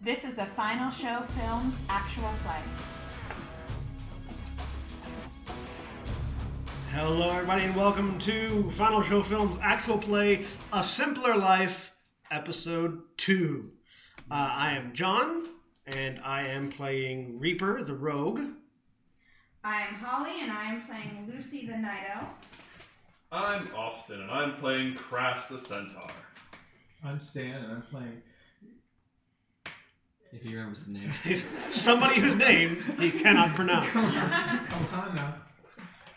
This is a Final Show Films actual play. Hello, everybody, and welcome to Final Show Films Actual Play A Simpler Life, Episode 2. Uh, I am John, and I am playing Reaper, the rogue. I am Holly, and I am playing Lucy the Night Elf. I'm Austin, and I'm playing Crash the Centaur. I'm Stan, and I'm playing. If he remembers his name. Somebody whose name he cannot pronounce. Come on, come on now.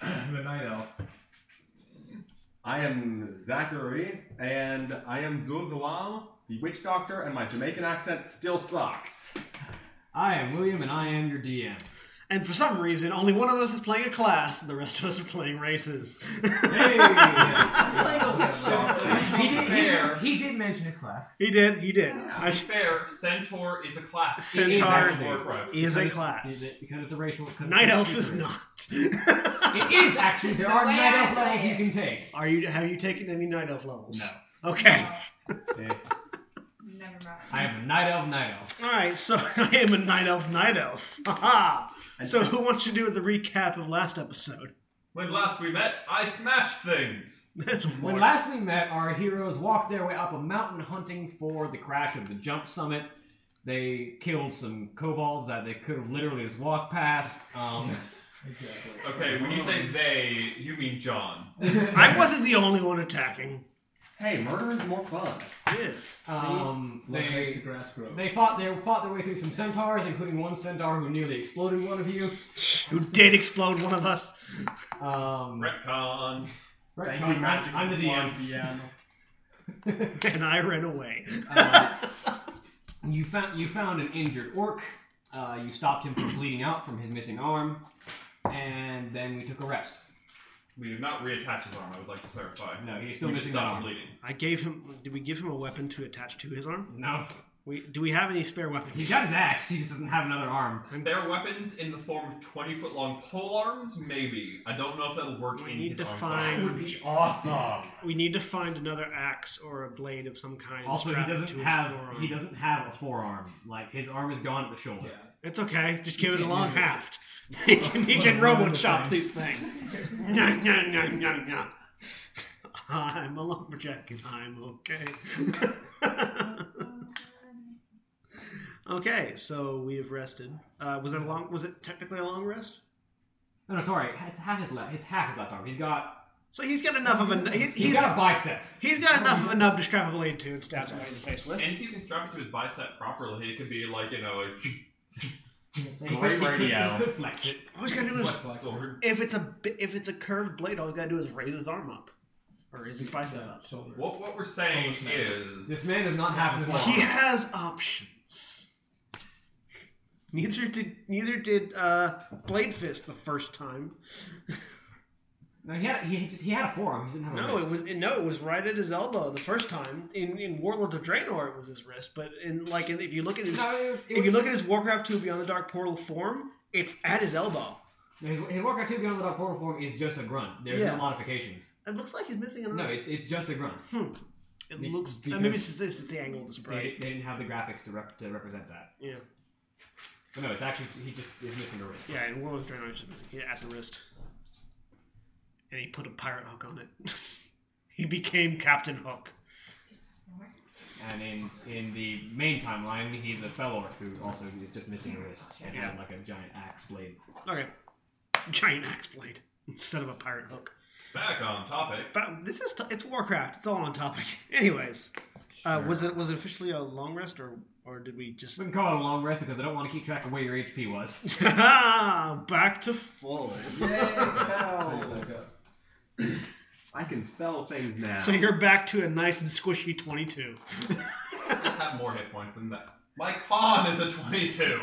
the Night Elf. I am Zachary, and I am Zulzalam, the witch doctor, and my Jamaican accent still sucks. I am William, and I am your DM. And for some reason, only one of us is playing a class, and the rest of us are playing races. Hey! He did- he did- he did mention his class. he did, he did. To I be sh- fair, Centaur is a class. Centaur It is actually a class. is a Is class. it- because it's a racial. because Night it's a Elf is secret. not. It is actually. There The are way night I elf play levels you it. can take. Are you? Have you taken any Night Elf levels? No. Okay. Eh, Never mind. I am a night elf, night elf. All right, so I am a night elf, night elf. Haha. and- So who wants to do the recap of last episode? When last we met, I smashed things. That's When more- last we met, our heroes walked their way up a mountain hunting for the crash of the jump summit. They killed some kobolds that they could have literally just walked past. Um, Exactly. Okay, when you say they, you mean John. I wasn't the only one attacking. Hey, murder is more fun. Yes. um, What makes the they grass grow? they fought they fought their way through some centaurs, including one centaur who nearly exploded one of you. Who did explode one of us? Um, Retcon. Retcon, Thank you, I'm, Magic I'm the DM. Wand DM. And I ran away. Uh, you found you found an injured orc. Uh, you stopped him from bleeding out from his missing arm, and then we took a rest. We did not reattach his arm, I would like to clarify. No, he's still We just missing that stopped arm. bleeding. I gave him. Did we give him a weapon to attach to his arm? No, We do we have any spare weapons? he's got his axe. He just doesn't have another arm. Spare weapons in the form of 20 foot long pole arms? Maybe. I don't know if that'll work We in need to his arm find- That would be awesome. we need to find another axe or a blade of some kind. and Also, he strap it doesn't to his have forearm. he doesn't have a forearm. Like his arm is gone at the shoulder. It's okay. Just give it a can't long use it. haft. he can, he can Well, one of robot the chop these things. things. Nyah, nyah, nyah, nyah, nyah. I'm a lumberjack and I'm okay. okay, so we have rested. Uh, was it a long? Was it technically a long rest? No, no, sorry. It's half his left. His half his left arm. He's got So he's got enough of a he, he's he's got, got, a bicep. he's got enough of a nub to strap a blade to and stab somebody in the face with. And if you can strap it to his bicep properly, it could be like, you know, a So he, Great could, he, could, radio. he could flex it. All he's gotta do is flex sword. if it's a bi- if it's a curved blade, all he's gotta do is raise his arm up or raise his bicep Yeah, up. shoulder. What, what we're saying Almost mad. is. This man does not have a forearm. He has options. Neither did neither did uh, Blade Fist the first time. No, he had he, just, he had a forearm. He didn't have a No, wrist. it was no, it was right at his elbow the first time. In in Warlords of Draenor, it was his wrist. But in like if you look at his No, it was, it if you was- look at his Warcraft 2 Beyond the Dark Portal form, it's at his elbow. His, his Warcraft 2 Beyond the Dark Portal form is just a grunt. There's Yeah. no modifications. It looks like he's missing an No, arm. it, it's just a grunt. Hmm. It Be- looks. uh, because- maybe it's, just- it's just the angle of the sprite. They, they didn't have the graphics to, rep, to represent that. Yeah. But no, it's actually he just is missing a wrist. Yeah, in Warlords of Draenor, it's yeah, at the wrist. And he put a pirate hook on it. he became Captain Hook. And in in the main timeline, he's a fell orc who also is just missing a wrist and Yeah. had like a giant axe blade. Okay. Giant axe blade instead of a pirate hook. Back on topic. But this is it's Warcraft. It's all on topic. Anyways, uh, Sure. was it was it officially a long rest or or did we just We can call it a long rest because I don't want to keep track of where your HP was. back to full? Yay, Pretty spells. back up. I can spell things now. So you're back to a nice and squishy 22. I have more hit points than that. My con is a 22.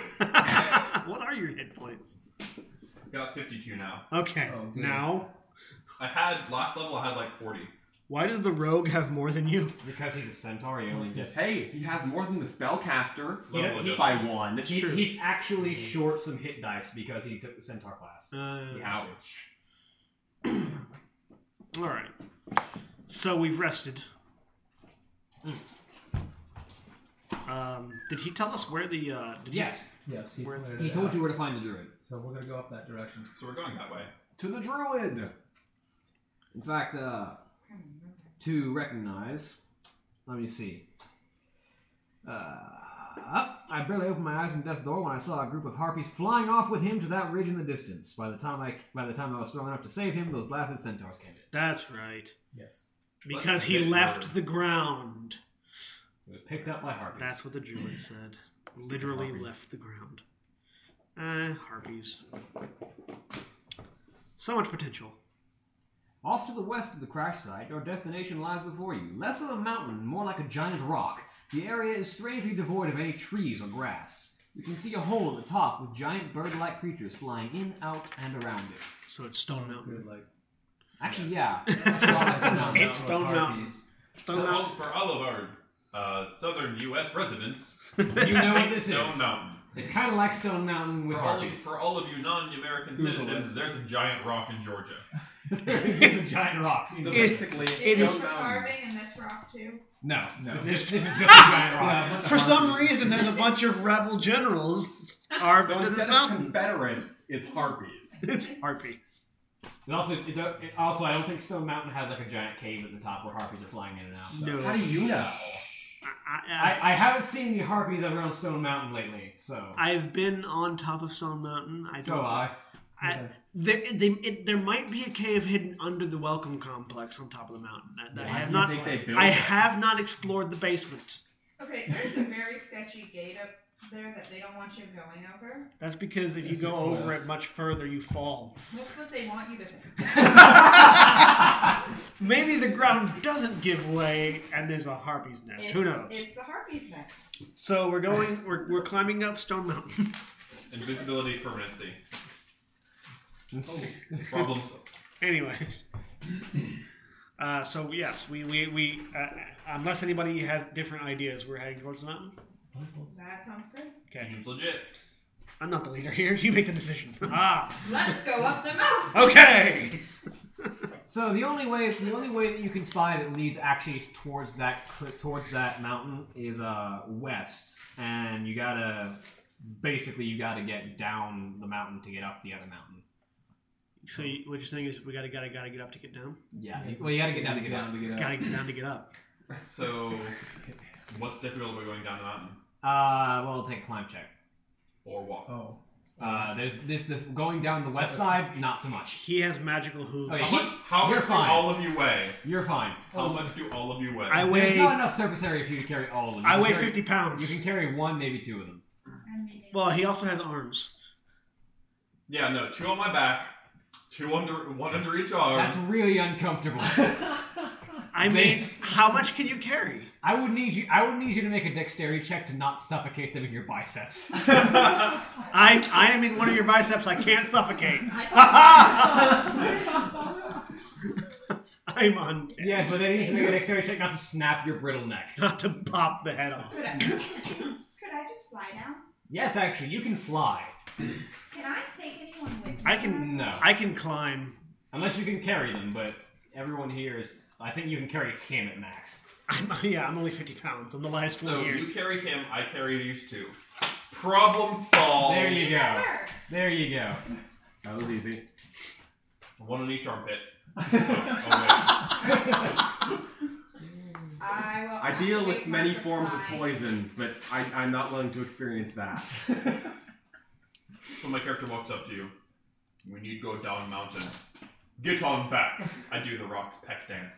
what are your hit points? Got 52 now. Okay, Oh, good. now I had last level. I had like 40. why does the rogue have more than you? because he's a centaur, he only gets. Hey, he has more than the spellcaster He- Level he- adjustment. by one. He, true. he's actually short some hit dice because he took the centaur class. Uh, Ouch. All right. So we've rested. Hmm. Um, did he tell us where the? Uh, did he- Yes, Yes, he, Where- pointed he it told out. you where to find the druid. So we're gonna go up that direction. So we're going that way. To the druid. In fact, uh, to recognize, let me see. Uh, I barely opened my eyes from death's door when I saw a group of harpies flying off with him to that ridge in the distance. By the time I by the time I was strong enough to save him, those blasted centaurs came in. That's right. Yes. Because he Let's left murder. the ground. It was picked up by harpies. That's what the druid said. Speaking Literally of harpies. left the ground. Uh, harpies. So much potential. Off to the west of the crash site, your destination lies before you. Less of a mountain, more like a giant rock. The area is strangely devoid of any trees or grass. You can see a hole at the top with giant bird-like creatures flying in, out, and around it. So it's Stone Mountain. Good, like Actually, yeah. It's Stone Mountain. Stone Well, Mountain. for all of our uh, southern U.S. residents, You know what this Stone is. Mountain. It's kind of like Stone Mountain with For all, of, harpies. for all of you non-American Google citizens, it. there's a giant rock in Georgia. it's a giant rock. So It- basically, it Is is- this for carving in this rock too? No, no. No. This, this is just a giant Yeah, rock. but- For some reason, there's a bunch of rebel generals carved so into instead this of mountain. Confederates, it's harpies. It's harpy. And also, it, don't- it, also, I don't think Stone Mountain has like a giant cave at the top where harpies are flying in and out. so. No. How do you know? I, I, I, I haven't seen the harpies around Stone Mountain lately, so. I've been on top of Stone Mountain. I so don't. I. I- there, they, it, there might be a cave hidden under the Welcome Complex on top of the mountain. I, I Why do have you not. think they built I it? have not explored the basement. Okay, there's a very sketchy gate up there that they don't want you going over. That's because if you It's a go cliff. over it much further, you fall. That's what they want you to think. Maybe the ground doesn't give way and there's a harpy's nest. It's, Who knows? It's the harpies nest. So we're going, we're, we're climbing up Stone Mountain. Invisibility, permanency. It's- Problem. Anyways. Uh, so yes, we we, we uh, unless anybody has different ideas, we're heading towards the mountain. That sounds good. Okay, Seems legit. I'm not the leader here. You make the decision. ah, Let's go up the mountain. okay. So the only way, the only way that you can spy that leads actually towards that cl- towards that mountain is uh west, and you gotta basically you gotta get down the mountain to get up the other mountain. So you, what you're saying is we gotta gotta gotta get up to get down. Yeah. you- well, you gotta get down to get down. to get Gotta get down to get up. So, what's difficult about going down the mountain Uh, well, it'll take a climb check. or walk? Oh. Uh, there's this this going down the west side, not so much. He has magical hooves. Okay. How much? How You're much do fine. Oh. all of you weigh? You're fine. How much do all of you weigh? I There's weigh not enough surface area for you to carry all of them. You I can weigh carry- 50 pounds. You can carry one, maybe two of them. I mean, Well, he also has arms. yeah, no, two on my back, two under one under each Um, arm. That's really uncomfortable. I They- mean, how much can you carry? I would need you. I would need you to make a dexterity check to not suffocate them in your biceps. I I am in one of your biceps. I can't suffocate. I'm on yeah, but then you need to make a dexterity check not to snap your brittle neck. not to pop the head off. could I, could I just fly down? Yes, actually, you can fly. Can I take anyone with me? I can- No, I can climb. unless you can carry them. But everyone here is. I think you can carry him at max. I'm, yeah, I'm only 50 pounds. I'm the lightest so one here. you carry him, I carry these two. Problem solved. There you go. That works. There you go. That was easy. One on each armpit. Oh, I will. I deal with activate my many forms of supply. poisons, but I, I'm not willing to experience that. wait. so my character walks up to you. We need to go down mountain. Get on back. I do the rocks peck dance.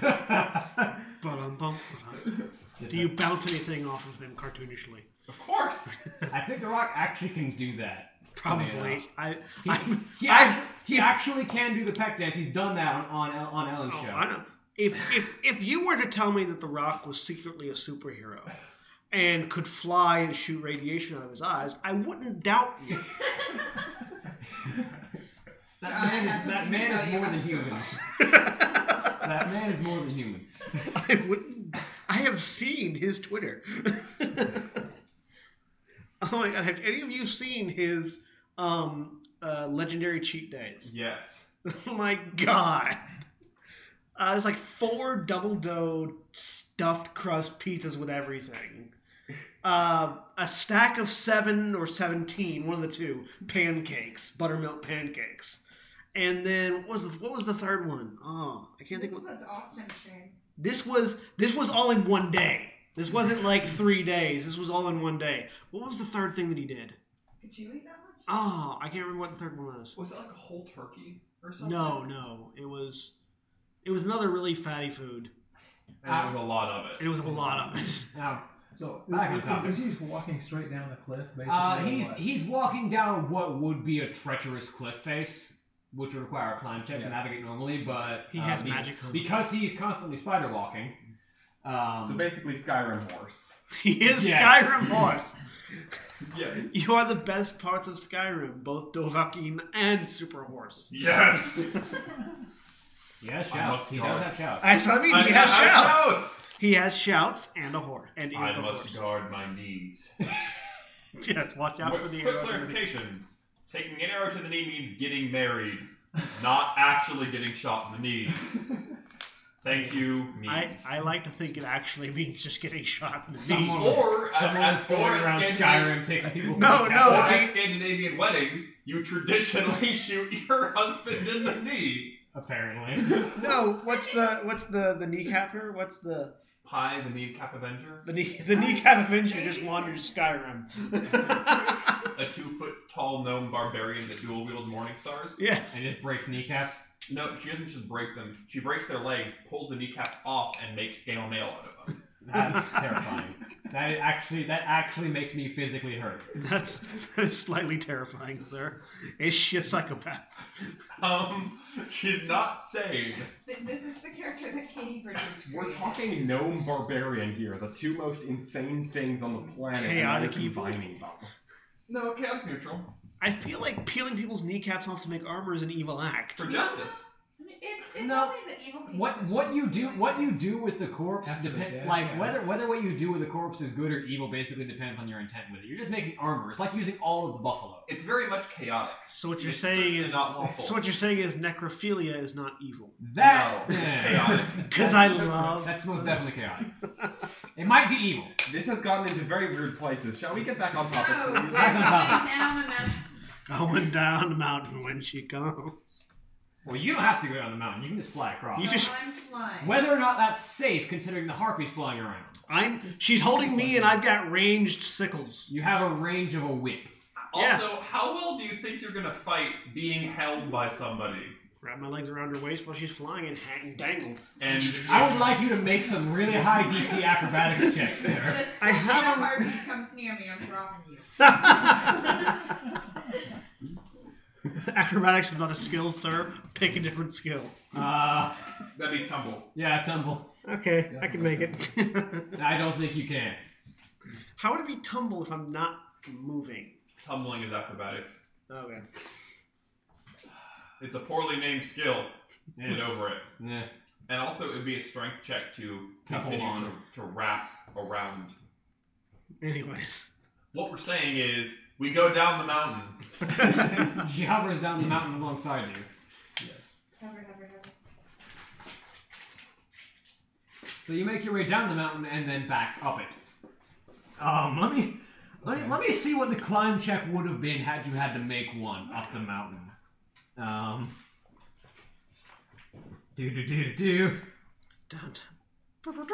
Ba-dum, bum, ba-dum. Do you bounce anything off of them cartoonishly? Of course. I think the Rock actually can do that. Probably. I, He, I'm- he, I- act- he actually can do the peck dance. He's done that on on, on Ellen's Oh, show. I know. If, if if you were to tell me that The Rock was secretly a superhero and could fly and shoot radiation out of his eyes, I wouldn't doubt you. That I man have is, that something man to is tell more you. than human. I That man is more than human. wouldn't. I have seen his Twitter. oh my god! Have any of you seen his um, uh, legendary cheat days? Yes. Oh my god! Uh, it's like four double dough stuffed crust pizzas with everything. uh, a stack of seven or seventeen, one of the two pancakes, buttermilk pancakes, and then what was the, what was the third one? Oh, I can't This think. What, was Austin Shane. this was this was all in one day. This wasn't like three days. This was all in one day. What was the third thing that he did? Could you eat that much? Oh, I can't remember what the third one was. Was it like a whole turkey or something? No, no, it was it was another really fatty food, And there was a lot of it. and it was a lot of it. Now, So Back on is, topic. is, is he just walking straight down the cliff, basically? uh, or he's what? he's walking down what would be a treacherous cliff face, which would require a climb check Yeah. to navigate normally, but He uh, has be- magic on. because he's constantly spider walking. Um, So basically, Skyrim horse. He is Yes. Skyrim horse. Yes. You are the best parts of Skyrim, both Dovahkiin and Super Horse. Yes. yeah, I must shouts. He does guard. have shouts. That's what I mean. I He have has shouts. shouts. He has shouts and a horse, and he is I a must horse. guard my knees. Yes, watch out Quick- for the quick arrow. clarification: taking an arrow to the knee means getting married, not actually getting shot in the knees. Thank you, means. I, I like to think it actually means just getting shot in the knee. Someone was, or someone at- was at- going or at around Scandinavian- Skyrim taking people's No, kneecaps no, Or out. they- at Scandinavian weddings, you traditionally shoot your husband in the knee. apparently. Oh. No, what's the what's the the kneecapper? What's the Pie, the kneecap Avenger, the knee the kneecap Avenger just wandered Skyrim? a two-foot-tall gnome barbarian that dual-wields morning stars. yes. and just breaks kneecaps. No, she doesn't just break them. She breaks their legs, pulls the kneecap off, and makes scale mail out of them. That's terrifying. That is actually that actually makes me physically hurt. That's, that's slightly terrifying, sir. Is she a psychopath? Um, she's not saying Th- This is the character that Katie Bridges We're created. talking gnome barbarian here, the two most insane things on the planet. and now you're Chaotic evil. combining them. no chaos neutral I feel like peeling people's kneecaps off to make armor is an evil act. for justice. I mean, It's, it's No. only the evil people What that what she you do likes. what you do with the corpse After the depend death, like yeah. whether whether what you do with the corpse is good or evil basically depends on your intent with it. You're just making armor. It's like using all of the buffalo. It's very much chaotic. So what It's you're saying certainly is not lawful. so what you're saying is necrophilia is not evil. That No, it's Yeah. chaotic. Because I love that's most definitely chaotic. It might be evil. This has gotten into very weird places. Shall we get back on No, topic, we're going please? down a mountain. going down the mountain when she comes. Well, you don't have to go down the mountain. You can just fly across. You so just- I'm flying. Whether or not that's safe, considering the harpies flying around, I'm she's holding me and I've got ranged sickles. you have a range of a whip. Yeah. Also, how well do you think you're gonna fight being held by somebody? Wrap my legs around her waist while she's flying and hang dangle. And I would like you to make some really high DC acrobatics checks, sir. The I second have a a- heartbeat comes near me, I'm dropping you. Acrobatics is not a skill, sir. Pick a different skill. Uh, that'd be tumble. yeah, tumble. Okay, I can make it. I don't think you can. How would it be tumble if I'm not moving? Tumbling is acrobatics. Okay. It's a poorly named skill. Get It's- over it. Nah. And also, it'd be a strength check to To hold continue on. to, to wrap around. Anyways. What we're saying is, we go down the mountain. She hovers down the mountain alongside you. Hover, hover, hover. So you make your way down the mountain and then back up it. Um, let me let me, let me see what the climb check would have been had you had to make one up the mountain. Um, do do do do. Down to Okay, so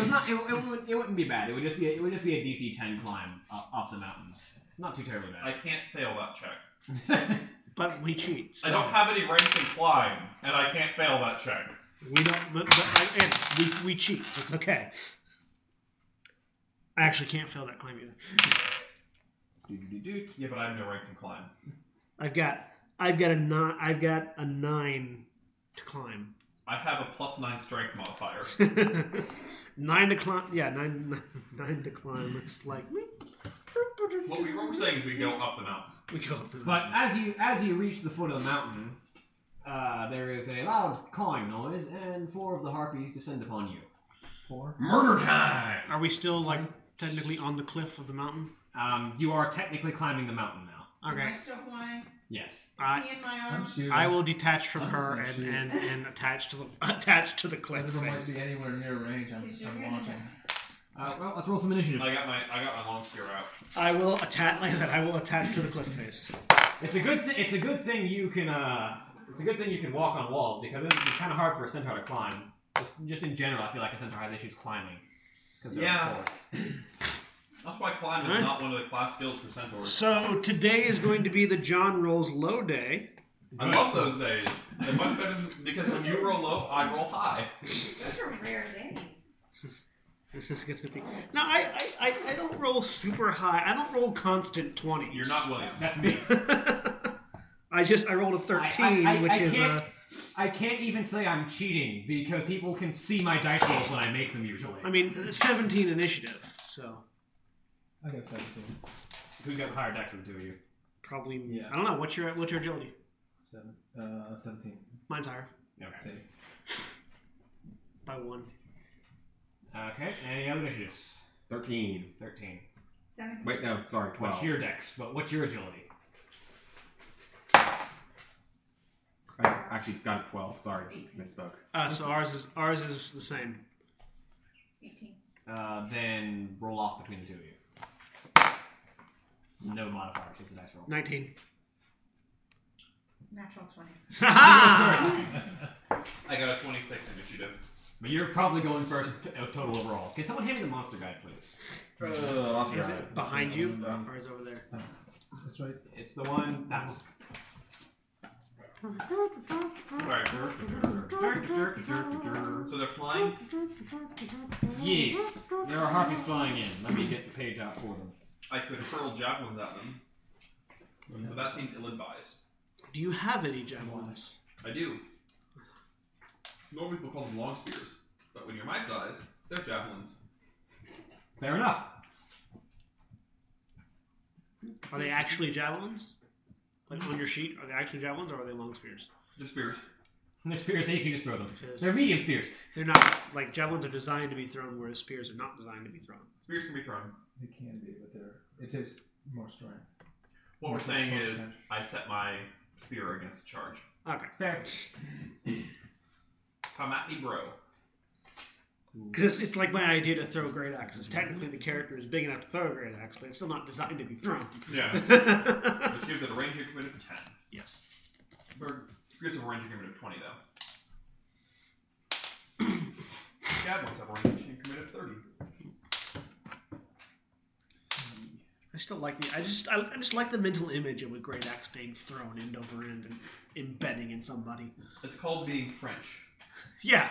it's not. It, it, wouldn't- it wouldn't be bad. It would just be. A, it would just be a DC 10 climb up, up the mountain. Not too terribly I can't fail that check. bad. But we cheat. So I don't have any ranks in climb, and I can't fail that check. we don't. But, but I, and we we cheat. So it's okay. I actually can't fail that claim either. Do-do-do-do. Yeah, but I have no ranks in climb. I've got I've got a nine. I've got a nine to climb. I have a plus nine strength modifier. nine to climb. Yeah, nine nine to climb. It's like what we were saying is, we go up the mountain. we go up the But as you as you reach the foot of the mountain, uh, there is a loud cawing noise, and four of the harpies descend upon you. four. Murder time! Are we still like technically on the cliff of the mountain? Um, you are technically climbing the mountain now. Am I Okay. still flying? Yes. I, he in my I'm arms? shooting. I will detach from I'm her just and, gonna and, and attach to the attach to the cliff Never might be face. anywhere near range. I'm, Because you're I'm gonna watching. Uh, well, let's roll some initiative. I got my I got my long spear out. I will attach. Like I said, I will attach to the cliff face. It's a good. Th- it's a good thing you can. Uh, it's a good thing you can walk on walls because it's kind of hard for a centaur to climb. Just, just in general, I feel like a centaur has issues climbing. 'cause they're Yeah. Force. That's why climb is Alright. not one of the class skills for centaurs. So today is going to be the John rolls low day. I love those days. They're much better than, because when you roll low, I roll high. Those are rare days. This is going to be. Now I, I, I, I don't roll super high. I don't roll constant twenties. You're not William. That's me. I just I rolled a thirteen, I- I- which I is can't- uh, I can't even say I'm cheating because people can see my dice rolls when I make them usually. I mean seventeen initiative. So I got 17. Who's got the higher dex of the two of you? probably Yeah. I don't know what's your what's your agility. Seven, uh, 17. Mine's higher Okay. Save. by one. Okay. Any other initiatives? 13. Thirteen. Seventeen. Wait, no, sorry, 12. What's your dex? But what's your agility? I actually got a 12. Sorry, misspoke. Uh, so ours is ours is the same. Eighteen. Uh, then roll off between the two of you. No modifiers. It's a dice roll. Nineteen. Natural twenty. Ha I got a 26 initiative. But you're probably going first t- of total overall. Can someone hand me the monster guide, please? Is it behind you or is it over there? That's right. It's the one that was. Alright. So they're flying. Yes, there are harpies flying in. Let me get the page out for them. I could hurl javelins at them, but that seems ill-advised. Do you have any javelins? I do. Normal people call them long spears, but when you're my size, they're javelins. Fair enough. Are they actually javelins? Like on your sheet, are they actually javelins or are they long spears? They're spears. And they're spears, and you can just throw them. Because They're medium spears. they're not like javelins are designed to be thrown, whereas spears are not designed to be thrown. Spears can be thrown. They can be, but they're. It takes more strength. What we're saying is, I set my spear against a charge. Okay. Fair. Come at me, bro. Because it's, it's like my idea to throw great axes. Technically, the character is big enough to throw a great axe, but it's still not designed to be thrown. Yeah. Which gives it a range increment of 10. yes. Or spears have a range increment of 20, though. javelins have a range increment of 30. I still like the. I just. I, I just like the mental image of a great axe being thrown end over end and embedding in somebody. It's called being French. Yeah.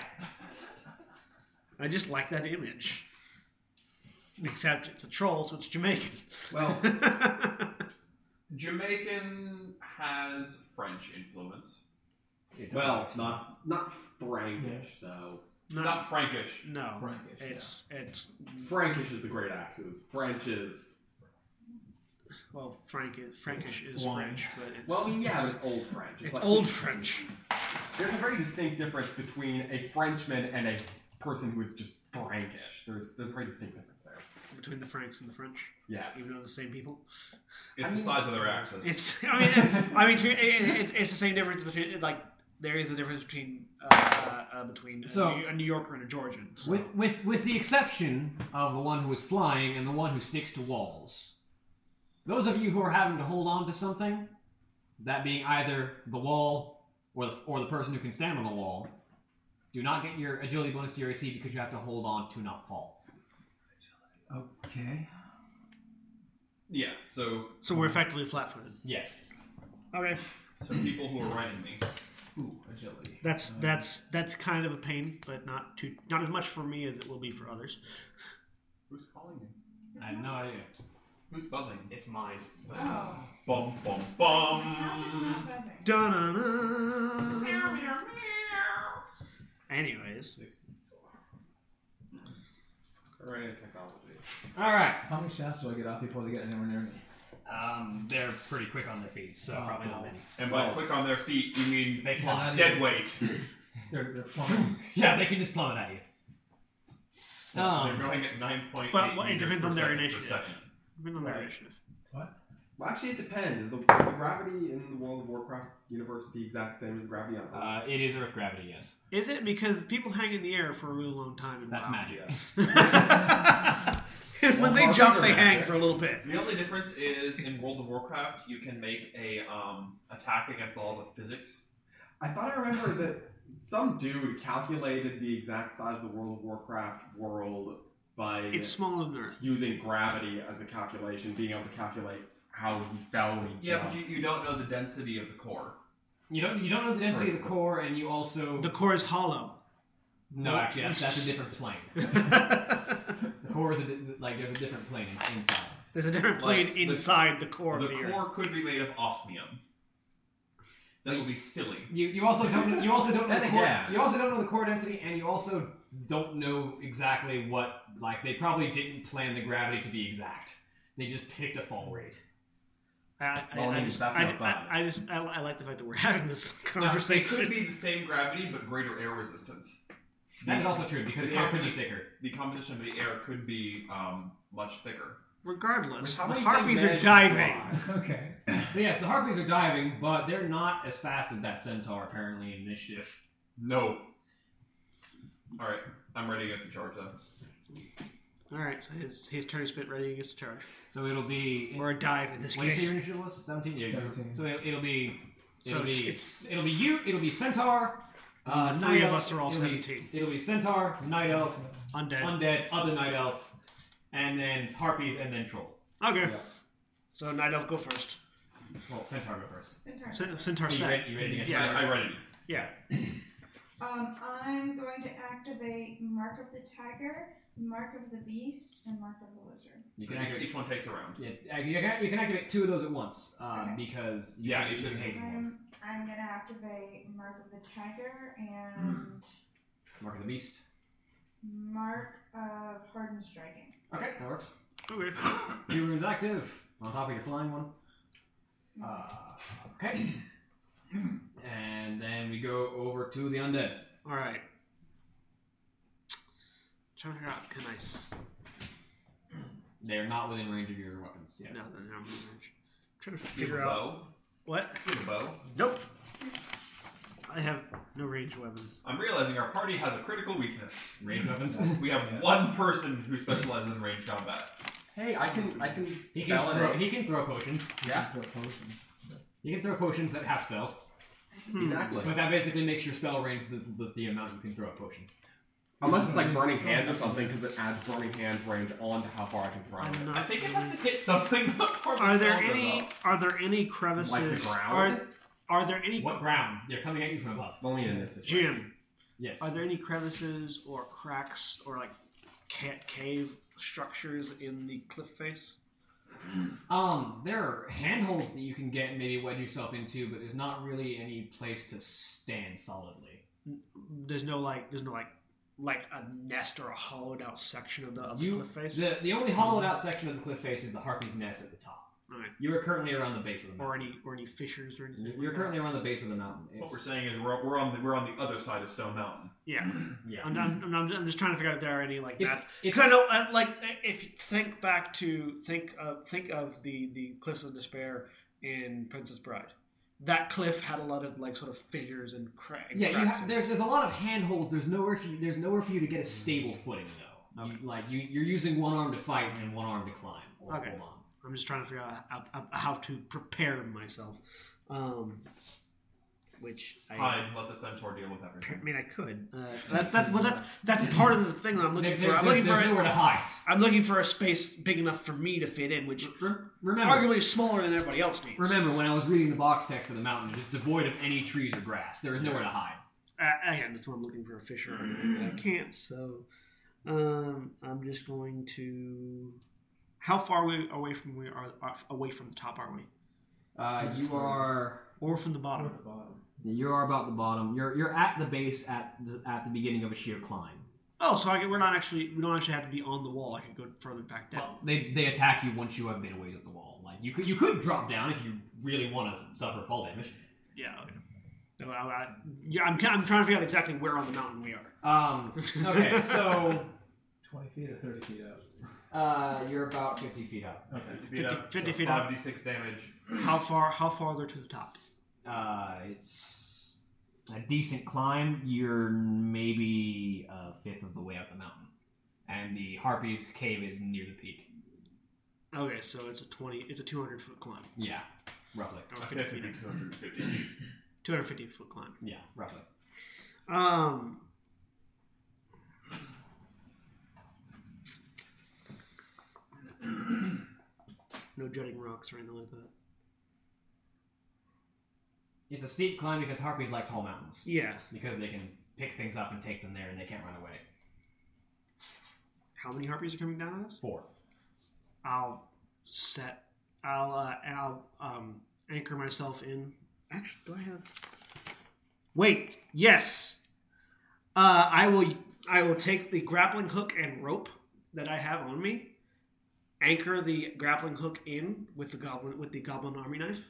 I just like that image. Except it's a troll, so it's Jamaican. Well- Jamaican has French influence. Well, not not Frankish Yes. though. not, Not Frankish. no. Frankish. It's it's Frankish is the great axes. French is well Frank is, Frankish is Wine. French, but it's well, I mean, yeah, but it's old French. it's like- old French. There's a very distinct difference between a Frenchman and a person who is just Frankish. There's there's a very distinct difference there. between the Franks and the French, Yes. even though the same people. It's I the mean- size of their axis. It's I mean I mean it, it, it's the same difference between like there is a difference between uh, uh, between a, So- New, a New Yorker and a Georgian. So. With, with, with the exception of the one who is flying and the one who sticks to walls, those of you who are having to hold on to something, that being either the wall or the, or the person who can stand on the wall, do not get your agility bonus to your AC because you have to hold on to not fall. Okay. Yeah, so so we're effectively flat-footed. Yes. Okay, some people who are writing me. Ooh, agility. Uh, that's Um, that's that's kind of a pain, but not too not as much for me as it will be for others. Who's calling me? I have no idea. Who's buzzing? It's mine. Oh. Bum bum How is not bum. buzzing? Da-na-na. Anyways, Great technology. All right. How many shots do I get off before they get anywhere near me? Um, they're pretty quick on their feet, so Oh, probably cool. not many. And Oh. by quick on their feet, you mean They fly. dead weight. They're, they're flying. Yeah, they can just plummet at you. Um, They're going at 9.8 But, well, it meters depends per on their second per initiative. second. depends on their Right. initiative. What? Well, actually, it depends. Is the, is the gravity in the World of Warcraft universe the exact same as the gravity on Earth? Uh, it is Earth gravity, yes. Is it because people hang in the air for a really long time? And That's wow. magic. yeah. when they Well, jump, harpies they are hang magic. for a little bit. The only difference is in World of Warcraft, you can make a um, attack against the laws of physics. I thought I remember that some dude calculated the exact size of the World of Warcraft world by It's smaller than Earth. using gravity as a calculation, being able to calculate how he fell when he Yeah, jumped. but you, you don't know the density of the core. You don't you don't know the density of the Right. core, and you also The core is hollow. no actually that's, that's a different plane. There's The core is a, di- like there's a different plane inside. a different plane Like, the- inside the, core the of the Earth. core could be made of osmium. That would be silly. You you also don't know, you also don't know the Then core, again. you also don't know the core density, and you also don't know exactly what like they probably didn't plan the gravity to be exact. They just picked a fall rate. I, I, Well, I I mean, just, that's I, not bad. I, I just, I, I like the fact that we're having this Now, it conversation. could be the same gravity, but greater air resistance. That is The, also true because The the air air could be condition- thicker. the composition of the air could be um, much thicker. Regardless, How the many harpies big are men diving. fly? Okay. So yes, the harpies are diving, but they're not as fast as that centaur apparently in initiative. No. All right, I'm ready to get the charge then. All right, so his his turn is spent ready against a charge So it'll be or a dive in this what did you say case. your initiative was? Seventeen. Yeah. you're- 17. So it'll, it'll be So it'll it's, be it's it'll be you. It'll be centaur. Uh, the three night of elf, us are all it'll be- seventeen it'll be centaur, night elf, undead. undead, other night elf, and then harpies, and then troll. Okay, Yeah. so night elf go first. Well, centaur go first. Centaur. C- Centaur you set. ready, you ready to get Yeah. started? I, I ready. Um, I'm going to activate Mark of the Tiger, Mark of the Beast, and Mark of the Lizard. You can Each, activate. each one takes a round. Yeah, uh, you can, you can activate two of those at once um, because you Yeah, can, each you of can them. take one. I'm, I'm gonna activate Mark of the Tiger and Mark of the beast. Mark of Hardened Striking. Okay, that works. Okay. Two runes active on top of your flying one. Uh, okay. And then we go over to the undead. All right. Trying to figure out can I? S- They are not within range of your weapons yet. no, no, no. I'm trying to You have figure a out bow. what. You have a bow. Nope. I have no ranged weapons. I'm realizing our party has a critical weakness. Range weapons. We have Yeah. one person who specializes in range combat. Hey, I can I can He can, spell throw, it. he can throw potions. Yeah, Throw potions. He can throw potions that have spells. Hmm. exactly. But that basically makes your spell range the, the, the amount you can throw a potion. Unless it's like burning hands or something, because it adds burning hands range onto how far I can throw I'm it. not I think it has to hit something before the Are there spell goes any off. are there any crevices? Like the ground? Are, are there any What ground? They're coming at you from above. Only in this situation. Jim? Yes. Are there any crevices or cracks or like ca- cave structures in the cliff face? Um, there are handholds that you can get and maybe wedge yourself into, but there's not really any place to stand solidly. There's no like there's no like like a nest or a hollowed out section of the, of the You- cliff face The, the only hollowed out section of the cliff face is the Harpy's nest at the top. Alright. You are currently around the base of the mountain. or any or any fissures or anything. You're like currently around the base of the mountain. What we're It's, saying is we're, we're on the we're on the other side of Stone Mountain. that? Yeah, yeah. I'm, I'm, I'm, I'm just trying to figure out if there are any like It's, that. it's, Because I know, uh, like, if you think back to think of think of the the cliffs of despair in Princess Bride, that cliff had a lot of like sort of fissures and cra- and cracks. yeah, you ha- in it. there's there's a lot of handholds. There's nowhere for you, there's nowhere for you to get a stable Mm. footing though. You- like you you're using one arm to fight and one arm to climb. or Okay. hold on. I'm just trying to figure out how, how, how to prepare myself, um, which I, Hide, let the centaur deal with everything. I mean I could. Uh, that, that's well, that's that's part of the thing that I'm looking There- for. I'm there's looking there's for nowhere to hide. a, I'm looking for a space big enough for me to fit in, which Re- remember, arguably is smaller than everybody else needs. remember when I was reading the box text for the mountain, just devoid of any trees or grass. There is nowhere to hide. Uh, again, that's why I'm looking for a fisher. I can't, so um, I'm just going to. How far away, away from we are are- away from the top are we, Uh, you are or from the Or bottom? the bottom. you are about the bottom. You're you're at the base at the, at the beginning of a sheer climb. Oh, so I can, we're not actually we don't actually have to be on the wall. I can go further back down. Well, they, they attack you once you have made a ways up the wall. Like you could you could drop down if you really want to suffer fall damage. yeah. Okay. No, I, I, yeah, I'm, ki- I'm trying to figure out exactly where on the mountain we are. Um, okay, so Twenty feet or thirty feet up. Uh, you're about 50 feet up. Okay. 50 feet up. Five d six damage. How far? How farther to the top? Uh, it's a decent climb. You're maybe a fifth of the way up the mountain. And the Harpy's cave is near the peak. Okay, so it's a 20. It's a 200 foot climb. Yeah, roughly. Or I 50 think I could feet. do 250 feet. 250 foot climb. Yeah, roughly. Um. No jutting rocks or anything like that. It's a steep climb because Harpies like tall mountains. Yeah. Because they can pick things up and take them there and they can't run away. How many harpies are coming down on us? Four. I'll set. I'll uh, I'll um, anchor myself in. Actually, do I have? Wait. Yes. Uh, I will. I will take the grappling hook and rope that I have on me, anchor the grappling hook in with the goblin with the goblin army knife,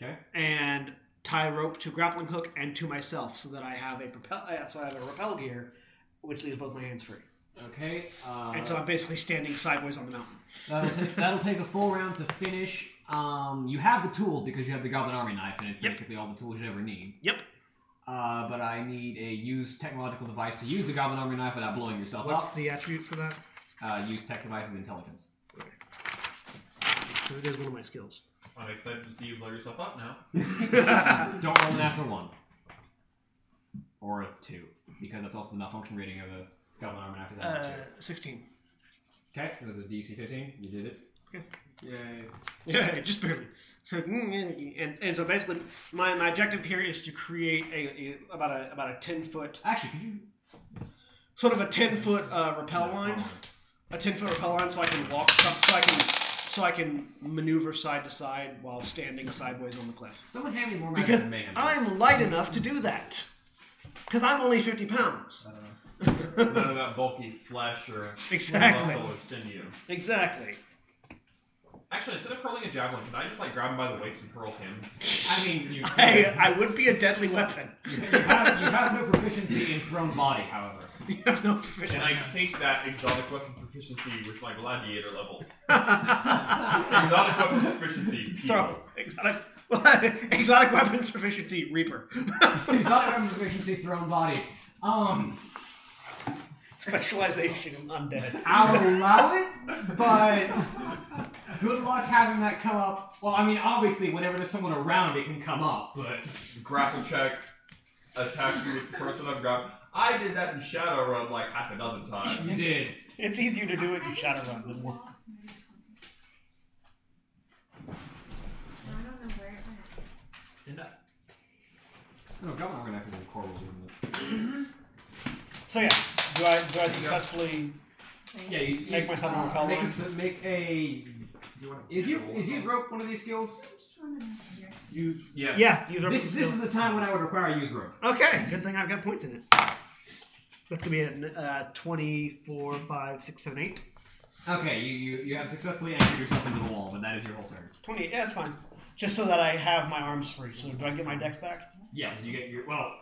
Okay. and tie rope to grappling hook and to myself so that I have a propel. uh, So I have a rappel gear, which leaves both my hands free, Okay. Uh, and so I'm basically standing sideways on the mountain. That'll take, that'll take a full round to finish. Um, you have the tools because you have the Goblin Army knife, and it's Yep. basically all the tools you ever need. Yep. Uh, but I need a use technological device to use the Goblin Army knife without blowing yourself What's up. the attribute for that? Uh, use tech devices intelligence. Because it is one of my skills. I'm excited to see you blow yourself up now. Don't roll an after one or a two because that's also the malfunction rating of a Goblin Army knife. Is Uh, that two? 16. Okay, it was a DC 15. You did it. Yay. Yeah, just barely. So mm, and, and so basically, my, my objective here is to create a, a about a about a 10 foot Actually, could you sort of a 10 foot uh, rappel line, uh-huh. a 10 foot rappel line, so I can walk, so, so I can so I can maneuver side to side while standing sideways on the cliff. Someone hand me more magic Because than mayhem. I'm light enough to do that. Because I'm only 50 pounds. Uh-huh. None of that bulky flesh or exactly. muscle or sinew. Exactly. Actually, instead of hurling a javelin, can I just like grab him by the waist and hurl him? I mean, you. Hey, I would be a deadly weapon. You have, you have no proficiency in thrown body, however. You have no And I proficiency. take that exotic weapon proficiency with my gladiator levels. exotic Exotic weapon proficiency. P. Throw. Exotic, exotic weapons proficiency, Reaper. weapon proficiency, thrown body. Um, Specialization in undead. I'll allow it, but good luck having that come up. Well, I mean, obviously, whenever there's someone around, it can come up, but Grapple check. Attack you with the person I've grabbed. I did that in Shadowrun like half a dozen times. you did. It's easier to do it in Shadowrun than one. I don't know where it went. No, Goblin Armor Knife is in Corals, isn't it? So yeah, do I do I successfully? Yeah, you, you Make myself a repel make, line. us- make a. Is you is use rope one of these skills? I just want to know here. You. Yeah. Yeah, use This this is a time when I would require a use rope. Okay, good thing I've got points in it. That's gonna be at uh, 24, 5, 6, 7, 8. Okay, you, you, you have successfully anchored yourself into the wall, but that is your whole turn. 28, yeah, that's fine. Just so that I have my arms free. So do I get my dex back? Yes, you get your well.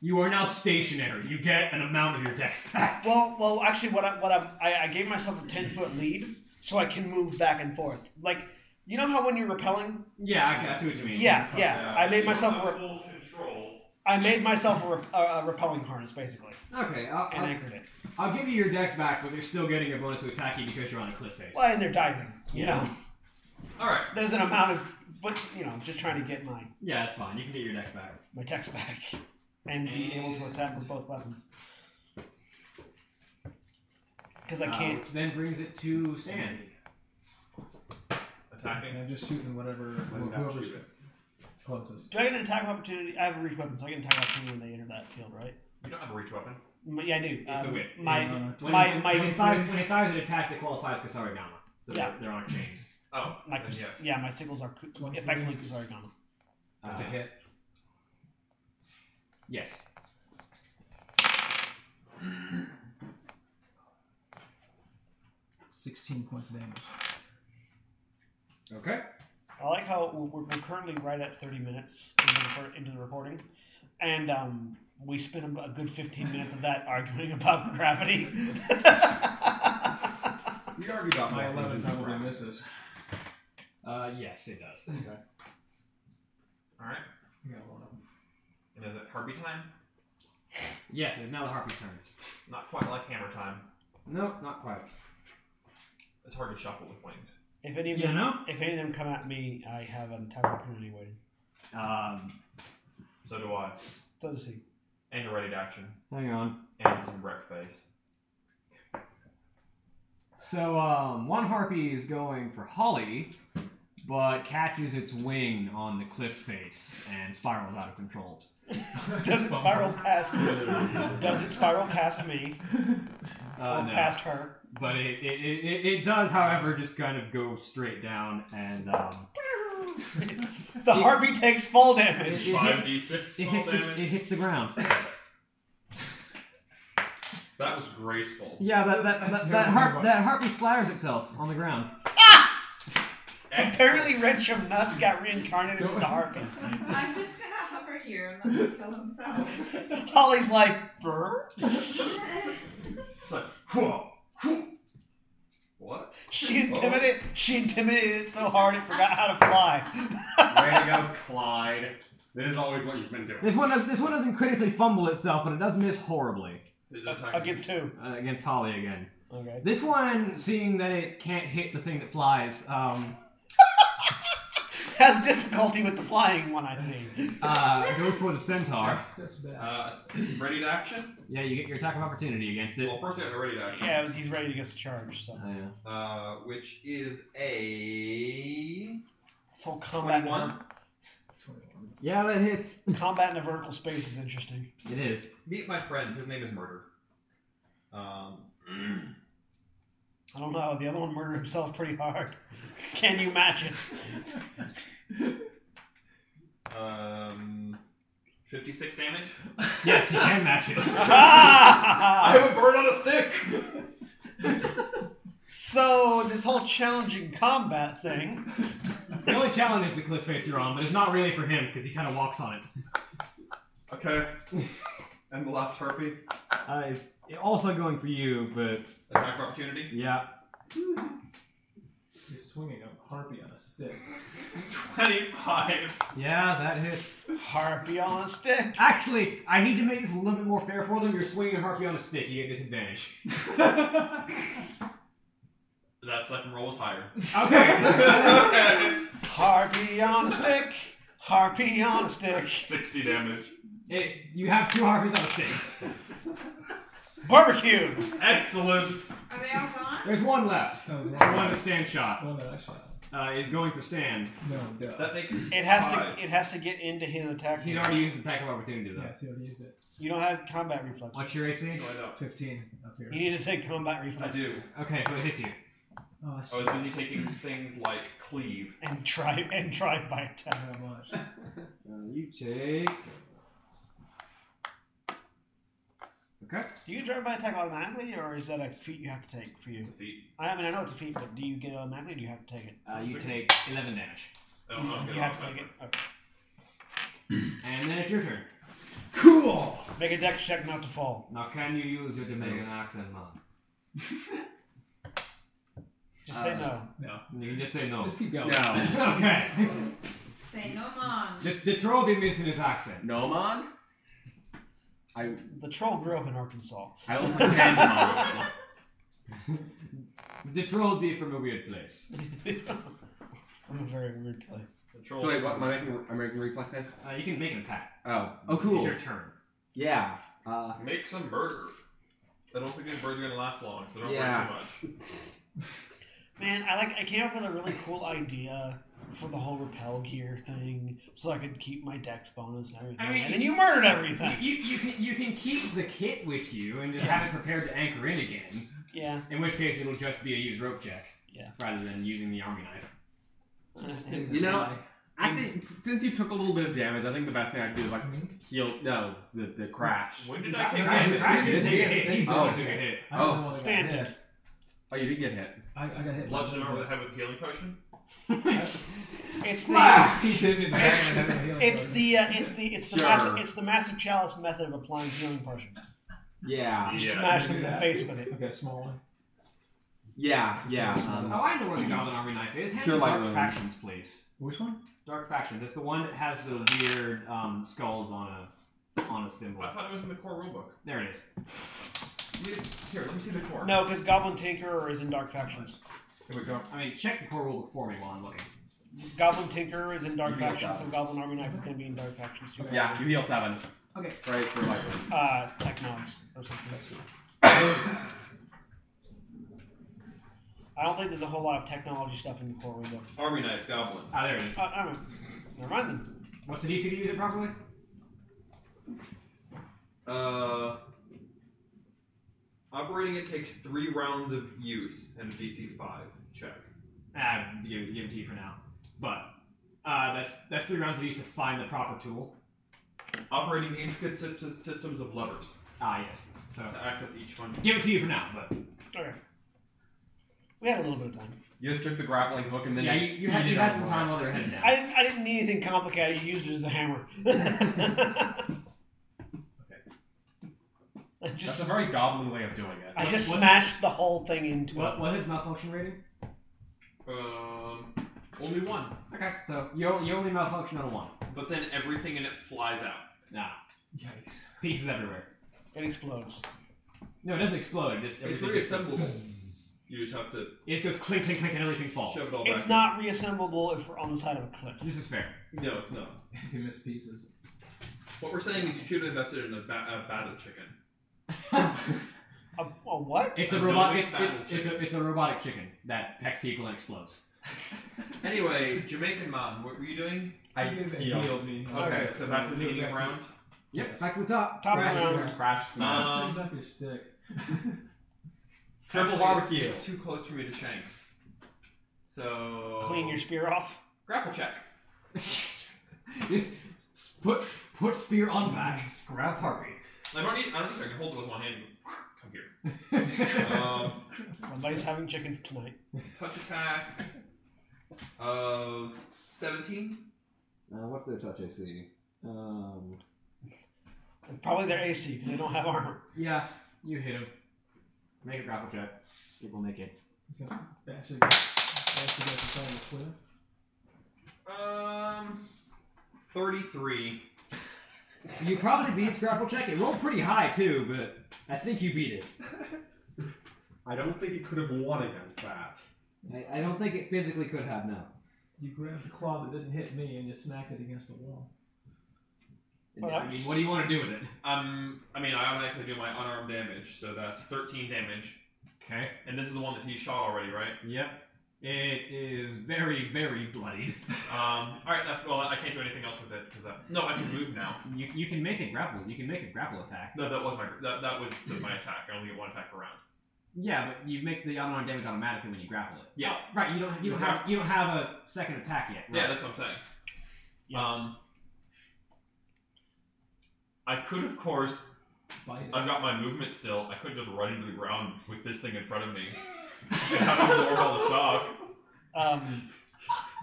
You are now stationary. You get an amount of your dex back. Well, well, actually, what I what I, I, I gave myself a ten foot lead, so I can move back and forth. Like, you know how when you're repelling, Yeah, okay, I see what you mean. yeah, yeah. I made myself a, full control. I made myself a, rep- a, a repelling harness basically, Okay, I'll, and I'll, anchored it. I'll give you your dex back, but you're still getting a bonus to attack you because you're on a cliff face. Well, and they're diving. You know, All right. there's an amount of, but you know, just trying to get my Yeah, that's fine. You can get your dex back. my text back and be able to attack with both weapons. Because I Uh, can't. which then brings it to Stan. Attacking. And I'm just shooting whatever whoever's closest. Do I get an attack opportunity? I have a reach weapon, so I get an attack opportunity when they enter that field, right? You don't have a reach weapon. M- Yeah, I do. It's a Um, whip. My Uh, When, My- when, my- when, it size, when it size it attacks, it qualifies Kasari Gama. So they're- Yeah. they're on a chain. Oh. My, then yes. yeah, my signals are cu- effectively Kuzarigama. Uh, to hit. Yes. Sixteen points of damage. Okay. I like how we're, we're currently right at 30 minutes into the, fir- into the recording, and um, we spent a good 15 minutes of that arguing about gravity. We already got My more things 11 in this probably round. misses. Uh, yes, it does. Okay. All right. Yeah, one of them. And is it harpy time? Yes, it's now the harpy's turn. Not quite like hammer time. Nope, not quite. It's hard to shuffle with wings. If any of You them, know? if any of them come at me, I have an attack opportunity waiting. Um, So do I. So to see. And a ready to action. hang on. And some wreck face. So, um, one harpy is going for Holly, but catches its wing on the cliff face and spirals out of control. Does it spiral past? Does it spiral past me Uh, or no. past her? But it, it, it, it- it does, however, just kind of go straight down and um, The harpy takes fall it, it damage. hits, 5d6 it, fall hits the, damage. it hits the ground. That was graceful. Yeah, that that, That's that, that, harp, terrible. that harpy splatters itself on the ground. Apparently, Rensham Nuts got reincarnated as a harpy. I'm just gonna hover here and let them kill themselves. Holly's like, "Brr." It's like, whoa, whoa. What? She intimidated. She intimidated it so hard it forgot how to fly. Way to go, Clyde. This is always what you've been doing. This one does this one doesn't critically fumble itself, but it does miss horribly His attack Against who? uh, against Holly again. Okay. This one, seeing that it can't hit the thing that flies, um, Has difficulty with the flying one. I see. uh, goes for the centaur. Steps back. Uh, ready to action? Yeah, you get your attack of opportunity against it. Well, first I have a ready to action. Yeah, he's ready to get the charge. So. Uh, yeah. Uh, which is a. This whole combat in, a 21. ver- 21. yeah, that hits. combat in a vertical space is interesting. It is. Meet my friend. His name is Murder. Um, I don't know. The other one murdered himself pretty hard. Can you match it? um, 56 damage. Yes, you can match it. I Ah! have a bird on a stick! so this whole challenging combat thing. The only challenge is the cliff face you're on, but it's not really for him because he kind of walks on it. okay. And the last harpy. Uh, it's also going for you, but Attack opportunity. yeah, You're swinging a harpy on a stick. 25. yeah, that hits. Harpy on a stick. Actually, I need to make this a little bit more fair for them. You're swinging a harpy on a stick. You get disadvantage. That second roll was higher. Okay. Harpy on a stick. Harpy on a stick. 60 damage. it, you have two harpies on a stick. Barbecue. Excellent! Are they all gone? There's one left. That was one, The one with a stand shot one that I shot. uh, is going for stand. No, duh. That makes. It has five. to. It has to get into his attack. He's already used the attack of opportunity though. yeah, see, I used it. You don't have combat reflex. What's your AC? No, I don't. 15 up here. You need to take combat I reflex. do. Okay, so it hits you. Oh, I was busy taking things like cleave. And try and drive by attack. Not much. Uh, you take. Okay. Do you drive by attack automatically, or is that a feat you have to take for you? It's a feat. I mean, I know it's a feat, but do you get it automatically? Or do you have to take it? Uh, you take 11 damage. I don't know. if Mm-hmm. you I'll have to get take it. it. Okay. And then it's your turn. Cool! Make a dex check not to fall. Now, can you use your Jamaican accent, man? Just say Uh, no. You can just say no. Just keep going. No. okay. Say no, mom. The, the troll will be missing his accent. Nomon? I, The troll grew up in Arkansas. I will pretend Nomon. The troll will be from a weird place. I'm a very weird place. Control. So wait, what am I making? I'm making reflex save? Uh, you can make an attack. Oh. Oh, It's cool. your turn. Yeah. Uh, Make some murder. I don't think these birds are gonna last long, so don't Yeah. worry too much. Man, I like. I came up with a really cool idea for the whole repel gear thing, so I could keep my dex bonus and everything. I mean- and then you murdered You, everything. you, you, can, you can keep the kit with you and just have it prepared to anchor in again, Yeah. in which case it'll just be a used rope check. Yeah. Rather than using the army knife. You know, actually, since you took a little bit of damage, I think the best thing I could do is like heal. No, the, the crash. When did I take Right. my Crash didn't take a hit. He's the one Oh. who took a hit. I don't Oh. know what I got Stand hit. dead. Oh, you did get hit. I, I got hit. bludgeon him over the head with a healing potion? It's the. Smash! He hit me in the head and I got a healing It's potion. the uh, it's the it's the Sure. massive it's the massive chalice method of applying healing potions. Yeah. You Yeah. smash them Do in the that. face with it. Okay, small one. Yeah, yeah. oh, Um, I know where the Goblin Army knife is. Hand Cure me light Dark wounds. Factions, please. Which one? Dark Faction. That's the one that has the weird um, skulls on a on a symbol. I thought it was in the core rulebook. There it is. Here, let me see the core. No, because Goblin Tinkerer is in Dark Factions. Here we go. I mean, check the core rulebook for me while I'm looking. Goblin Tinkerer is in Dark You can look Factions, that so Goblin Army Knife is going to be in Dark Factions too. yeah, you heal seven. Okay. Right for light wounds. Uh, Technogs or something. I don't think there's a whole lot of technology stuff in the core rulebook. Army knife, goblin. Ah, there it is. Uh, I don't know. Never mind then. What's the DC to use it properly? Uh, operating it takes three rounds of use and a DC five check. Ah, give, give it to you for now. But uh, that's that's three rounds of use to find the proper tool. Operating intricate sy- systems of levers Ah, yes. So to access each function. give it to you for now. But Okay. We had a little bit of time. You just took the grappling hook and then yeah, just you, you had beat you it had on some the time wall. while they're heading down. I didn't, I didn't need anything complicated. You used it as a hammer. I That's a just, very goblin way of doing it. I just What- what- smashed the whole thing into What it. what is malfunction rating? Um, only one. Okay, so you only- you only malfunction on a one. But then everything in it flies out. Nah, Yikes. pieces everywhere. It explodes. No, it doesn't explode. Just It's everything. just- reassemblable. You just have to It just goes clink clink clink and everything falls. shove it all back. It's not reassemblable if we're on the side of a cliff. This is fair. No, it's not. you miss pieces. What we're saying is you should have invested in a, ba- a battle chicken. A, a what? it's a A robot. village It's, battle it- it's a it's a robotic chicken that pecks people and explodes. Anyway, Jamaican mom, what were you doing? I They heal. healed me. Okay, so back to the Move beginning of back round. Yep, Yes. back to the top. Top Crash. round. Crash smash. Um, Things up your stick. Actually, Triple it's- barbecue. It's, too close for me to shank. So Clean Oh. your spear off. grapple check. Just s- put put spear on back. Grab Harpy. I don't need. I don't think I can hold it with one hand. Come here. Um, Somebody's having chicken for tonight. touch attack of seventeen. Uh, what's their touch AC? Um, And probably their AC because they don't have armor. yeah, you hit him. Make a grapple check. It will make hits. So bash it bash it against the side of the cliff. Um, thirty-three. You probably beat its grapple check. It rolled pretty high too, but I think you beat it. I don't think it could have won against that. I, I don't think it physically could have now. You grabbed the claw that didn't hit me and you smacked it against the wall. I mean, what do you want to do with it? Um, I mean, I automatically do my unarmed damage, so that's thirteen damage. Okay. And this is the one that he shot already, right? Yep. It is very, very bloodied. Um, all right. That's well. I can't do anything else with it because that. No, I can move now. You, you can make a grapple. You can make a grapple attack. No, that was my that, that was the, my attack. I only get one attack per round. Yeah, but you make the unarmed damage automatically when you grapple it. Yes. Oh, right. You don't. You don't have. You don't have a second attack yet. Yeah, Right. that's what I'm saying. Yeah. Um, I could, of course, Bite it. I've got my movement still. I could just run into the ground with this thing in front of me and have absorbed all the shock. Um,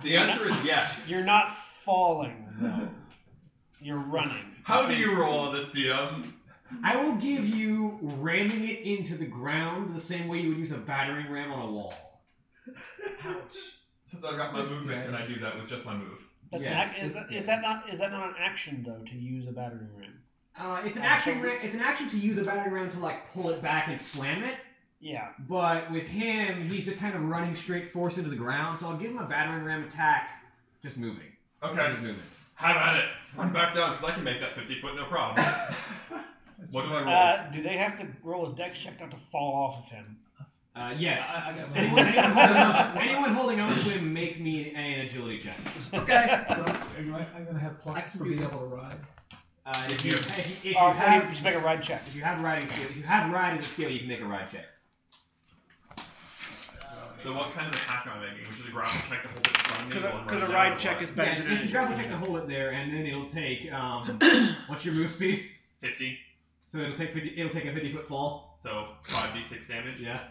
The answer is yes. you're not falling though. You're running. How do you roll on this, DM? I will give you ramming it into the ground the same way you would use a battering ram on a wall. Since I've got my That's movement, dead. can I do that with just my move? That's an Yes. ac- is, that, is that not is that not an action though to use a battering ram? Uh, it's an Oh, action. so we- Ra- it's an action to use a battering ram to like pull it back and slam it. Yeah. But with him, he's just kind of running straight force into the ground. So I'll give him a battering ram attack, just moving. Okay, Just moving. have at it. Run back down because I can make that 50 foot no problem. what do I roll? Uh, do they have to roll a dex check not to fall off of him? Uh, yes. I, I got my anyone, anyone holding on, anyone holding on to him, make me an agility check. Okay. Am I- I'm gonna have I plus can for do being this. able to ride. Uh, if you, if you, if you Or have, just make a ride check. if you have riding skill, if you have ride as a skill, you can make a ride check. so what kind of attack am I making? Which is a grapple check to hold it in front of me? while I'm Because a running ride down, check what? is better yeah, than it's, an it's a grapple check agility to hold it there, and then it'll take um, what's your move speed? 50. So it'll take 50, it'll take a 50 foot fall. So 5d6 damage. Yeah.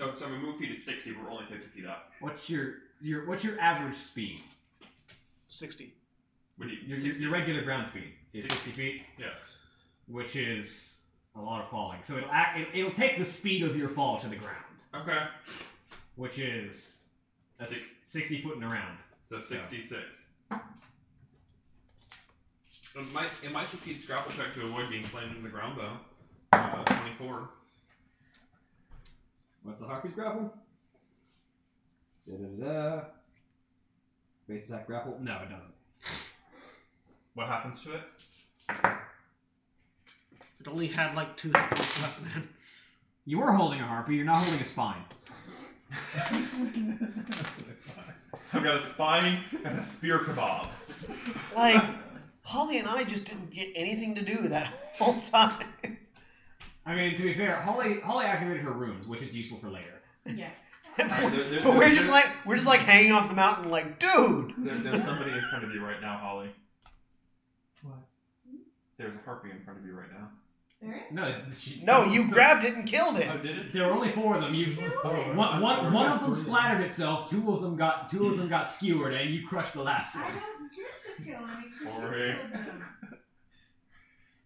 Oh, so my move feet is 60. We're only 50 feet up. What's your your what's your average speed? Sixty. What do you, Your, your, your regular ground speed is 60 feet. Yeah. Which is a lot of falling. So it'll act, it, it'll take the speed of your fall to the ground. Okay. which is that's Six. 60 foot and around. So 66. It might, it might succeed scrapple check to avoid being slammed into the ground, though. Uh, 24. What's a harpy's grapple? Da da da. da. Base attack grapple? No, it doesn't. What happens to it? It only had like two hits left, man. You were holding a harpy. You're not holding a spine. I've got a spine and a spear kebab. Like, Holly and I just didn't get anything to do that whole time. I mean, to be fair, Holly Holly activated her runes, which is useful for later. Yeah. Alright, there- there- but we're there- just like we're just like hanging off the mountain, like, dude. There, there's somebody in front of you right now, Holly. What? There's a harpy in front of you right now. There is. No, she, No, you grabbed it and killed Oh, it. did it? There were only four of them. You Oh, one, I'm one, sorry. one of them Three. splattered itself. Two of them got two of them got skewered, and you crushed the last one. I don't get to kill anything. Sorry.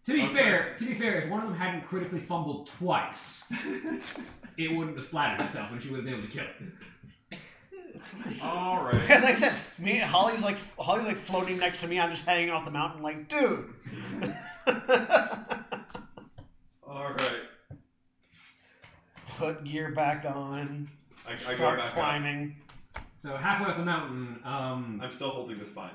To be Okay. fair, to be fair, if one of them hadn't critically fumbled twice, it wouldn't have splattered itself, and she would have been able to kill it. Oh, All like right. I said, me Holly's like Holly's like floating next to me. I'm just hanging off the mountain, like, dude. All right. Put gear back on. I, I go Start back up. climbing. So halfway up the mountain, um, I'm still holding the spine.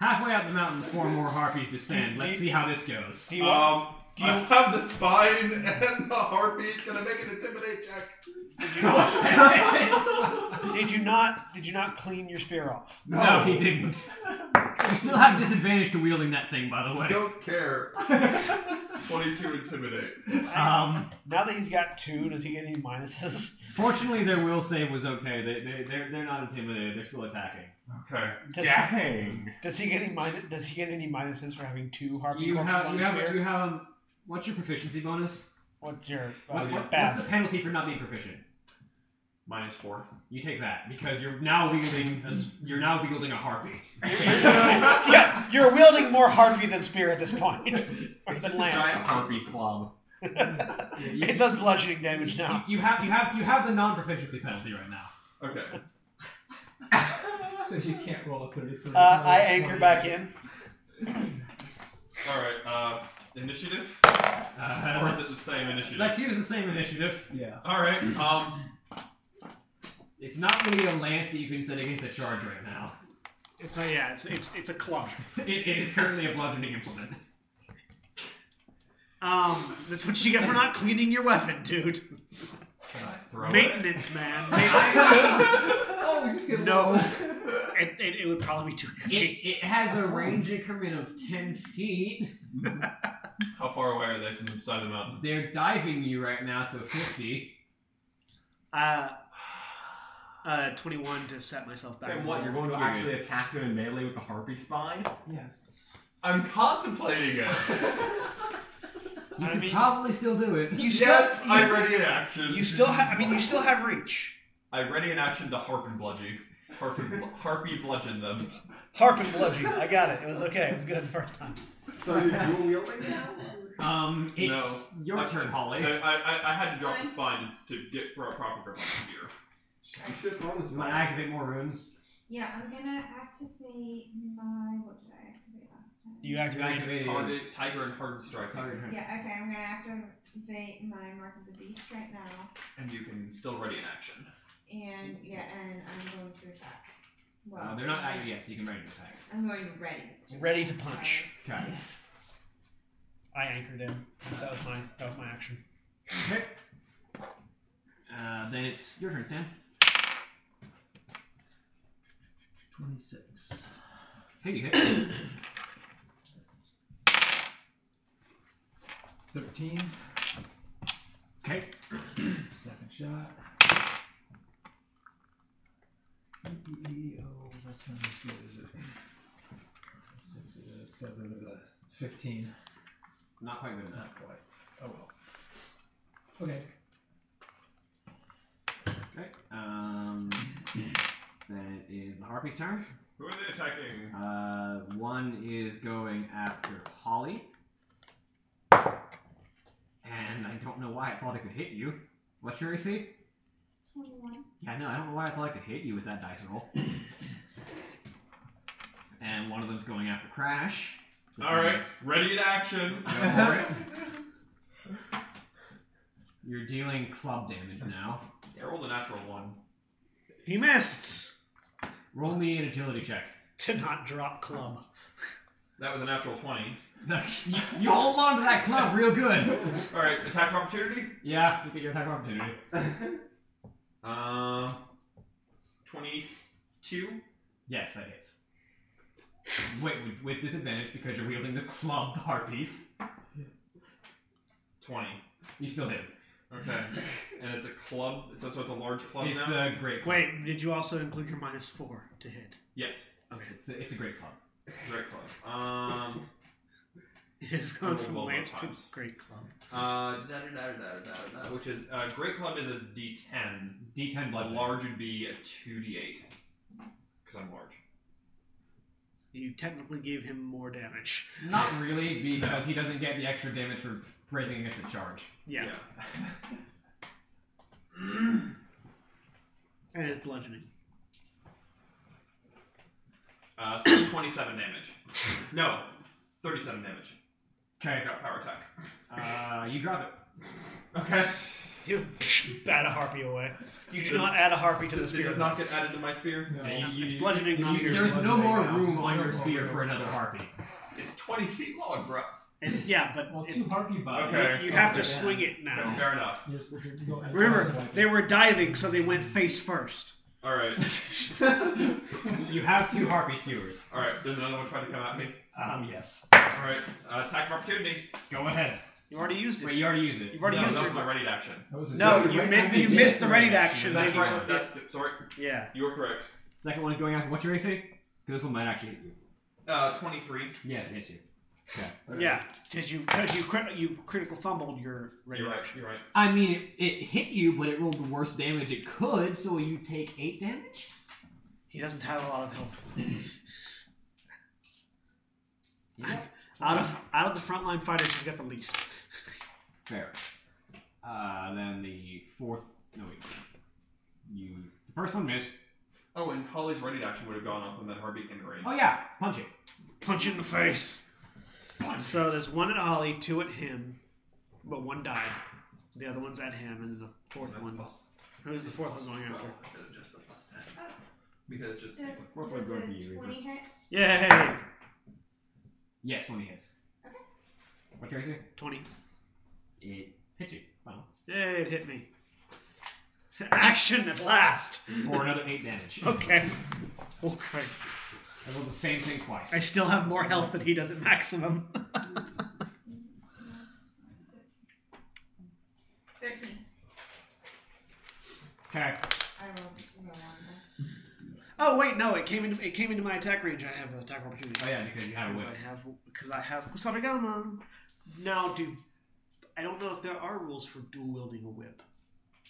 halfway up the mountain, four more harpies descend. Let's see how this goes. Do you want, Um, do you- I have the spine and the harpy's gonna make an intimidate check. did you not did you not clean your spear off? No, he didn't. You still have disadvantage to wielding that thing, by the way. Don't care. 22 intimidate. Um, Now that he's got two, does he get any minuses? fortunately, their will save was okay. They they they're, they're not intimidated. They're still attacking. Okay. Does, Dang. does he get any min- does he get any minuses for having two harpy You corpses have on you his have spear? you have um, what's your proficiency bonus? What's your What's, what's, your what, what's bad? the penalty for not being proficient? Minus four. You take that because you're now wielding a, s- you're now wielding a harpy. yeah, you're wielding more harpy than spear at this point, or It's than just a giant lance. harpy club. You, It does bludgeoning damage now. you- you have you have you have the non proficiency penalty right now. Okay. So you can't roll a 33. Uh, I anchor back in. All right. Uh, initiative. Uh, Or is it let's, the same initiative? let's use the same initiative. Yeah. All right. Um. It's not really a lance that you can set against a charge right now. It's a, yeah, it's, it's it's a cloth. It, it is currently a bludgeoning implement. Um, that's what you get for not cleaning your weapon, dude. Can I throw it? Maintenance, man. Maintenance. Oh, we just get a No. little- it, it, it would probably be too heavy. It, it has a range increment of ten feet. How far away are they from the side of the mountain? They're diving you right now, so fifty. Uh, uh, 21 to set myself back. Then what? You're going to actually attack them in melee with the harpy spine? Yes. I'm contemplating it. You I could mean- probably still do it. You still, yes, you, I ready in action. you still have. I mean, you still have reach. I ready in action to harp and bludgy. Harp and bl- harpy bludgeon them. Harp and bludgeon. I got it. It was okay. It was good the first time. So you're dual wielding now? Um, it's your I- turn, Holly. I, I, I- I had to drop the spine to get pro- proper grip on the gear. You should have thrown this You want to back. activate more runes? Yeah, I'm gonna activate my. What did I activate last time? You You activate. activated your Target, uh, tiger, and hardened strike. target Uh, turn. Yeah, okay, I'm gonna activate my Mark of the Beast right now. And you can still ready in action. And, yeah, and I'm going to attack. Well, Uh, they're not active yet, so you can ready to attack. I'm going to ready. to- Ready to punch. Okay. Sorry. I anchored in. That was my. That was my action. Uh, then it's your turn, Stan. 26. Hey, you hit. 13. okay. Second shot. E E-E-E, Oh, that's not as good, is it? Six, uh, seven, uh, 15. Not quite good enough. Not quite. Oh, well. Okay. Okay. Um, then it is the Harpy's turn. Who are they attacking? Uh, one is going after Holly. And I don't know why I thought it could hit you. What's your AC? Twenty. Yeah, I know. I don't know why I thought I could hit you with that dice roll. and one of them's going after Crash. All right, ready to action. Go for it. You're dealing club damage now. I rolled a natural one. He missed Roll me an agility check. to not drop club. That was a natural twenty. you, you hold on to that club real good. All right, attack of opportunity. Yeah, you get your attack of opportunity. Uh, twenty-two. Yes, that is. Wait, with, with disadvantage because you're wielding the club harpies. Twenty. You still hit. Okay. And it's a club. So, so it's a large club It's now. a great club. Wait, did you also include your minus four to hit? yes. It's a, it's a great club. Great club. Um. It has gone Oh, from well, lance that to times. great club. Uh. Da, da, da, da, da, da, da, which is uh, great club is a D10. D10 A blood. large would be a two D8. Because I'm large. You technically gave him more damage. Not really, because he doesn't get the extra damage for raising against a charge. Yeah, and it's bludgeoning. Uh, so 27 damage. No, 37 damage. I Okay. got power attack. Uh, you drop it. Okay. You bat a harpy away. You do Does- not add a harpy to the Does, it spear. does not get added to my spear. Yeah, you- It's you- bludgeoning you- not piercing. there's no Bludgeoning more now. room on your Bludgeoning. spear for another harpy. It's 20 feet long, bro. And- yeah, but Well, it's, two harpy bodies. Okay. you have to Yeah. swing it now. Fair enough. You're supposed to go and Remember, sideswipe they it. were diving, so they went face first. All right. You have two harpy skewers. All right. There's another one trying to come at me. Um, yes. All right. Uh, attack of opportunity. Go ahead. You already used it. Wait, you already used it. You've already no, used that was your. my ready to action. That was his No, ready- you right- missed. I You missed missed the the ready ready action. That's Maybe- right. That, sorry, Yeah. you were correct. Second one's going after what's your AC? This one might actually hit you. Uh, 23. Yes, it hits you. Yeah. Because you because you crit, you critical fumbled your ready You're right. action. You're right. I mean, it, it hit you, but it rolled the worst damage it could, so you take eight damage? He doesn't have a lot of health. Out of out of the frontline fighters, he's got the least. Fair. Uh, then the fourth. No, wait. You. The first one missed. Oh, and Holly's ready to action would have gone off when that Harpy came to range. Oh, yeah. Punch it. Punch in the face. So there's one at Holly, two at him, but one died. The other one's at him, and the fourth That's one. plus- Who's the fourth one going well, after? instead of just the plus 10. Because just Does, What would does go a to you, 20 hit? Yay! Yes, one hits. Okay. What's your AC? Twenty. It hit you. Wow. Yay! It hit me. Action at last. For another eight damage. Okay. Okay. I rolled the same thing twice. I still have more health than he does at maximum. 13. Okay. I rolled low on oh wait, no, it came into it came into my attack range. I have an attack opportunity. Oh yeah, because you had a Because whip. I have because I have Kusarigama. Now, do I don't know if there are rules for dual wielding a whip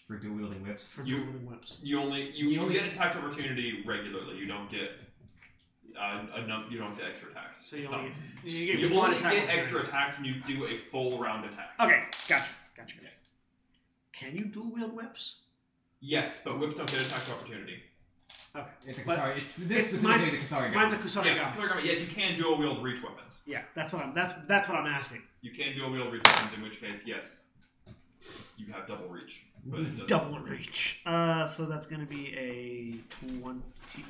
For dual wielding whips. for You- dual wielding whips. You only you, You you only- get attack opportunity regularly. You don't get uh, a num- you don't get extra attacks. So you It's only not- get, you get you one only attack get opportunity. extra attacks when you do a full round attack. Okay, gotcha, gotcha. gotcha. Can you dual wield whips? Yes, but whips don't get attack opportunity. Okay, It's a But- Kasari. It's this it's- specifically the Kasari mine's a guy. Kusarigama. yeah, Yeah. Kurigama, yes, you can dual wield reach weapons. that's what I'm that's that's what I'm asking. You can dual wield reach weapons, in which case, yes, you have double reach. But it doesn't- Double reach. Uh, so that's gonna be a twenty.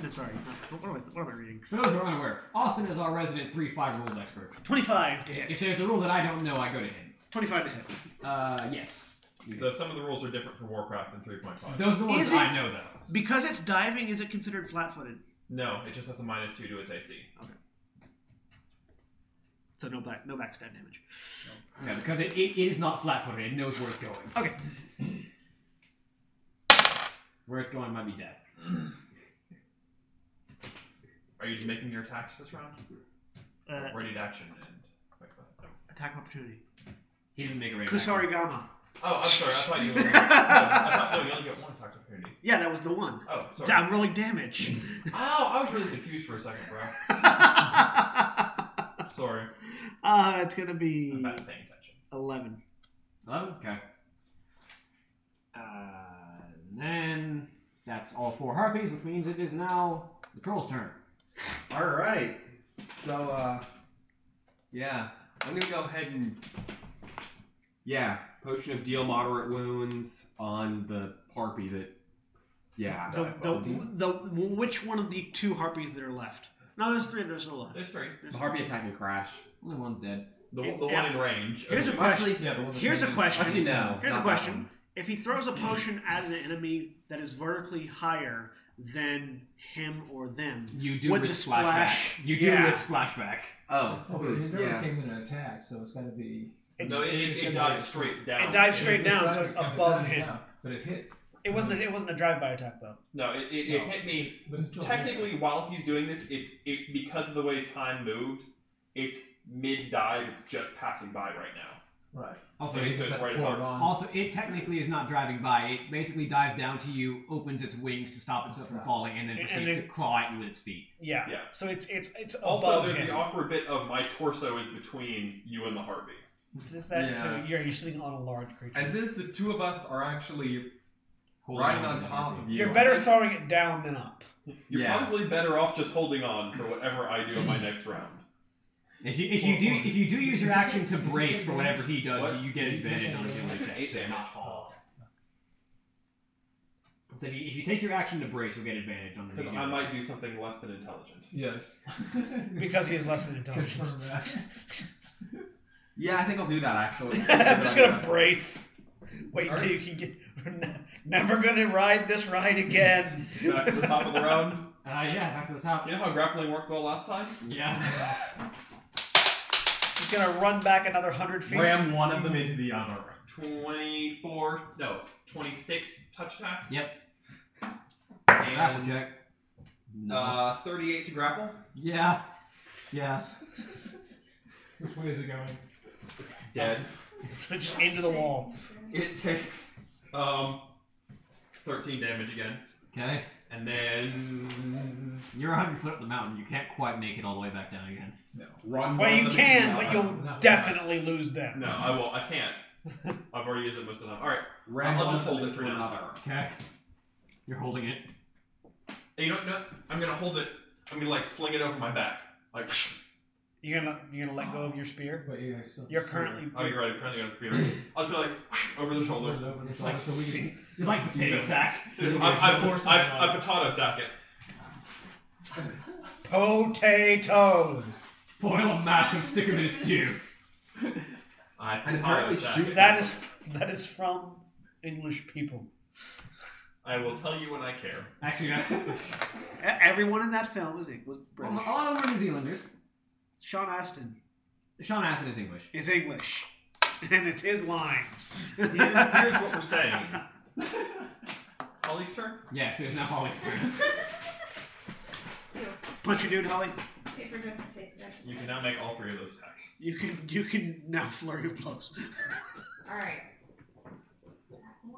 No, sorry, not, what, am I, what am I reading? For those who are unaware, Austin is our resident 3-5 rules expert. Twenty-five to hit. If there's a rule that I don't know, I go to him. Twenty-five to hit. Uh, yes. You The, some of the rules are different for Warcraft than 3.5. Those are the Is ones it- I know, though. Because it's diving, is it considered flat-footed? No, it just has a minus two to its AC. So no back, no backstab damage. No, because it, it is not flat-footed. It knows where it's going. Okay. Where it's going might be dead. Are you just making your attacks this round? Uh, Ready to action and. like that? No. attack of opportunity. He didn't make a raid. Kusari Gama. Oh, I'm sorry. I thought you. Only, no, I thought no, you only get one attack opportunity. Yeah, that was the one. Oh, sorry. I'm rolling damage. Ow! I was really confused for a second, bro. uh, Sorry. it's gonna be I'm bad at paying attention. eleven. 11? Okay. Uh, and then That's all four harpies, which means it is now the troll's turn. All right. So, uh, yeah, I'm gonna go ahead and yeah, potion of deal moderate wounds on the harpy that. Yeah. The, the, the, which one of the two harpies that are left? No, there's three. There's no left. There's three. The harpy attacked and crash. Only one's dead. The, one- the one in range. Here's a question. Actually, yeah, the one that Here's a came in- question. Actually, no. Here's a not that question. one. If he throws a potion at an enemy that is vertically higher than him or them, You do With the risk splashback. splash. You do Yeah. risk splashback. Oh. Oh, but it never yeah. came in an attack, so it's got to be. it's, no, it, it, it dives straight down. It dives If straight it's down, not- so it's not- above not him. down, But it hit. it wasn't. A, it wasn't a drive-by attack though. No, it, it, it No. hit me But it's still Technically, while he's doing this, it's it because of the way time moves. It's mid dive. It's just passing by right now. Right. Also, So it, it's just just right poured above. on. Um, also, it technically is not driving by. It basically dives down to you, opens its wings to stop itself from Stop. falling, and then And- and proceeds to then- claw at you with its feet. Yeah. Yeah. So it's it's it's Also, above there's him. the awkward bit of my torso is between you and the harpy. Is that Yeah. so you're, you're sitting on a large creature. And since the two of us are actually Holding riding to on the top harpy. of you, You're better throwing it down than up. You're Yeah. probably better off just holding on for whatever I do in my next round. If you if you do if you do use your action to If you brace take for whatever he does, What? you get advantage on a deal like That's an that. eight so damage. not fall. So if you, if you take your action to brace, you'll get advantage on the Because Mm-hmm. deal. I might do something less than intelligent. Yes. Because he is less than intelligent. Confirm that. Yeah, I think I'll do that actually. I'm just gonna brace. Wait All till you can get. We're ne- never gonna ride this ride again. Back to the top of the round. Uh, yeah, back to the top. You know how grappling worked well last time? Yeah. He's gonna run back another hundred feet. ram one of them into the other. 24, no, 26 touch attack. Yep. Grapple And check. No. uh, 38 to grapple. yeah. Yeah. Which way is it going? Dead. So just into the wall. It takes um, 13 damage again, Okay. and then You're 100 foot up the mountain. You can't quite make it all the way back down again. Run. Well, one you of them can, into the but other. It's you'll not definitely lose them. no, I will. I can't. I've already used it most of the time. All right, Ram I'll one just of them hold it into for now. another. Okay. You're holding it. you know, no, I'm gonna hold it. I'm gonna like sling it over my back. Like You're gonna you're gonna let go of your spear. But you're still. You're currently. I'll be right in front of the spear. I'll just be like over the shoulder. It's like It's like potato sack. I, I, I, I potato sack it. Oh, Potatoes. Boil them, mash them, stick them in a stew. I And potato apparently sack shoot it. That is that is from English people. I will tell you when I care. Actually, that's E- Everyone in that film was was well, British. a lot of them are New Zealanders. Sean Astin Sean Astin is English. is English, and it's his line. Here- here's what we're saying. Ollie's turn. Yes, it is now Holly's turn. Punch your dude, Holly. Paper doesn't taste good. You can now make all three of those attacks. You can you can now flurry of blows. All right.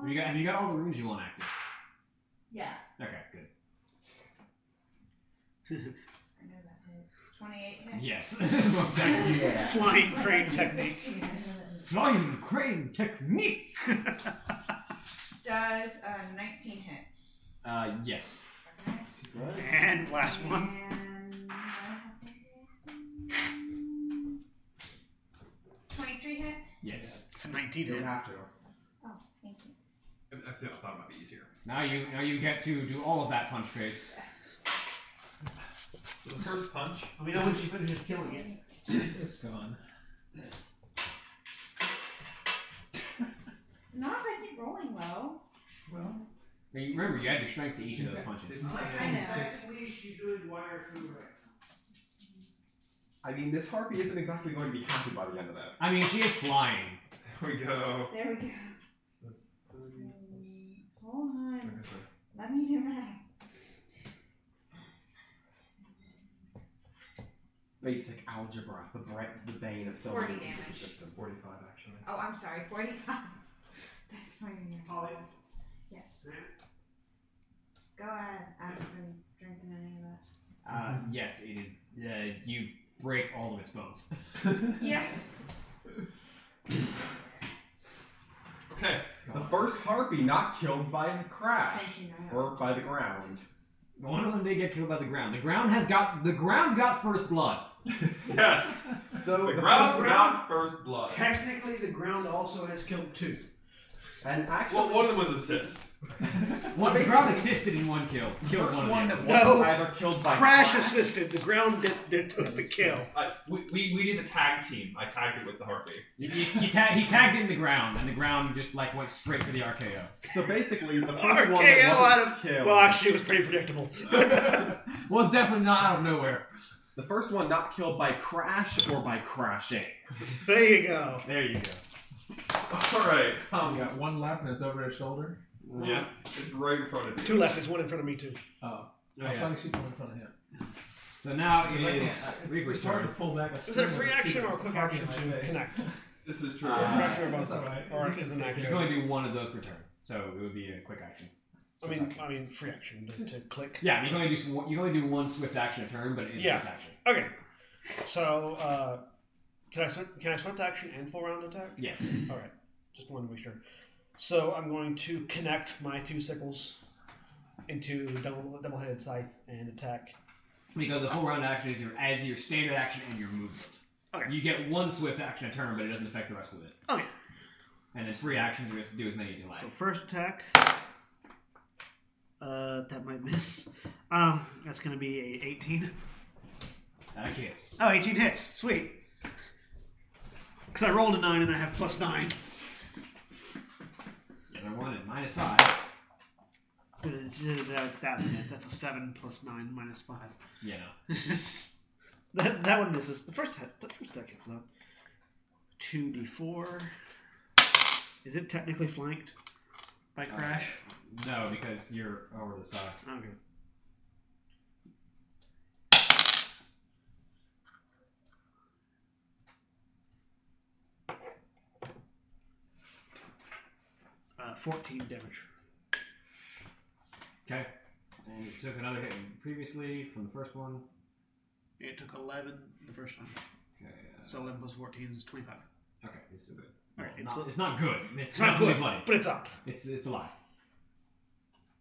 Have you got, have you got all the runes you want active? Yeah. Okay, good. I know that hits. 28 hits. Yes. Most definitely. Yeah. Flying crane technique. Flying crane technique. Does uh, 19 hit? Uh, yes. Okay. and last one. And, uh, 23 hit? Yes. For 19 You don't hit. have to. Oh, thank you. I I thought it might be easier. Now you now you get to do all of that punch face. Yes. The first punch. We know when she finishes killing it. It's gone. Not if I keep rolling low. Well, Now, you- remember, you add your strength to each of those punches. I know. I mean, this harpy isn't exactly going to be happy by the end of this. I mean, she is flying. There we go. There we go. Mm, Hold on. Let me do math. basic algebra, the bre- the bane of so 40 many people's damage. existence. Forty-five actually. Oh, I'm sorry, 45. That's my name. Holly? Yes. Go ahead. I haven't been drinking any of that. Uh, Mm-hmm. yes, it is. Uh, you break all of its bones. Yes! Okay. God. The first harpy not killed by a crash As you know. or by the ground. One of them did get killed by the ground. The ground has got the ground got first blood. Yes. So The the ground- first got first blood. Technically, the ground also has killed two. And actually, Well, one of them was assist. One the ground assisted in one kill. the Killed first one. one, of them. that wasn't No. either killed by Crash assisted. The ground did, did took the kill. I, we, we, we did a tag team. I tagged it with the harpy. He, he, he, tag, he tagged it in the ground, and the ground just like went straight for the RKO. So basically, the first one RKO that out wasn't of. killed. Well, actually, it was pretty predictable. Well, it's definitely not out of nowhere. the first one not killed by crash or by crashing. there you go. There you go. All right. We got one left and it's over his shoulder. Yeah. It's right in front of you. Two left. There's one in front of me too. Oh, Oh, I was yeah. trying to shoot the one in front of him. So now Like, it uh, is it's- Reaper's it's hard turn. to pull back a Is it a string free with action stupid or a quick harpy in action my to face. connect? This is true. Ah, Fraction or that's both. alright. Or You can is it take an it. You can only do one of those per turn, so it would be a quick action. I mean, I mean, free action to, to click. Yeah, you can only do some, you can only do one swift action a turn, but it is Yeah. swift action. Okay. So, uh, can I swi- can I swift action and full round attack? Yes. All right. Just wanted to make sure. So I'm going to connect my two sickles into double double headed scythe and attack. Because the full round action is your as your standard action and your movement. Okay. You get one swift action a turn, but it doesn't affect the rest of it. Okay. And then free actions you just do as many as you like. So first attack. Uh, that might miss. Um, that's gonna be a 18. That is. Oh, 18 hits. Sweet. Because I rolled a nine and I have plus nine. The other one at minus five. That's uh, that one miss. That's a seven plus nine minus five. You know. that that one misses. The first hit, the first attack hits though. Two d four. Is it technically flanked by crash? No, because you're over the side. Okay. Uh, 14 damage. Okay. And you took another hit previously from the first one. It took 11 the first time. Okay. uh, So 11 plus 14 is 25. okay, it's still good. All right, Well, it's, not- it's not good. It's, it's not definitely good, bloody. but it's up. It's it's a lie.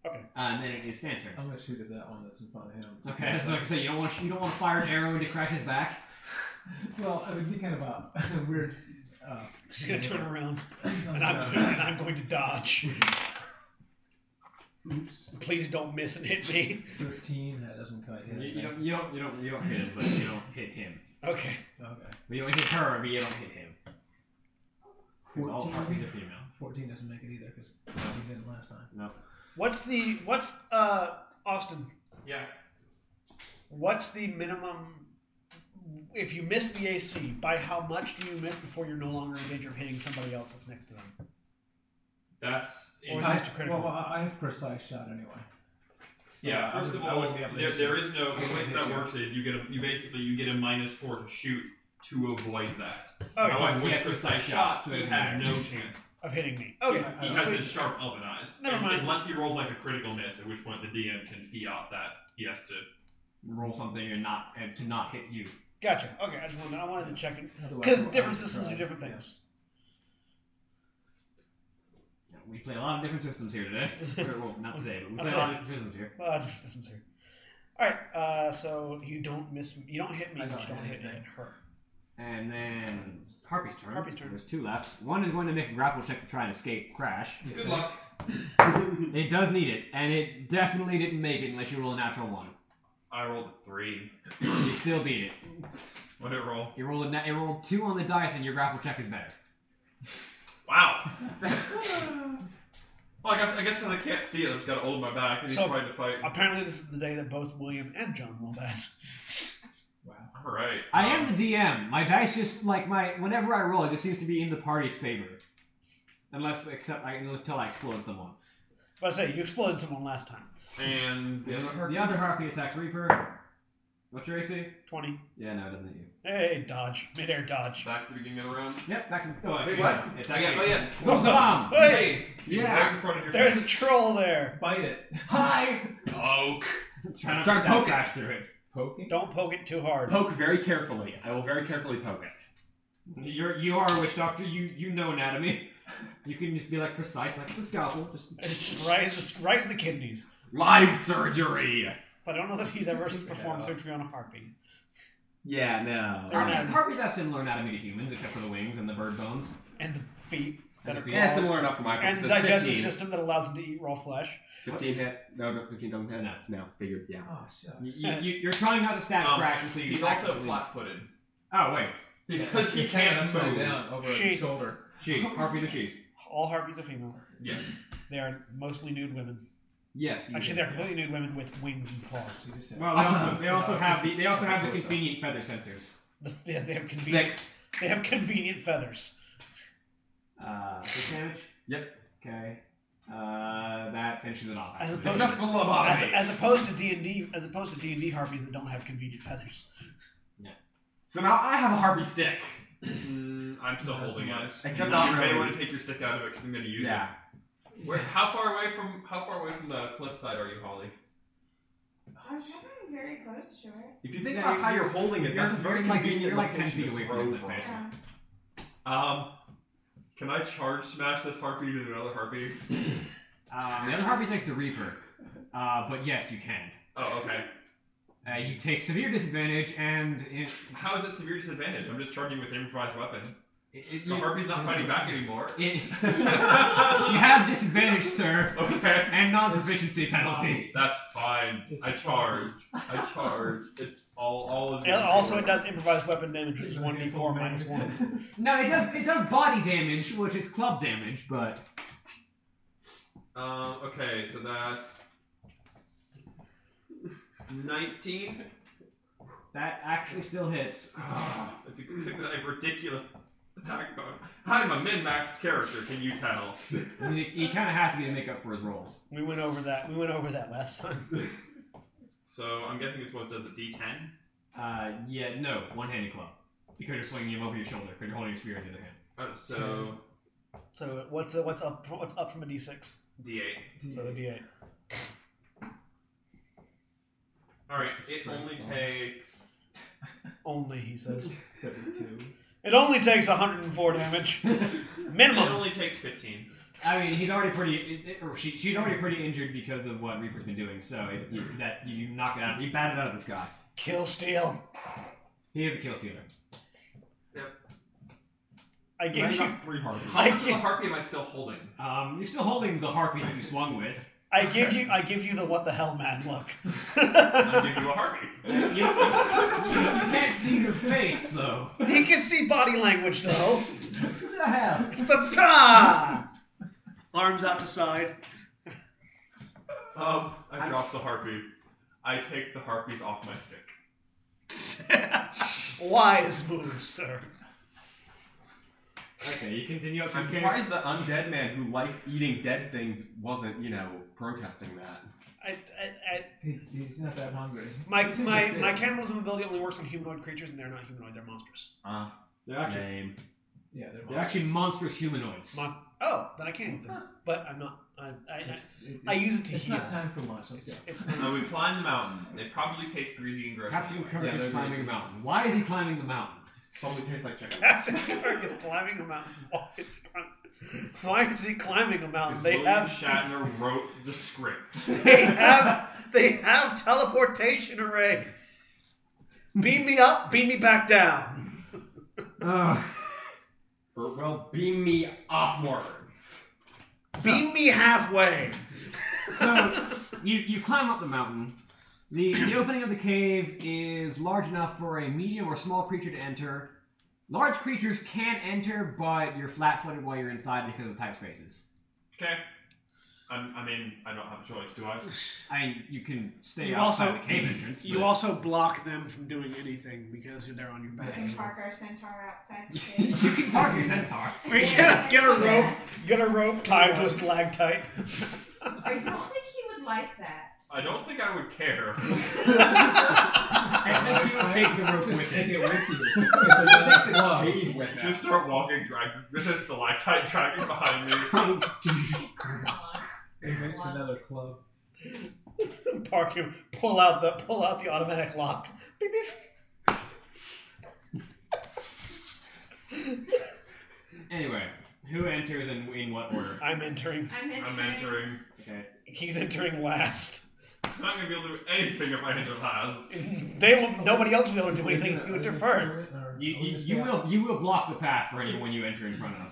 Okay. Oh. Uh, and then it is Stan's turn. I'm gonna shoot at that one that's in front of him. Okay, that's what I was gonna say. You don't want to, you don't want to fire an arrow into Crash's back. Well, I would get kind of a weird. Uh, She's going to turn around, and I'm, sometimes- and I'm going to dodge. Oops. Please don't miss and hit me. Uh, Thirteen. That doesn't quite hit. You, I you think. don't you don't you don't you don't hit him, but you don't hit him. Okay. Okay. But you don't hit her, but you don't hit him. 'Cause All harpies Fourteen. are female. Fourteen doesn't make it either because he didn't last time. What's the what's uh Austin? Yeah. What's the minimum? If you miss the AC, by how much do you miss before you're no longer in danger of hitting somebody else that's next to them? That's Or is I- that just a critical? Well, I I have precise shot anyway. So Yeah, I first would- of I all, wouldn't be able to there, hit there you. is no the way Hit that you. works is you get a you basically you get a minus four to shoot to avoid that. Okay, I want- However, he with has precise precise shot, shot, so he it has doesn't no chance. of hitting me. Okay. Yeah. He Uh, has sweet. his sharp oven eyes. Never And mind. Unless he rolls like a critical miss, at which point the DM can fiat that he has to. Roll something and not and to not hit you. Gotcha. Okay, I just wanted I wanted to check it How do I- because I would different systems try. do different Yeah. things. Now, we play a lot of different systems here today. Or, well, not today, but we play a lot of different systems here. Uh, different systems here. All right. Uh, so you don't miss. You don't hit me. I but don't you don't hit, hit anything. hit her. And then Harpy's turn. Harpy's turn. There's two left. One is going to make a grapple check to try and escape Crash. Yeah. Good luck. It does need it, and it definitely didn't make it unless you roll a natural one. I rolled a three. You still beat it. What did it roll? You rolled a na- you rolled two on the dice, and your grapple check is better. Wow. Well, I guess I guess because I can't see it, I've just got to hold my back and he's So- uh, trying to fight. Apparently, this is the day that both William and John will bad. All right. I Um, am the DM. My dice just like my whenever I roll, it just seems to be in the party's favor, unless except I, until I explode someone. But I say you exploded someone last time. And the other The other harpy attacks Reaper. What's your AC? Twenty. Yeah, no, it doesn't hit you. Hey, dodge. Midair dodge. Back to the beginning of the round. Yep, back to the. Oh, Wait, actually, what? It's Oh, yeah, actually- oh, yes. So, What's up? Sam! Hey, He's Yeah. right in front of your there's a face. troll there. Bite it. Hi. Oak. Trying to Start stab poking. Crash through it. Poking. Don't poke it too hard. Poke very carefully. I will very carefully poke it. You're you are a witch doctor. You you know anatomy. You can just be like precise, like the scalpel. Just It's right, it's right in the kidneys. Live surgery. But I don't know that he's ever performed surgery on a harpy. Yeah, no. They're not- harpies, harpies have similar anatomy to humans, except for the wings and the bird bones. And the feet that And are the feet. Yeah, claws. similar enough for my and the purposes. digestive 15. system that allows him to eat raw flesh. 15 hit. No, no, 15 doesn't hit. No. No, figured, yeah. Oh, shit. You, you, you're trying not to stab Um, fraction, so you He's also accidentally- flat-footed Oh wait, because he It's hanging can't upside move. down over She- his shoulder. she harpies are she's. All harpies are female. Yes. They are mostly nude women. Yes. you Actually, did, they're yes. completely nude women with wings and claws. She just said, Well, they also, Awesome. they also No, have it's the just- they also it's have the torso. convenient feather sensors. The, yes, they have convenient. Six. They have convenient feathers. Uh, six damage. Yep. Okay. Uh, that finishes it off. As actually. opposed, Successful lobotomy. as, as opposed to D and D, as opposed to D and D harpies that don't have convenient feathers. So now I have a harpy stick. Mm, I'm still That's holding it. nice. Except you not may really. want to take your stick out of it because I'm going to use Yeah. it. Where, how far away from how far away from the cliffside are you, Holly? I was probably very close to it. If you think Yeah, about you- how you're holding it, you're- that's a very you're like- convenient you're like 10 location feet to away from throw the cliff face. Yeah. Um, can I charge smash this harpy to another harpy? Um, the other harpy's next to Reaper. Uh, but yes, you can. Oh, okay. Uh, you take severe disadvantage, and it, How is it severe disadvantage? I'm just charging with improvised weapon. it, it, The you, harpy's not fighting back anymore. it- you okay, have disadvantage, sir, and non-proficiency penalty. that's fine. I charge. I charge. It's all all is. And one also, sword. it does improvised weapon damage, which is It's one d four minus one. No, it does it does body damage, which is club damage, but Um. Okay, so that's nineteen. that actually still hits. Ah, It's a a ridiculous attack mode. I'm a min-maxed character. Can you tell? I mean, he kind of has to be to make up for his rolls. We went over that. We went over that last time. So I'm guessing this was does a D10. Uh, yeah, no, one-handed club because you're swinging him over your shoulder because you're holding your spear in the other hand. Oh, so So what's the, what's up? What's up from a d six? D8. So a d eight. All right. It only takes. Only he says. 32. It only takes 104 damage, It minimum. only takes 15. I mean, he's already pretty. it- it- Or she, she's already pretty injured because of what Reaper's been doing. So it, you, that you knock it out, you bat it out of this guy. Kill steal. He is a kill stealer. I So now gave you you. got three harpies. How I much of the can't- harpy am I still holding? Um, you're still holding the harpy that you swung with. I give you. I give you the what the hell man look. I give you a harpy. You, you can't see your face though. he can see body language though. What the hell? Sapsa! Arms out to side. Um, I drop the harpy. I take the harpies off my stick. Wise move, sir. Okay, you continue up to I'm the stairs. surprised the undead man who likes eating dead things wasn't, you know, protesting that. I, I, I, He, he's not that hungry. my my my cannibalism ability only works on humanoid creatures, and they're not humanoid; they're monstrous. Ah, They're actually, name. Yeah, they're they're actually monstrous humanoids. Mon- oh, then I can eat them, but I'm not. I, I, I, It's- it's- I use it to It's heal. not time for lunch. Let's go. It's, it's So we climb the mountain. It probably tastes greasy and gross. Captain anyway. Kirk Yeah, is there's a climbing the reason. mountain. Why is he climbing the mountain? Something tastes like chicken. Captain Kirk is climbing a mountain. Why is he climbing, why is he climbing a mountain? Because They William have Shatner wrote the script. they have they have teleportation arrays. Beam me up, beam me back down. Uh, Or, well, beam me upwards. Beam me halfway. so you, you climb up the mountain. The, the opening of the cave is large enough for a medium or small creature to enter. Large creatures can enter, but you're flat footed while you're inside because of tight spaces. Okay. I'm, I mean, I don't have a choice, do I? I mean, you can stay You outside also- the cave entrance. You but- also block them from doing anything because they're on your We back. can park our centaur outside the you cave. can park your centaur. We get a, get a rope, get a rope tied to a stalactite. I don't think he would like that. I don't think I would care. I think you will take the rope Just with take it you. with you. It's another club. Paid with that. Just start walking, drag with a stalactite dragging behind me. It's another club. Park him. Pull out the pull out the automatic lock. Beep, beep. anyway, Who enters in, in what order? I'm entering. I'm entering. I'm entering. Okay. He's entering last. I'm not gonna be able to do anything if I enter last. They won't, nobody else will do anything if you enter first. You, you, you will you will block the path for anyone you enter in front of.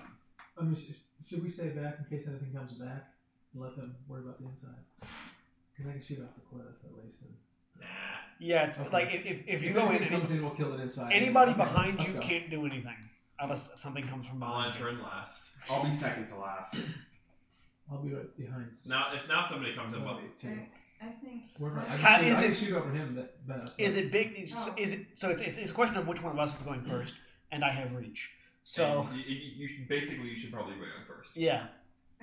I mean, sh- sh- should we stay back in case anything comes back? And let them worry about the inside. Because I can shoot off the cliff at least. And Nah. Yeah, it's Okay. like if, if, if you if go in, anything any- comes in, we'll kill it inside. anybody Okay, behind let's you go. can't do anything unless something comes from I'll behind. enter in last. I'll be second to last. I'll be right behind. Now, if now somebody comes in, well, Well, too. I think. We're fine. I How can, shoot, is I can it- shoot over him. That better. Is it big? Is, Oh. is it so? It's, it's, it's a question of which one of us is going first, and I have reach. So you, you, you- basically you should probably go down first. yeah,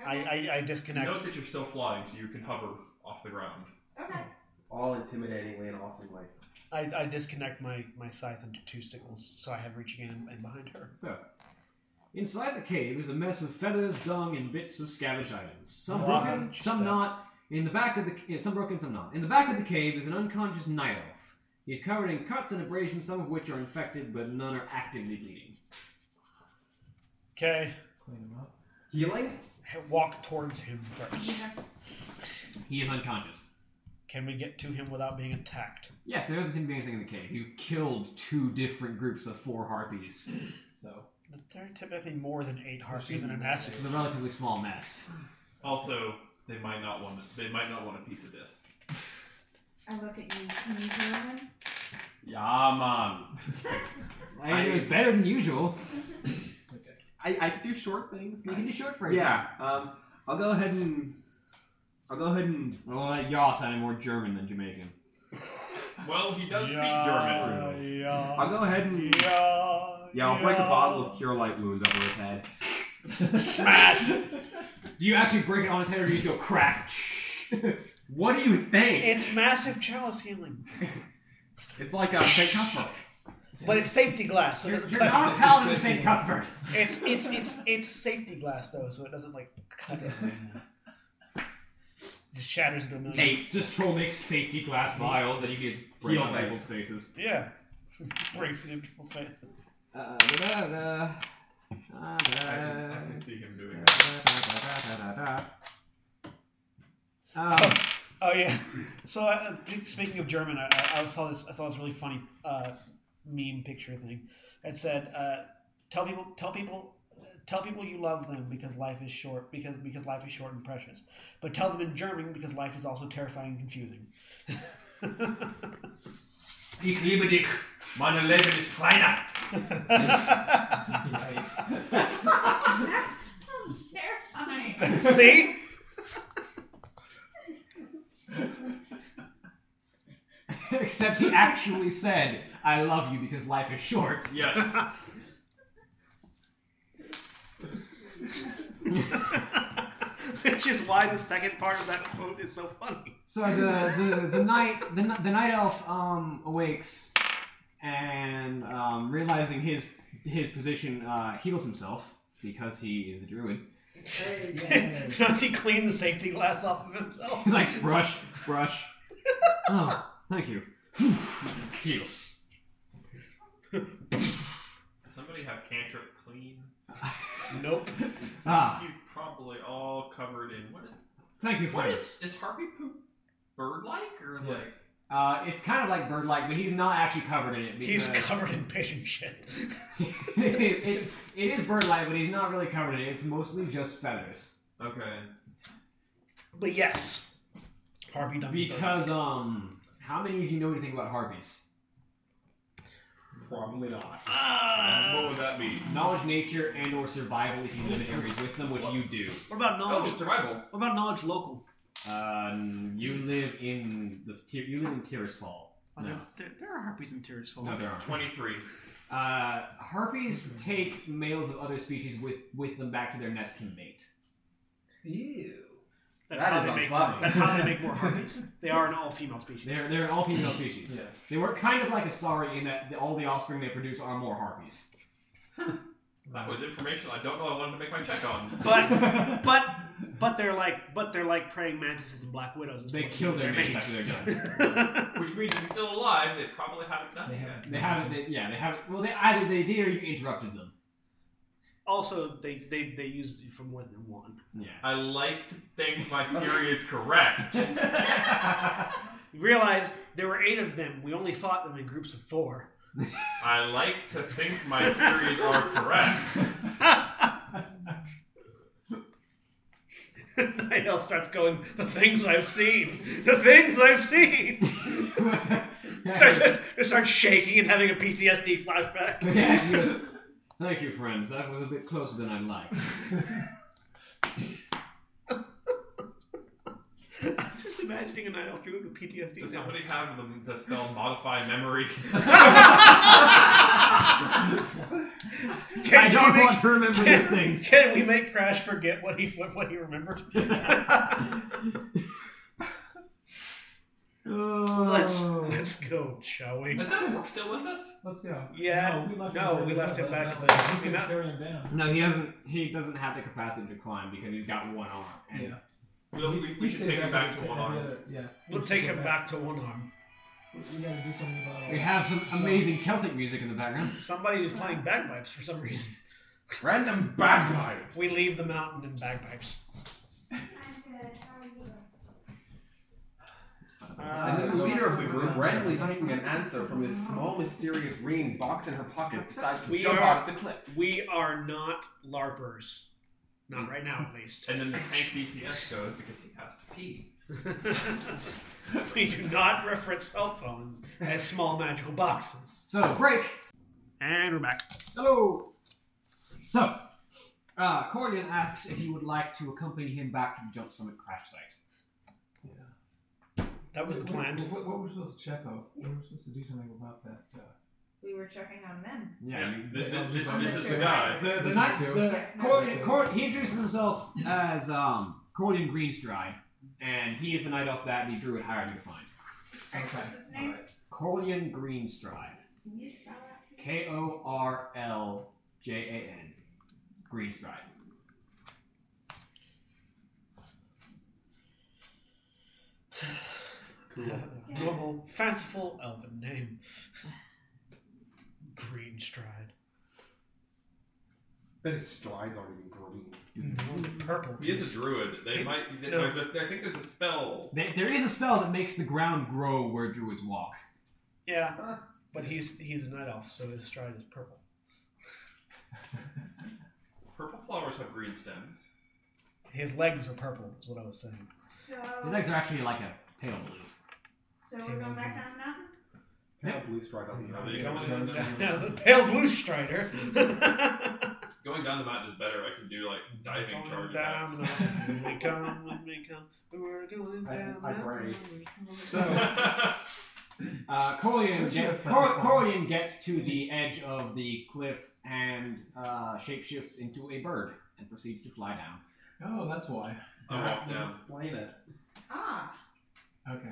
I Okay. I, I disconnect. Notice that you're still flying, so you can hover off the ground. okay. All intimidatingly and awesomely. I, I disconnect my, my scythe into two signals, so I have reach again and behind her. So, inside the cave is a mess of feathers, dung, and bits of scavenged items. Some Wow. broken, some Stuff. not. In the back of the yeah, some broken, some not. In the back of the cave is an unconscious night elf. He's covered in cuts and abrasions, some of which are infected, but none are actively bleeding. Okay, Clean him up. Healing? walk towards him first. He is unconscious. Can we get to him without being attacked? Yes, there doesn't seem to be anything in the cave. You killed two different groups of four harpies, So But there are typically more than eight harpies in shouldn't an be acid. so it's a relatively small mess. Also, they might not want they might not want a piece of this. I look at you. Can you hear him? Yeah, man. I mean, it was better than usual. okay. I, I can do short things. You can do short phrases. Yeah. Um, I'll go ahead and I'll go ahead and Well, that yaw sounded more German than Jamaican. Well, he does speak German. Yeah, I'll go ahead and yeah, yeah, yeah I'll break a bottle of cure light wounds over his head. Smash! Do you actually break it on his head, or do you just go crack? What do you think? It's massive chalice healing, It's like a St. Cuthbert. but it's safety glass, so it You're, doesn't you're cut. not a paladin of St. Cuthbert. It's it's it's it's safety glass though, so it doesn't like cut everything. Just shatters into a million. Just troll makes safety glass vials that you can just break Heals on eight. people's faces. Yeah, breaks it in people's face. Uh, da, da, da. Uh, da, I da, can, I can see him doing that. da, da, da, da, da, da. Um, Oh yeah. So uh, uh, speaking of German, I, I- I saw this. I saw this really funny uh, meme picture thing that said, uh, "Tell people, tell people, tell people you love them because life is short. Because because life is short and precious. But tell them in German because life is also terrifying and confusing." Ich liebe dich. Mein Leben ist kleiner. That sounds terrifying. See? except he actually said, "I love you because life is short." Yes. Which is why the second part of that quote is so funny. So the the, the night the, ni- the night elf um, awakes and um, realizing his his position uh, heals himself because he is a druid. Does he clean the safety glass off of himself? He's like brush brush. oh, thank you. heals. Does somebody have cantrip clean? Nope. Ah, He's probably all covered in what is thank you for what this. is is harpy poop bird like or Yes. like Uh, it's kind of like bird-like, but he's not actually covered in it because He's covered in patient shit. it, it, it is bird-like, but he's not really covered in it. It's mostly just feathers. okay But yes, Harvey Dunn. Because um, how many of you know anything about harpies? Probably not. Uh, what Ah! would that be? Knowledge, nature, and/or survival if you live in areas with them, which you do. what about Oh, knowledge? survival. What about knowledge local? Um, you live in the Ti- you live in Tirisfal. Are No. there- There, there are harpies in Tears Fall. No, there aren't. Twenty three. Uh, harpies take males of other species with with them back to their nest to mate. Ew. That's That how is they make. unpleasant. That's how they make more harpies. They are an all-female species. They're they're an all female species. Yes. They work kind of like a sari in that the- all the offspring they produce are more harpies. That was information I don't know I wanted to make my check on. But but but they're like but they're like praying mantises and black widows. is They what kill their mates after they're done. Which means if are still alive, they probably haven't done They it yet. haven't. They haven't. They, yeah, they haven't. Well, they either they did or you interrupted them. also they they they used it for more than one. I like to think my theory is correct. We realized there were eight of them. We only fought them in groups of four. I like to think my theories are correct. Niall starts going, the things I've seen, the things I've seen. Starts, starts shaking and having a PTSD flashback. Yeah, she goes, Thank you, friends. That was a bit closer than I'd like. I'm just imagining a Niall Druid with PTSD Does now. somebody have the, the spell modify memory? Can I we don't make- want to remember these things. Can we make Crash forget what he what, what he remembered? let's Oh. let's go, shall we? Is that work still with us? Let's go. Yeah, No, we left no, him, we left him back at the- We we can not- carry him down. No, he doesn't. He doesn't have the capacity to climb because he's got one arm. And Yeah. We'll, we, we should say take him back we to say one the arm. other- Yeah. We'll we take should him go back to one arm. We we gotta do something about all We this. have some So- amazing Celtic music in the background. Somebody was playing bagpipes for some reason. Random bagpipes. We leave the mountain in bagpipes. I'm good. How are you? And then the Uh, leader of the group, randomly typing an answer from this small, mysterious green box in her pocket, decides to We jump are- out of the cliff. we are not LARPers. Not right now, at least. And then the tank DPS goes because he has to pee. we do not reference cell phones as small magical boxes. So break. And we're back. Hello. So, uh, Corlian asks if you would like to accompany him back to the Jump Summit crash site. That was the What- plan. What, what, were we supposed to check off? We were supposed to do something about that. Uh, We were checking on them. Yeah, you- th- th- Yeah, this, I'm this just is the saying. guy. The, the Season night, two. the, Yeah, Corlian, episode. Cor- he introduced himself as um, Corlian Greenstride, and he is the night elf that the druid hired you to find. okay. What's his name? Corlian Greenstride. Can you spell that? K O R L J A N. Greenstride. Normal, fanciful elven name. Green stride. But his strides aren't even green. Mm-hmm. Purple. He is a druid. They might. They, No. there's a- I think there's a spell. There, there is a spell that makes the ground grow where druids walk. Yeah, but he's he's a night elf, so his stride is purple. Purple flowers have green stems. His legs are purple. Is what I was saying. So, His legs are actually like a pale blue. so we're going back down the mountain? Yeah, blue stride doesn't Now have that any you're green. going down the- the pale blue strider. Going down the mountain is better. I can do like diving Going charge down attacks. the mountain, we come, when we come, we're going I- down. I the mountain. brace. So, uh, Corlian, Where'd you get, get that Cor- from? Corlian gets to the edge of the cliff and uh, shapeshifts into a bird and proceeds to fly down. Oh, that's why. I walk down. Explain it. Ah, Okay.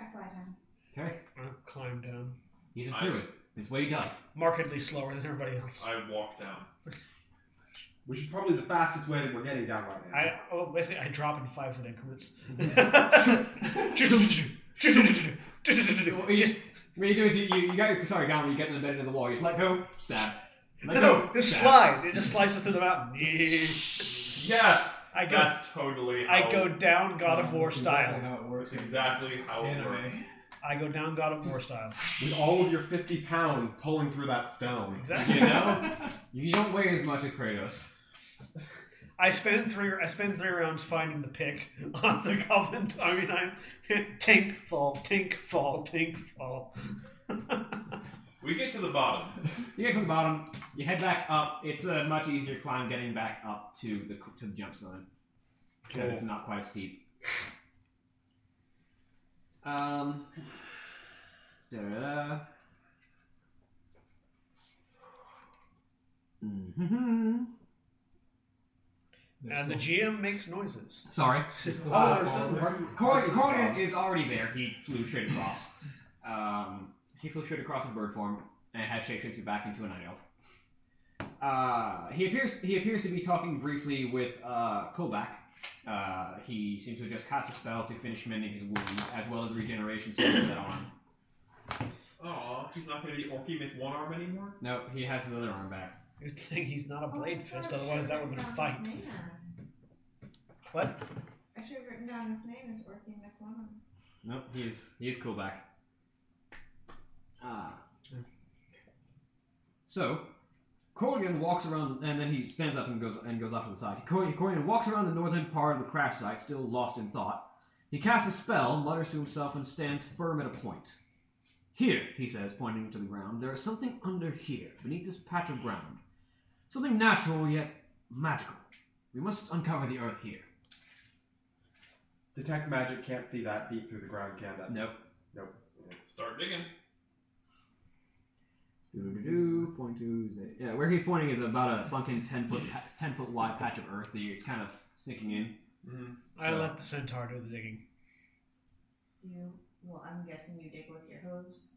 I fly down. Okay? I climb down. He's a I- druid. That's what he does. Markedly slower than everybody else. I walk down. Which is probably the fastest way that we're getting down right now. I oh, basically I drop in five foot increments. Just What you do is you, you, you got your sorry gown, you get in the bed into the wall, you just let go, stab. Let no, go, just stab. slide. It just slices through the mountain. Yes. I go That's totally. How, I go down God of War That's Um, exactly style. How it works. That's exactly how it works. Anime. I go down God of War style. With all of your 50 pounds pulling through that stone. Exactly. You know? You don't weigh as much as Kratos. I spend three. I spend three rounds finding the pick on the covenant. I mean, I'm tink fall, tink fall, tink fall. We get to the bottom. You get from the bottom, you head back up. It's a much easier climb getting back up to the to the jump zone. 'cause Cool. It's not quite as steep. Um. Da-da-da. Mhm. There's And the still- GM makes noises. Sorry. there's still Oh, stuff there's all just over. a- Cor- Corgan is already there. He flew straight across. Um, he flew straight across in bird form and has shapeshifted back into a night elf. Uh, he appears he appears to be talking briefly with uh, Kolbak. Uh, he seems to have just cast a spell to finish mending his wounds, as well as a regeneration spell for that arm. Oh, he's not gonna be Orky McOne Arm anymore. No, he has his other arm back. Good thing he's not a Oh, blade I fist, should've otherwise that would have been a written fight. down his name as- What? I should have written down his name as working with one of them. Nope, he's he's cool back. Ah. So, Corrigan walks around, and then he stands up and goes and goes off to the side. Cor- Corrigan walks around the northern part of the crash site, still lost in thought. He casts a spell, mutters to himself, and stands firm at a point. Here, he says, pointing to the ground, there is something under here, beneath this patch of ground. Something natural yet magical. We must uncover the earth here. Detect magic can't see that deep through the ground, can that? Nope. Start digging. Doo-doo-doo, Point to is it- yeah, where he's pointing is about a sunken ten foot pa- ten foot wide patch of earth that you- it's kind of sinking in. I So- let the centaur do the digging. You, well, I'm guessing you dig with your hooves.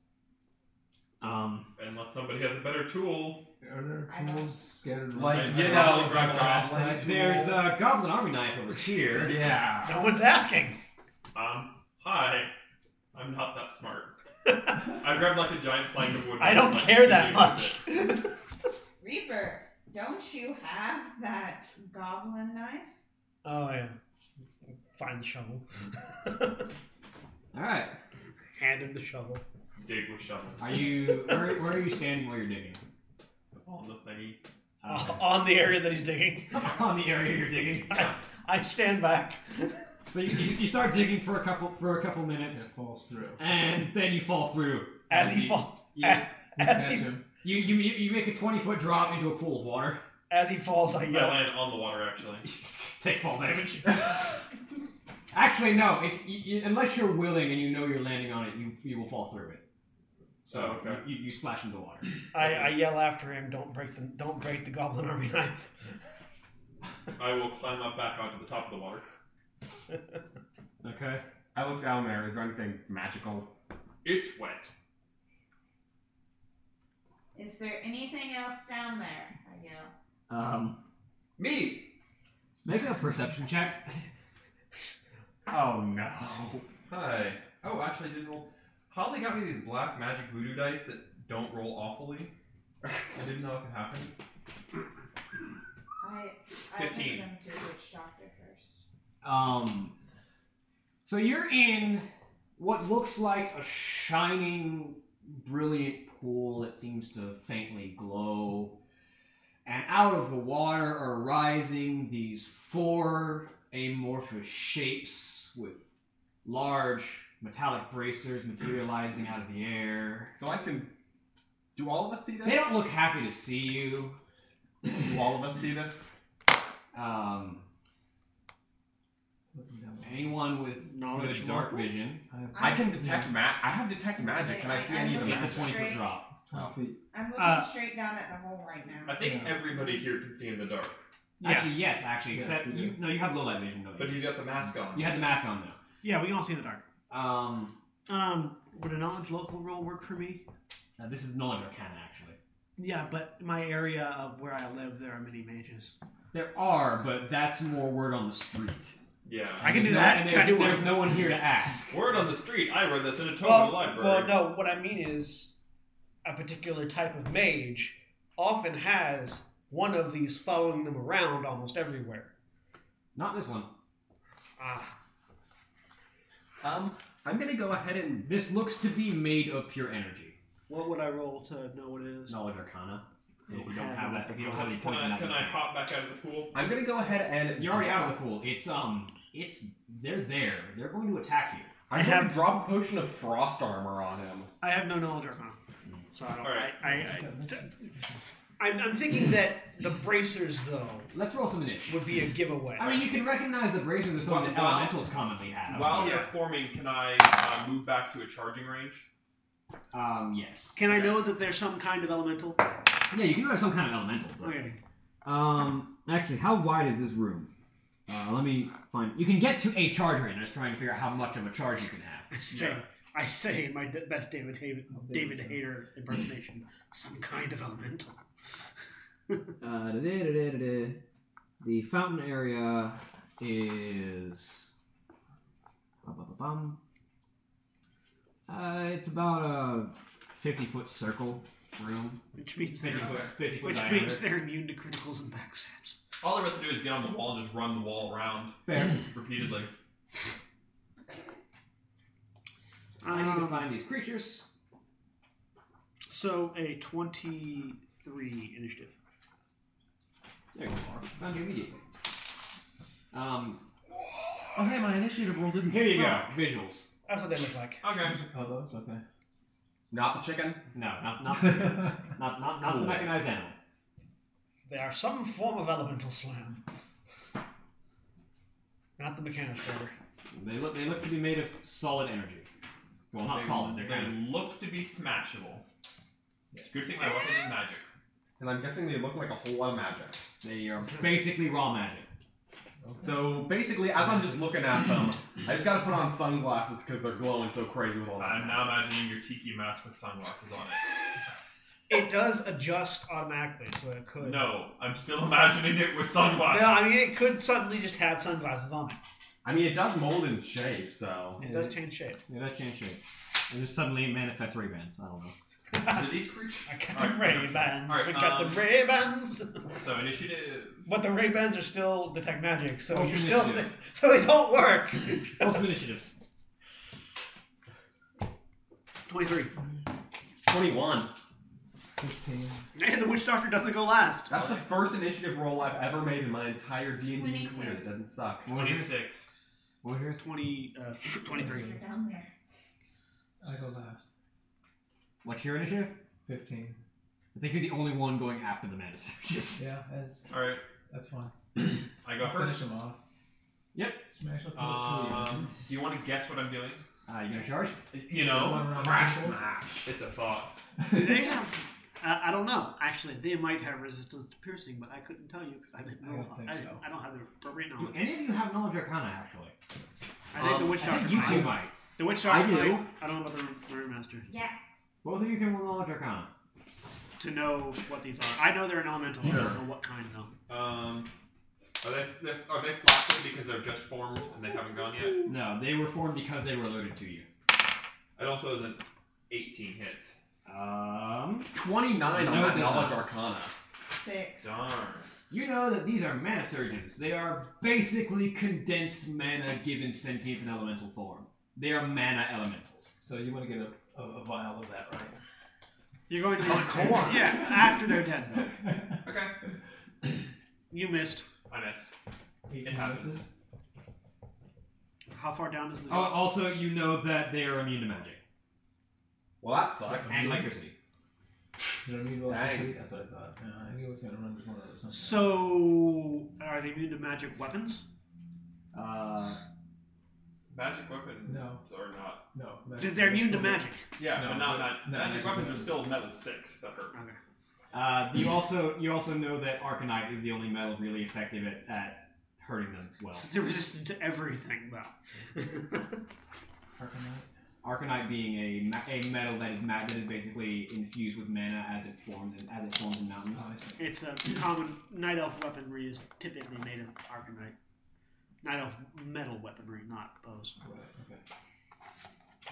Um, Unless somebody has a better tool. Are there I don't- tools scattered around? Like, you I'd know, rather the grab a goblin like, tool. there's a goblin army knife over here. Yeah. No one's asking. Um, hi. I'm not that smart. I grabbed like a giant plank of wood. I don't Like, care you that do much. with Reaper, don't you have that goblin knife? oh yeah. Find the shovel. All right, Hand him the shovel. it. Dig with shovel. are you where, where are you standing while you're digging? On the thingy. Uh, On the area that he's digging. on the area you're digging. I stand back. So you, you you start digging for a couple for a couple It minutes, falls through. and then you fall through. As he You- falls you, You as catch he, him. you, you, you you make a twenty foot drop into a pool of water. as he falls, I I yell. land on the water actually. Take fall damage. Actually, no. If you, you, unless you're willing and you know you're landing on it, you you will fall through it. So Oh, okay. you, you splash into the water. I, I yell after him. Don't break the don't break the goblin army knife. I will climb up back onto the top of the water. Okay. I look down there. Is there anything magical? It's wet. Is there anything else down there? I yell. Um, Me. make a perception check. Oh no. Hi. Oh, actually, I didn't roll. Holly got me these black magic voodoo dice that don't roll awfully. I didn't know it could happen. I, I took 15. them to a witch doctor first. Um, so you're in what looks like a shining, brilliant pool that seems to faintly glow. And out of the water are rising these four amorphous shapes with large metallic bracers materializing out of the air. So I can. Do all of us see this? They don't look happy to see you. Do all of us see this? Um, Looking down. anyone with Knowledge good dark local? vision, I can detect ma- I have detect magic. Say, Can I see I- any of the I'm it's a magic? looking- 20 foot drop. It's 20 feet. I'm looking Uh, straight down at the hole right I now. think Yeah. everybody here can see in the dark, Yeah. Actually, yes, actually, Yes, except we do. you. No, you have low light vision, don't but you? he's got the mask on. You had the mask on though. Yeah, we can all see in the dark. Um, Um, would a knowledge local roll work for me? now this is knowledge arcana actually. Yeah, but my area of where I live, there are many mages. There are, but that's more word on the street. Yeah. I can do There's no- that. and Can I there's, do there's one? no one here to ask. Word on the street. I read this in a Tolman Well, library. well, no. What I mean is, a particular type of mage often has one of these following them around almost everywhere. Not this one. Ah, Um, I'm gonna go ahead and. This looks to be made of pure energy. what would I roll to know what it is? Knowledge arcana. And if you Don't don't have have it. that, if you don't have any Can points in I, that, can you I can't. hop back out of the pool? I'm gonna go ahead and. You're already out of the pool. It's um, it's they're there. They're going to attack you. I'm I gonna have- drop a potion of frost armor on him. I have no knowledge arcana, so I don't. All right. I, I, I, I'm, I'm thinking that the bracers though Let's roll some initiative. would be a giveaway. I mean, you can recognize the bracers are something that Wow. elementals commonly have. While but- they're forming, can I uh, move back to a charging range? um, yes. Can I Okay. know that there's some kind of elemental? Yeah, you can have some kind of elemental. but- Okay. Um, actually, how wide is this room? Uh, let me find. You can get to a charge range. I was trying to figure out how much of a charge you can have. I say, I say in my d- best David Haven, David Hayter impersonation, some kind of elemental. Uh, da-da-da-da-da. The fountain area is. Ba-ba-ba-bum. Uh, it's about a 50 foot circle. room. Which means they're, 50 foot, 50 foot which diameter. means they're immune to criticals and backstabs. All they're about to do is get on the wall and just run the wall around Fair. repeatedly. I need to Um, find these creatures. So a 23 initiative. There you are. Found you immediately. Um, Oh, hey, my initiative roll didn't Here you go. suck. visuals. That's what they look like. Okay. Oh, that was okay. Not the chicken. No, not not not not, not the mechanized animal. They are some form of elemental slam. Not the mechanic order. They look they look to be made of solid energy. Well, not they, solid. They're they kind of look to be smashable. It's a good thing my weapon is magic. And I'm guessing they look like a whole lot of magic. they are basically raw magic. So basically, as I'm just looking at them, I just gotta put on sunglasses because they're glowing so crazy with all that. I'm now imagining your tiki mask with sunglasses on it. It does adjust automatically, so it could. No, I'm still imagining it with No, sunglasses. I mean it could suddenly just have sunglasses on it. I mean, it does mold and shape, so. It does change shape. Yeah, that changed shape. And just suddenly it manifests Ray Bans. I don't know. Do these creatures? I got the Ray Bans. All right, we got um, the Ray Bans. So initiative. But the Ray Bans are still detect magic, so What's you're your still sa- initiative? so they don't work. Roll some initiatives. 23. 21. 15. And the witch doctor doesn't go last. Uh, That's the first initiative roll I've ever made in my entire D&D career that doesn't suck. What was yours? 26. What was yours? 20, uh, 23. You're down there. I go last. What's your initiative? 15. I think you're the only one going after the Manisages. Yeah, that's, All right, that's fine. I go Finish first. them off. Yep. Smash up the Um, do you want to guess what I'm doing? Uh, you gonna charge? You know, Run around crash circles? smash. It's a thought. Do they have? Uh, I don't know. Actually, they might have resistance to piercing, but I couldn't tell you because I didn't I know. don't think I, so. I don't have the appropriate Do knowledge. any of you have knowledge arcana actually? I think Um, the witch I doctor. think you might. two might. The witch I doctor. do. might. I don't know about the rune master Yes. Both of you can roll knowledge arcana. to know what these are. I know they're an elemental. I don't know what kind though. Um, are they they're- are they flapping because they're just formed and they haven't gone yet? No, they were formed because they were alerted to you. It also is an 18 hits. Um, 29 No, on it that does Knowledge not. Arcana. Six. Darn. you know that these are mana surgeons. They are basically condensed mana given sentience and elemental form. They are mana elementals. So you want to get a, a, a vial of that, You're going Oh, to. Of course. Yeah. After they're dead though. right? Okay. You missed. I missed. 18 happens. misses. How far down is the? Oh, also, you know that they are immune to magic Well, that sucks. and electricity. You know what I mean? Well, Dang. actually, That's what I thought. Yeah, I knew it was going to run into one of those. somehow. So are they immune to magic weapons? Uh, Magic weapons No, are not. no. They're- They're immune to Absolutely. magic. Yeah, No, but not, not no, magic magic weapons weapons. are still metal sticks that hurt. Okay. uh, you also you also know that arcanite is the only metal really effective at, at hurting them well. They're resistant to everything though. Arcanite. Arcanite being a, ma- a metal that is ma- that is basically infused with mana as it forms and as it forms in mountains. Oh, I see. It's a common night elf weaponry is typically made of arcanite. Night elf metal weaponry, not bows. Right, okay.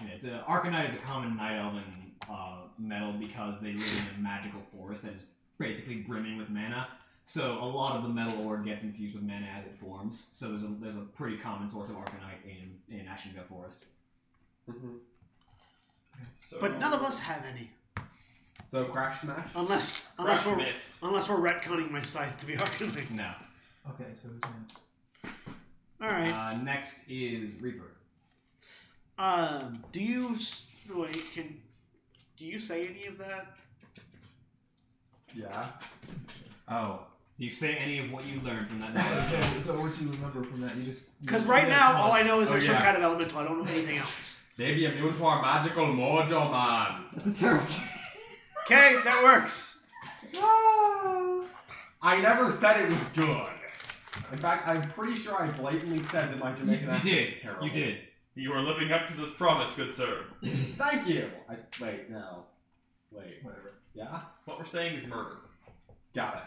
Yeah, it's a, Arcanite is a common night elven uh, metal because they live in a magical forest that is basically brimming with mana. So a lot of the metal ore gets infused with mana as it forms. So there's a there's a pretty common source of Arcanite in in Ashenga Forest. Mhm. So, But none of us have any, So, Crash Smash? unless Crash unless we're missed. unless we're retconning my scythe to be arcanite. No. Okay, so who's next? All right. Uh, next is Reaper. Uh, Um, do you s- wait? Can do you say any of that? Yeah. Oh. Do you say any of what you learned from that? knowledge? so, Oh, so what do you remember from that? You just. you- Because you right had now taught all I us- know is Oh, there's some yeah. kind of elemental. I don't know anything else. They be immune to our magical mojo, man. That's a terrible. Okay, that works. I never said it was good. In fact, I'm pretty sure I blatantly said that my Jamaican you accent did. is terrible. You did. You are living up to this promise, good sir. Thank you. I, wait, no. Wait. Whatever. Yeah? What we're saying is murder. Got it.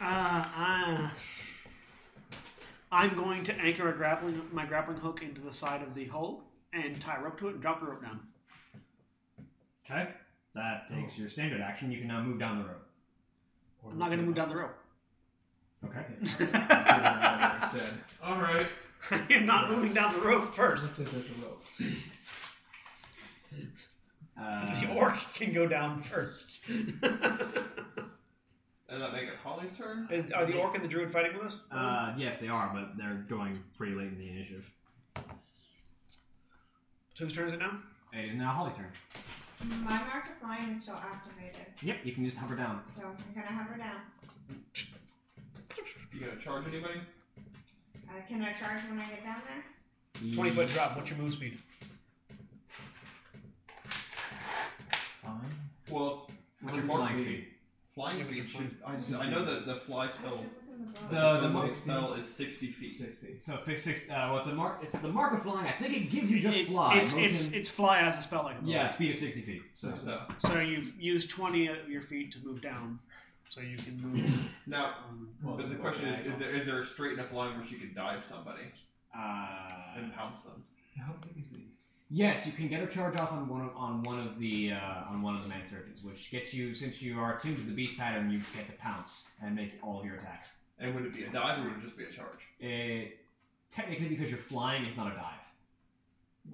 Uh, uh, I'm going to anchor a grappling my grappling hook into the side of the hole and tie a rope to it and drop the rope down. Okay. That Oh. takes your standard action. You can now move down the road. I'm not going to move down the road. Okay. Instead. All right. You're not moving down the road first. Let's take that the rope. the Uh, orc can go down first. Does that make it Holly's turn? Is, are the orc and the druid fighting with us? uh, yes, they are, but they're going pretty late in the initiative. so whose turn is it now? It is now Holly's turn. My mark of flying is still activated, Yep, you can just hover down. so I'm gonna hover down. You gonna charge anybody? Uh, can I charge when I get down there? 20 foot drop. What's your move speed? Fine. Well, would What's your mark flying be? speed? flying Yeah, but speed. your should- I, I know that the fly spell. The- the the fly mark- spell is 60 feet. 60. So fix six. Uh, what's the mark? It's the mark of flying. I think it gives you just it's, fly. It's, it's, Motion- it's fly as a spell like yeah, speed of sixty feet. So So So you've used 20 of your feet to move down. So you can move. now, Um, but the question is, is there is there a straight enough line where she could dive somebody uh, and pounce them? How big is the. yes, you can get a charge off on one of, on one of the uh, on one of the man surgeons, which gets you since you are tuned to the beast pattern, you get to pounce and make all of your attacks. And would it be a dive or would it just be a charge? It, technically, because you're flying, it's not a dive.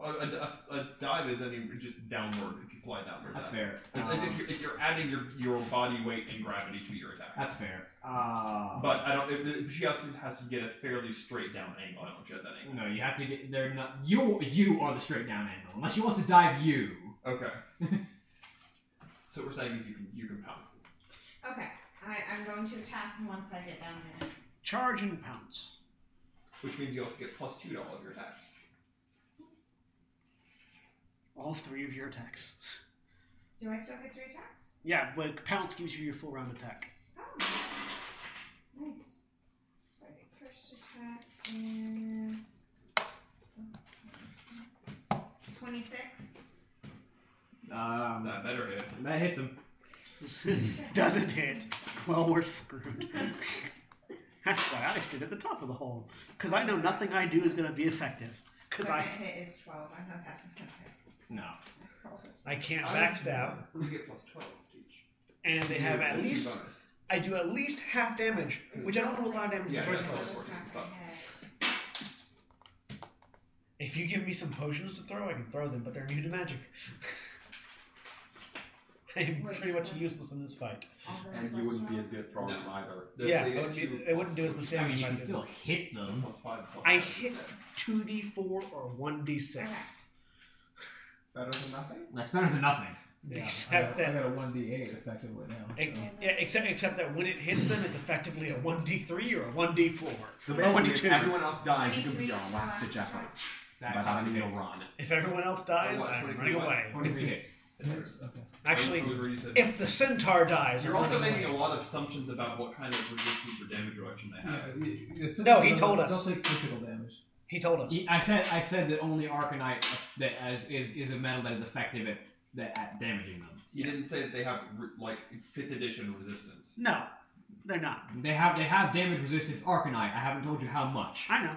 A, a, a- a dive is any just downward if you fly downward. That's dive. fair. It's, it's if Um, you're, it's you're adding your, your body weight and gravity to your attack. that's fair. Uh, But I don't. It, it, she also has to get a fairly straight down angle. I don't know if she has that angle. no, you have to get. They're not. You you are the straight down angle. Unless she wants to dive you. Okay. so what we're saying is you can you can pounce them. Okay, I, I'm going to attack once I get down there. Charge and pounce. which means you also get plus two to all of your attacks. All three of your attacks. Do I still get three attacks? Yeah, but pounce gives you your full round attack. Oh, nice. Alright, first attack is twenty-six. Um, That better hit. that hits him. Doesn't hit. Well, we're screwed. That's why I stood at the top of the hole. Because I know nothing I do is going to be effective. Because I, Second hit is twelve. I know that doesn't hit. No. That's also- I can't backstab, You get plus twelve to each. and they have at That's your least bonus. I do at least half damage, which I don't do a lot of damage Yeah, in the first yeah. place. First attack I hit. If you give me some potions to throw, I can throw them, but they're new to magic. I'm Wait, pretty much so- useless in this fight. All the And you plus wouldn't be one. as good at throwing No. them either. They- yeah, they it get wouldn't, two be, it wouldn't do as plus much I damage. mean, you if can did. still hit two, them. plus five, plus I seven hit instead. 2d4 or 1d6. Okay. Better than nothing? That's better than nothing. Yeah, Except I got, that- I got a 1d8 effectively now. Ex- so. yeah, except except that when it hits them, it's effectively a 1d3 or a 1d4. So Oh, basically, 22. if everyone else dies, you can 23 be your last ditch last effort. attack. That By that I costs you mean you'll hits. run. If everyone else dies, Oh, I'm 23 running what? away. 23 hits. Hits? Okay. Actually, Those were reasons. if the centaur dies, you're I'm also running making a away. lot of assumptions about what kind of resistance or damage reduction they have. Yeah, y- y- No, he don't- told us. Don't take physical damage. He told us. I said I said that only Arcanite that is, is, is a metal that is effective at, that, at damaging them. You didn't say that they have re- like fifth edition resistance. No, they're not. They have they have damage resistance Arcanite. I haven't told you how much. I know.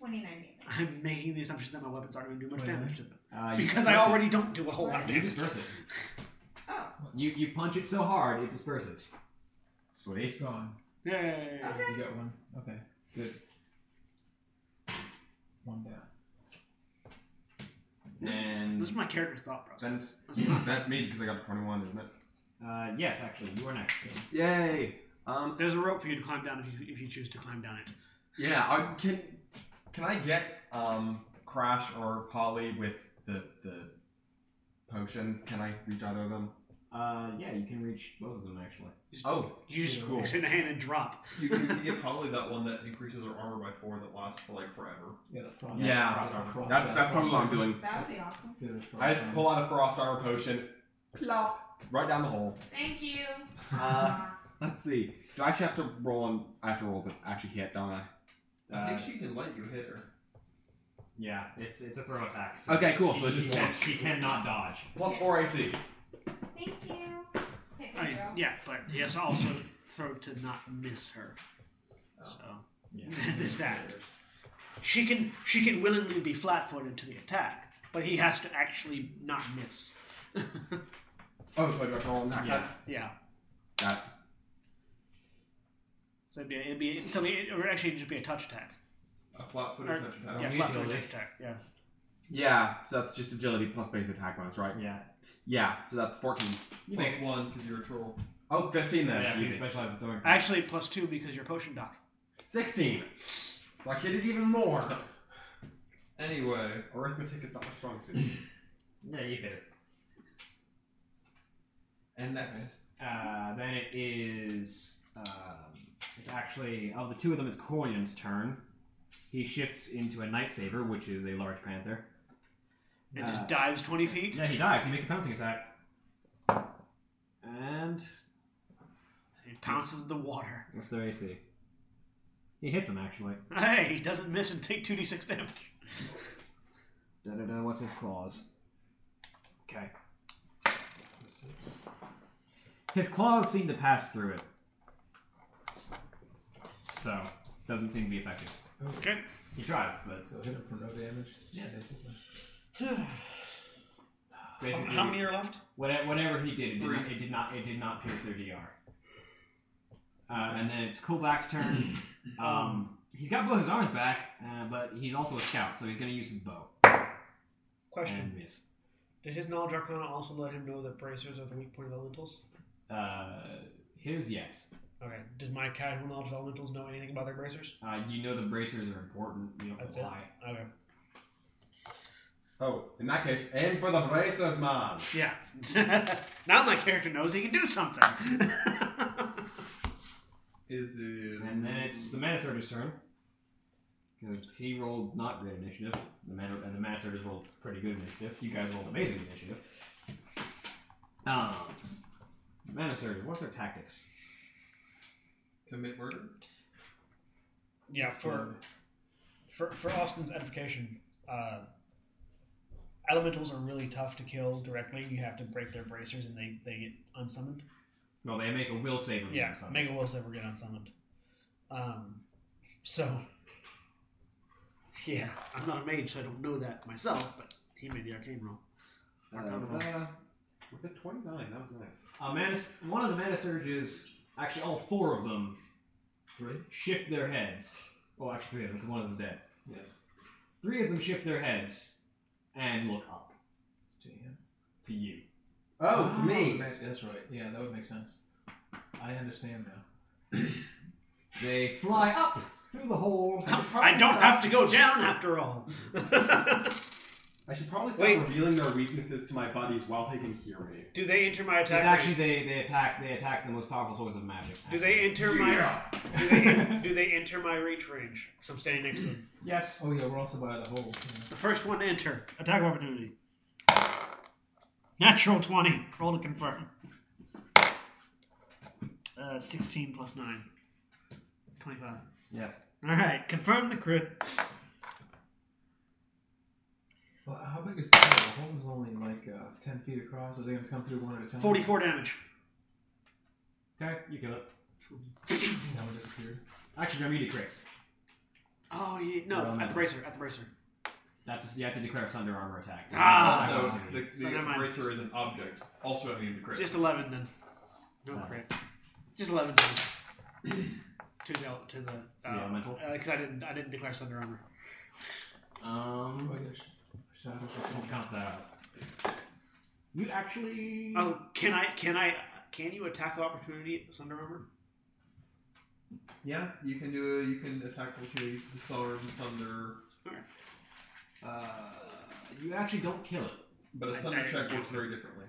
Twenty-nine damage. I'm making the assumption that my weapons aren't going to do Oh, much Wait a damage to them. Uh, you Because I disperse already don't do a whole lot of it. you damage. disperse it. Oh, You you punch it so hard it disperses. It's Sweet. gone. Yay. You got one. Okay. Good. One down. And This is my character's thought process. then that's me because I got a 21, isn't it? Uh, yes, actually, you are next. Yay! Um, There's a rope for you to climb down if you, if you choose to climb down it. yeah, I, can can I get um Crash or Polly with the the potions? Can I reach either of them? Uh, yeah, you can reach both of them actually. Oh, You just Cool. extend a hand and drop. You, you can get probably that one that increases her armor by four that lasts for like forever. Yeah, that's probably. yeah. That's that's probably what I'm doing. that would be awesome. I just pull out a frost armor potion, plop, right down the hole. Thank you. Uh, let's see. Do I actually have to roll on? I have to roll, but actually hit, don't I? I Uh, think she can let you hit her. Yeah, it's it's a throw attack. Okay, cool, She, so it's she just can, one. she cannot dodge. Plus four AC. Thank you. Hit I me, mean, girl. yeah, but yes, also throw to not miss her. Oh. So Yeah. there's that. She can she can willingly be flat-footed to the attack, but he has to actually not miss. Oh, so I do have to roll knock yeah. Yeah. Got it. So it'd be, it'd be so it would actually just be a touch attack. A flat footed Or- touch Oh, attack. yeah, we flat agility. touch attack. Yeah. Yeah, so that's just agility plus base attack bonus, right? Yeah. Yeah, so that's 14. You make one because you're a troll. Oh, 15 then. yeah, you easy. specialize in throwing. Actually, plus two because you're potion doc. 16. So I get it even more. Anyway, Arithmetic is not my strong suit. No, you hit it. and next. Uh, then it is. Um, it's actually of the two of them. It's Corlian's turn. He shifts into a night saver, which is a large panther. And Uh, Ah. just dives 20 feet. Yeah, he dives. He makes a pouncing attack. And He pounces the water. what's their AC? He hits him actually. Hey, he doesn't miss and take 2d6 damage. Da da da. What's his claws? Okay. His claws seem to pass through it, so doesn't seem to be effective. Okay. He tries, but So hit him for no damage. Yeah, basically. basically, How many are left? whate- whatever he did, it did, not, it did not it did not pierce their DR. Uh, and then it's Kulbak's turn. Um, he's got both his arms back, uh, but he's also a scout, so he's going to use his bow Mm. Question. and miss. Did his knowledge arcana also let him know that bracers are the weak point of elementals? Uh, his yes. Okay. Does my casual knowledge of elementals know anything about their bracers? Uh, you know the bracers are important. You don't That's know why. Okay. Oh, in that case, aim for the braces, man. Yeah. now my character knows he can do something. Is it. And then it's the Mana Surge's turn. Because he rolled not great initiative. The Mana, and the Mana Surge's rolled pretty good initiative. You guys rolled amazing initiative. Um, Mana Surge, what's their tactics? Commit murder? yeah, for, for for Austin's edification, uh, elementals are really tough to kill directly. You have to break their bracers and they, they get unsummoned. Well, they make a will save against Yeah, something. make a will save or get unsummoned. Um, so, yeah, I'm not a mage, so I don't know that myself, but he made the arcane roll. Arcana roll. Uh, with a 29, that was nice. A Uh, mana, one of the Mana Surges, actually all four of them, Three? shift their heads. Well, actually three of them, 'cause one of them's dead. Yes. Three of them shift their heads and look up To him. to you. Oh, to me. Ah, that- That's right. Yeah, that would make sense. I understand now. They fly up through the hole. I don't have to go down after all. I should probably start Wait. revealing their weaknesses to my buddies while they can hear me. Do they enter my It's attack? actually they, they attack they attack the most powerful source of magic. range? Do they enter my? Do they, do they enter my reach range? So I'm standing next to him. Yes. Oh yeah, we're also by the hole. yeah. The first one to enter. Attack of opportunity. Natural 20. Roll to confirm. Uh, 16 plus 9. 25. Yes. Alright, confirm the crit. Well, how big is the hole? The hole is only like uh, ten feet across. Are they gonna come through one at a time? 44 damage. Okay, you kill it. That would appear. Actually, no, you do crits. Oh, yeah, no, Well, at the no. bracer, at the bracer. That's you have to declare a Sunder Armor attack. Ah! Attack also, opportunity. the, So the never mind. bracer is an object. Also immune to crit. Just 11 then. No Wow. crit. Just 11 damage. to the, to the, To the elemental? Because I didn't, I didn't declare Thunder Armor. Um, Oh, yeah, sh- shadows are we'll coming. count that. out. You actually. Oh, can I, can I, can you attack the opportunity at Thunder Armor? Yeah, you can do a, you can attack with disarm, sunder, Uh, you actually don't kill it. but a I- sunder I- check works very differently.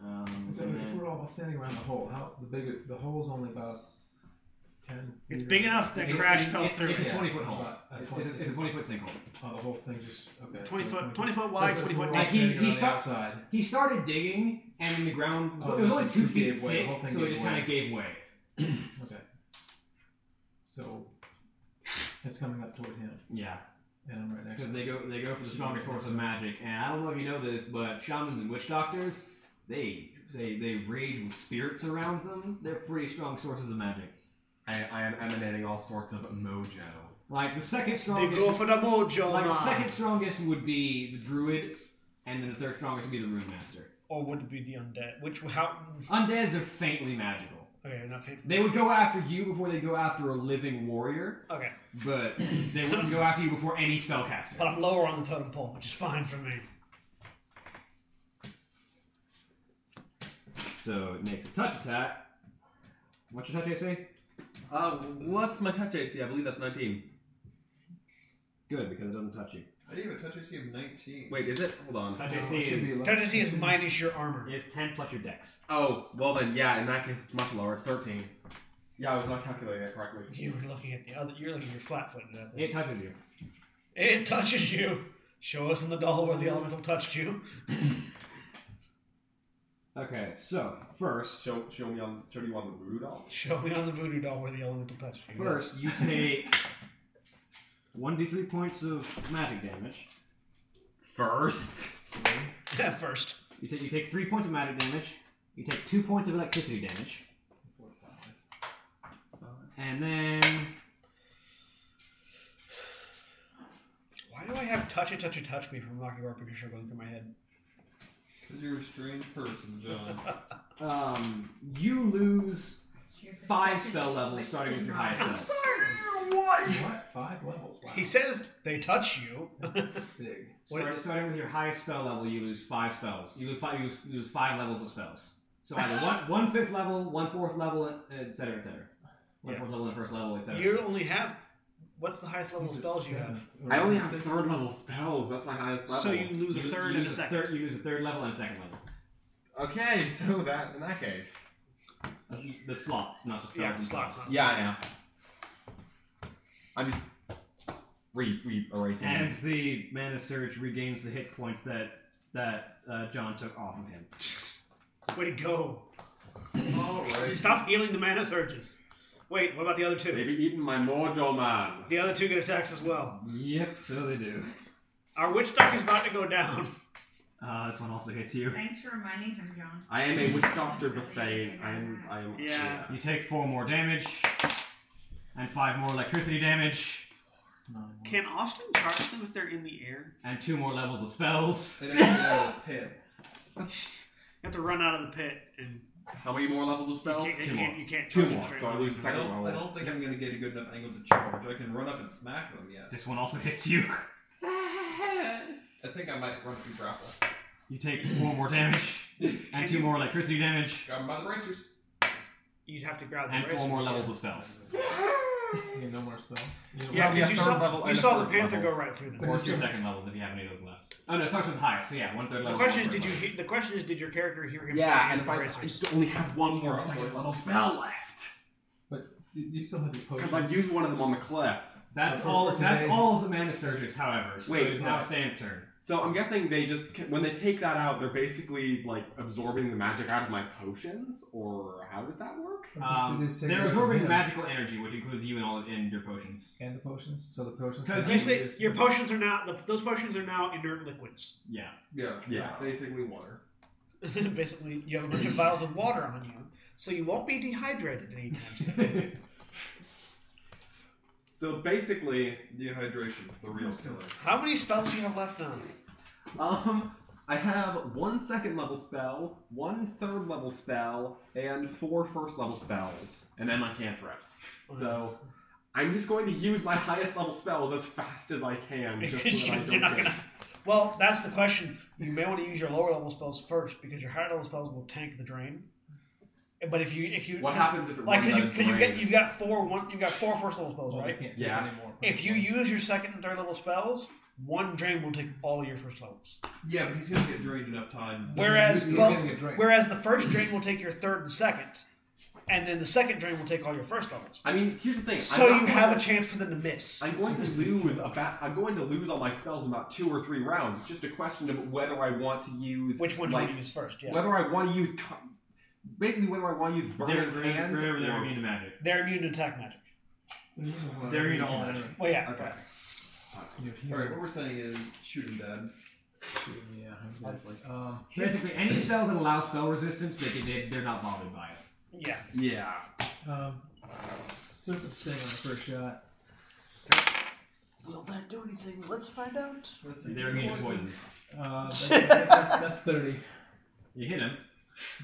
Um, So and if then- we're all standing around the hole, how the big the hole's only about ten. It's feet big or- enough that Is it- Crash is it- fell it- through It's a Yeah. twenty foot hole. Uh, It's twenty- a- it's a twenty foot sinkhole. Oh, the whole thing just okay. 20 so foot, it's 20 foot so wide, it's 20 foot long. all standing Like, he- around he the start- outside. He started digging, and in the ground, Oh, it was it only was- two it gave feet way, the thick, whole thing so it gave just way. kind of gave way. So it's coming up toward him, Yeah. and I'm right next. Because to him. they go they go for the strongest source of magic, and I don't know if you know this, but shamans and witch doctors, they they they rage with spirits around them. They're pretty strong sources of magic. I, I am emanating all sorts of mojo. Like the second They strongest, go for the mojo, like the man. second strongest would be the druid, and then the third strongest would be the rune master. Or would it be the undead? Which how? Undeads are faintly magical. Okay, not fake. They would go after you before they go after a living warrior, Okay, but they wouldn't go after you before any spellcaster. but I'm lower on the totem pole, which is fine for me. So it makes a touch attack. What's your touch AC? Uh, what's my touch AC? I believe that's 19. Good, because it doesn't touch you. I do have a touch AC of 19. Wait, is it? Hold on. Touch No, AC it should be is, eleven. Tendency is minus your armor. is 10 plus your dex. Oh, well then, yeah, in that case, it's much lower. It's 13. Yeah, I was not calculating that correctly. You were looking at the other. You're looking at your flat footed. I think. It touches you. It touches you. Show us in the doll where the elemental touched you. Okay, so first, Show, show me on, show you on the voodoo doll. Show me on the voodoo doll where the elemental touched you. first you take one d three points of magic damage. First? Yeah, first. You take you take three points of magic damage. You take two points of electricity damage, and then Why do I have touch it, touch it, touch me from Rocky Horror Picture Show going through my head? Because you're a strange person, John. um, you lose Your five perception spell is levels starting with your 69. highest level. What? Five levels? Wow. He says they touch you. big. What- Start, starting with your highest spell level, you lose five spells. You lose five. You lose, you lose five levels of spells. So either one one fifth level, one fourth level, etc. Cetera, etc. Cetera. One fourth level and first level, etc. you only have. What's the highest level He's a spells you have? seven. I only have third level spells. That's my highest level. So you lose a You- third you and a lose second. third- you lose a third level and a second level. Okay, so that in that case. The slots, not the spells. Yeah, the slots. themselves. huh? Yeah, I know. I'm just re re erasing. And it. the mana surge regains the hit points that that uh, John took off of him. Way to go. Alright. Stop healing the mana surges. Wait, what about the other two? Maybe eating my mojo man. The other two get attacks as well. Yep, so they do. Our witch doctor's about to go down. Uh, this one also hits you. Thanks for reminding him, John. I am a witch doctor buffet. I am. I am. Yeah. You take four more damage and five more electricity damage. It's nine levels. Can Austin charge them if they're in the air? and two more levels of spells. They don't even know the pit. you have to run out of the pit and How many more levels of you spells? can't, you Two more. can't, you can't Two charge them more, straight so I away. lose the I second don't, I level. don't think I'm going to get a good enough angle to charge. I can run up and smack them yet. This one also hits you. I think I might run through grapple. You take four more damage and two more electricity damage Grab 'em by the bracers. You'd have to grab the and four razor. more levels of spells. Okay, no more spells. Yeah, Probably a because you third saw, level you and a saw the first panther level. go right through them. Or two second levels if you have any of those left. Oh no, it starts with higher, so yeah, one third The level. question is, one did you? fourth Hear, the question is, did your character hear him? Yeah, saying and if I, I bracers? just only have one more second level spell left You, you still have your potions. because I've used one of them on the cliff. level. That's Uh, for- all. for That's today. all of the mana surges, however. So Wait, it is now no. Stan's turn. So I'm guessing they just when they take that out, they're basically like absorbing the magic out of my potions, or how does that work? Just did Um, this take they're away from absorbing him. magical energy, which includes you and all and your potions. And the potions. So the potions. 'Cause can Yes, be they- used- your potions are now. the- Those potions are now inert liquids. Yeah. Yeah. Yeah. Basically water. Basically, you have a bunch of vials of water on you, so you won't be dehydrated anytime soon. So basically, Dehydration, the real killer. How many spells do you have left now? Um, I have one second level spell, one third level spell, and four first level spells, and then my cantrips. So I'm just going to use my highest level spells as fast as I can, just so Because that I you- don't you're not get- gonna- Well, that's the question. You may want to use your lower level spells first because your higher level spells will tank the drain. But if you if you What happens if it like runs because out you of because you've got drain? you've got four one you've got four first level spells Well, they right. can't take Yeah. any more. If you use your second and third level spells, one drain will take all your first levels. Yeah, but he's going to get drained enough time. Whereas he's well, gonna get drained. whereas the first drain will take your third and second, and then the second drain will take all your first levels. I mean, here's the thing. So I'm you not have gonna- a chance for them to miss. I'm going to lose about. I'm going to lose all my spells in about two or three rounds. It's just a question of whether I want to use Which one do you like, want to use first? Yeah, whether I want to use. co- Basically, whether I want to use They're, burning they're, hand. they're, or- they're immune to magic. they're immune to attack magic. They're immune to all magic. Well, yeah. Okay. You're Alright, what here. we're saying is shoot him dead. Yeah, exactly. Um, Basically, any spell that allows spell resistance, they, can- they they're not bothered by it. Yeah. Yeah. um, serpent sting on the first shot. Will that do anything? Let's find out. Let's see. They're immune to poisons. Uh, that's, that's, that's 30. You hit them.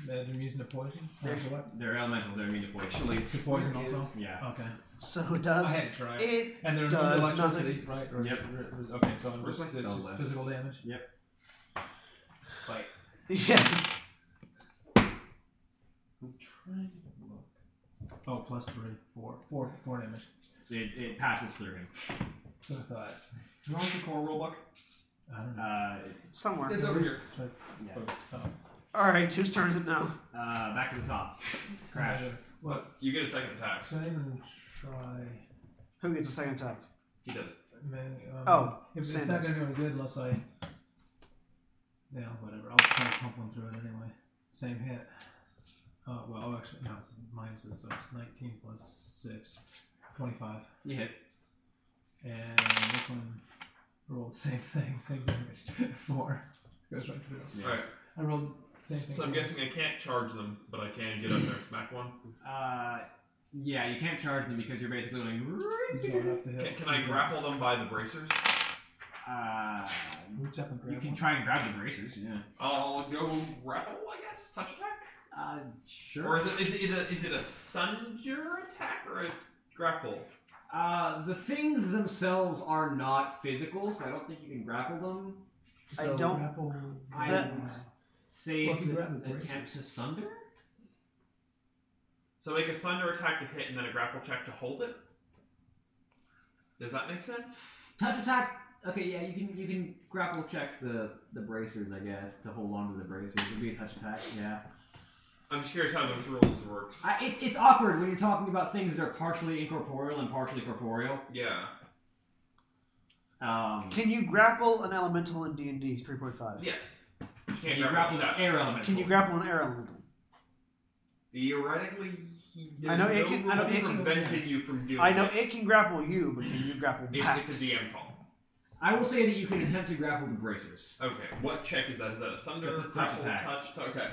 Imagine using a poison. Uh, what? They're elementals. They're immune to poison. To poison also? yeah. Okay. So I does had to try it. it? And there's no does electricity, right? Or Yep. or- uh, or- okay, so I'm Where's just, my it's spell just list? physical damage. Yeah. I'm trying to look. Oh, plus three, four, four, four damage. It, it passes through him. So I thought, Who wants the core rollbuck? I don't know. Uh, Somewhere. It's over here. All right, whose turn is it now? uh, back to the top. Crash. What? You get a second attack. Should I even try? Who gets the second attack? He does. Man, um, Oh, if it's Sandus. not gonna do any good unless I. Yeah, whatever. I'll try to pump one through it anyway. Same hit. Uh, well, actually, no, it's minuses, so it's 19 plus 6, 25. You hit. And this one rolled the same thing, same damage. 4. Goes right through. Yeah. Alright, I rolled the same thing. so I'm guessing I can't charge them, but I can get up there and smack one. Uh, yeah, you can't charge them because you're basically going. He's going up the hill. Can, can I He's going- grapple them by the bracers? Uh, Reach up and grab you can one. try and grab the bracers. Yeah. I'll go grapple, I guess. Touch attack? Uh, Or sure. is it is it a, is it a sunder attack or a grapple? Uh, the things themselves are not physical, so I don't think you can grapple them. I So don't- grapple- I- Say Well, it's if you an grab the bracers. attempt to sunder. So make a sunder attack to hit and then a grapple check to hold it. Does that make sense? Touch attack. Okay, yeah, you can you can grapple check the the bracers, I guess, to hold on to the bracers. It'd be a touch attack. Yeah. I'm just curious how those rules works. I, it, it's awkward when you're talking about things that are partially incorporeal and partially corporeal. Yeah. Um, Can you grapple an elemental in D and D 3.5? Yes. You and can't you grapple grapple the that. air elemental. Can you grapple an air elemental? Theoretically, he, I know there's it no can- I know rule it can- preventing you from doing I know it. it can grapple you, but can you grapple It- back? It's a DM call. I will say that you can attempt to grapple the bracers. Okay, what check is that? Is that a sunder? It's a touch grapple, attack. touch- Okay.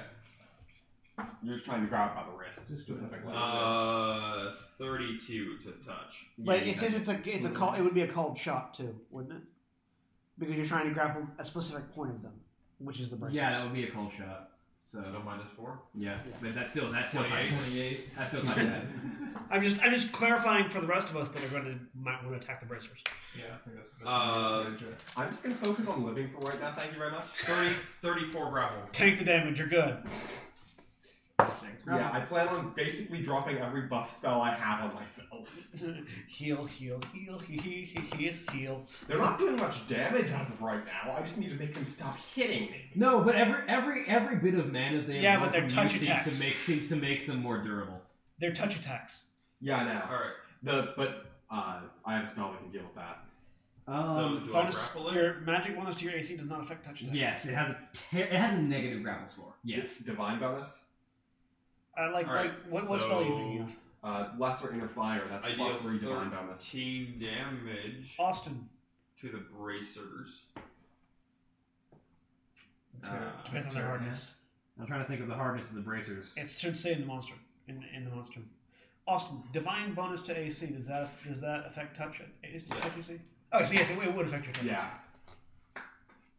You're just trying to grab by the wrist, Just do it. specifically. Uh, 32 to touch. But Yeah, it says it's a it's a call. It would be a called shot too, wouldn't it? Because you're trying to grapple a specific point of them, which is the bracers. Yeah, that would be a cold shot. So So minus 4. yeah, but that's still that's still 28. 28. that's still not bad. I'm just I'm just clarifying for the rest of us that are going to might want to attack the bracers. Yeah, I think that's the best Uh, way to do it. I'm just gonna focus on living for right now. Thank you very much. 30, 34 grapple. Take the damage. You're good. Yeah, I plan on basically dropping every buff spell I have on myself. heal, heal, heal, heal, heal, heal, heal. They're not doing much damage as of right now. I just need to make them stop hitting me. No, but every every every bit of mana they Yeah, absorb but their from touch you seems attacks. to make seems to make them more durable. They're touch attacks. Yeah, I know. Alright, The but uh, I have a spell that can deal with that. so Um, do I Bonus, grapple it? your magic bonus to your AC does not affect touch attacks. yes, it has a ter- it has a negative grapple score. Yes. Divine bonus. I like, All right, like what, what spell are you thinking of? so- Uh, lesser inner fire. That's I plus deal three divine 13 bonus. damage Austin. to the bracers. Uh, Depends on their hardness. I'm trying to think of the hardness of the bracers. It should say in the monster. In, in the monster. Austin, divine bonus to AC. Does that does that affect touch? Is Yeah. touch AC? Oh, so yes, it, it would affect your touch. Yeah.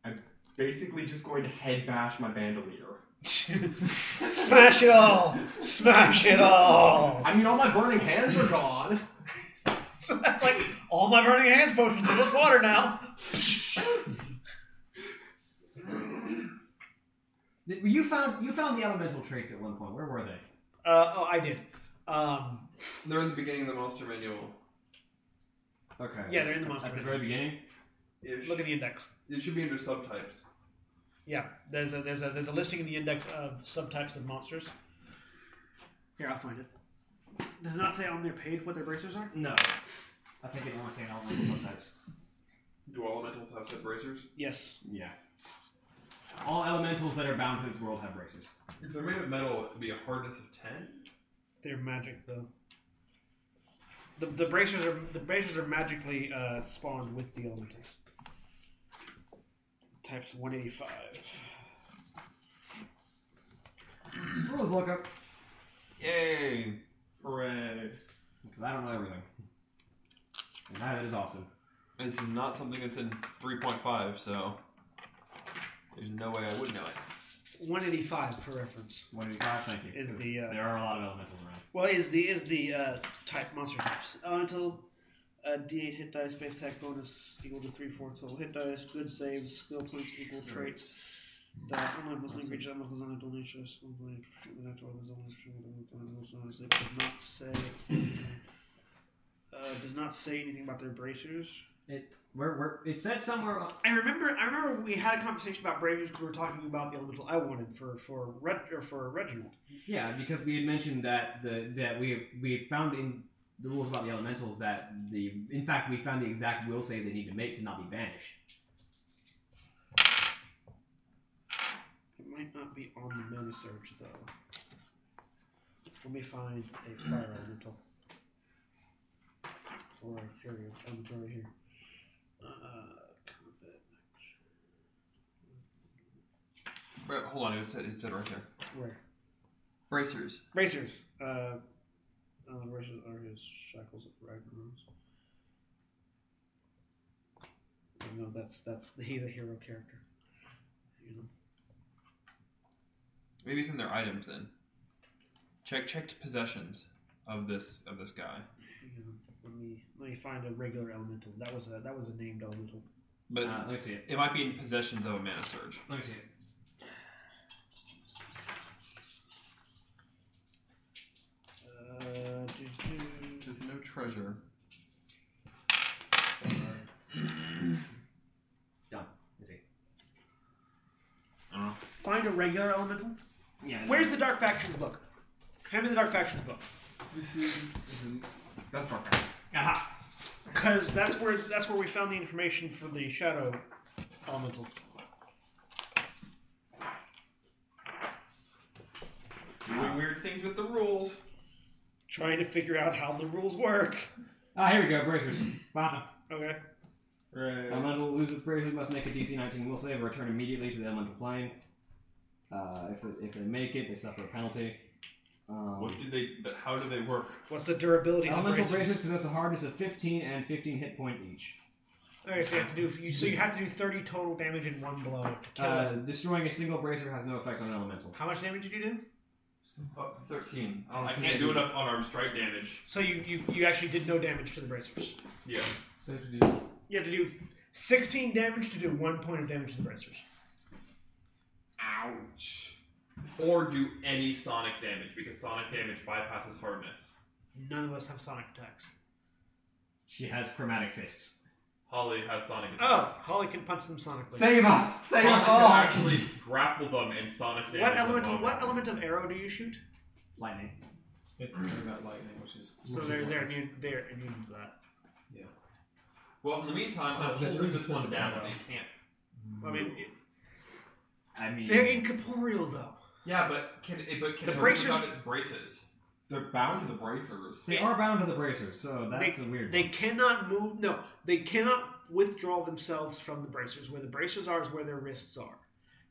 I'm basically just going to head bash my bandolier. Smash it all! Smash it all! I mean, all my burning hands are gone. So that's like all my burning hands potions are just water now. Th- You found you found the elemental traits at one point. Where were they? Uh, oh, I did. Um, They're in the beginning of the monster manual. Okay. yeah, they're in the monster. At the manual. very beginning. Ish. Look at the index. It should be under subtypes. Yeah, there's a there's a there's a listing in the index of subtypes of monsters. Here, I'll find it. Does it not say on their page what their bracers are? No. I think it only saying elemental subtypes. Do all elementals have set bracers? Yes. Yeah. All elementals that are bound to this world have bracers. If they're made of metal, it'd be a hardness of 10. They're magic though. The, the bracers are the bracers are magically uh, spawned with the elementals. Types 185. Rules look up. Yay! Hooray. Because I don't know everything. And that is awesome. This is not something that's in 3.5, so there's no way I would know it. 185 for reference. 185, thank you. Is 'cause the, uh, there are a lot of elementals around. Well, is the is the uh, type monster types uh, until uh, D8 hit dice base attack bonus equal to three four total hit dice. Good saves, skill points equal traits. That only Muslim creature that Muslim on a donation is only the natural is only strong It does not say uh, does not say anything about their bracers. Where, where, it says somewhere. on- I remember I remember we had a conversation about bracers because we were talking about the elemental I wanted for for Reg, or for Reginald. Yeah, because we had mentioned that the that we we had found in the rules about the elementals that the in fact we found the exact will save they need to make to not be banished. It might not be on the mega surge though. Let me find a fire elemental. Or here we go. Elemental right here. Uh, combat. Right, hold on, it said, it said right there. Where? Bracers. Bracers. Uh, uh, bracers are his shackles of Ragnaros. I know that's that's he's a hero character. You know. Maybe it's in their items then. Check checked possessions of this of this guy. you know, Let me let me find a regular elemental. That was a that was a named elemental. But Uh, let me see it. it might be in possessions of a mana surge. Let me see it. Uh, do, do. There's no treasure. Find a regular elemental. Yeah. Where's the Dark Factions book? Hand me the Dark Factions book, This is, this is that's not bad. Aha. because that's where that's where we found the information for the Shadow Elemental. Doing weird things with the rules. Trying to figure out how the rules work. Ah, here we go. Bracers. Bottom. Okay. Right. Elemental loses bracers must make a DC 19 will save or return immediately to the elemental plane. Uh, if, they- if they make it, they suffer a penalty. What Um, do they? But how do they work? What's the durability of the elemental bracers? bracers possess a hardness of 15 and 15 hit points each. Okay, so you have to do you, so you have to do 30 total damage in one blow. to kill Uh, it. destroying a single bracer has no effect on an elemental. How much damage did you do? Oh, Thirteen. I, don't I think can't they do enough on our strike damage. So you, you you actually did no damage to the bracers. Yeah. Safe to do. You have to do 16 damage to do one point of damage to the bracers. Ouch. Or do any sonic damage because sonic damage bypasses hardness. None of us have sonic attacks. She has chromatic fists. Holly has sonic. Oh, attacks. Holly can punch them sonically. Save us! Save Holly us can Oh. all! actually grapple them and sonic damage. What them element? up. What element of arrow do you shoot? Lightning. It's about lightning, which is. So which they're is they're lightning. immune they're immune to that. Well, in the meantime, Oh, I'm that holding is a this one physical down. arrow. They can't. I mean, it- I mean, they're incorporeal though. Yeah, but can it? But can The it work bracers- without it braces? They're bound to the bracers. they are bound to the bracers, so that's a weird. They one. cannot move. No, they cannot withdraw themselves from the bracers. Where the bracers are is where their wrists are.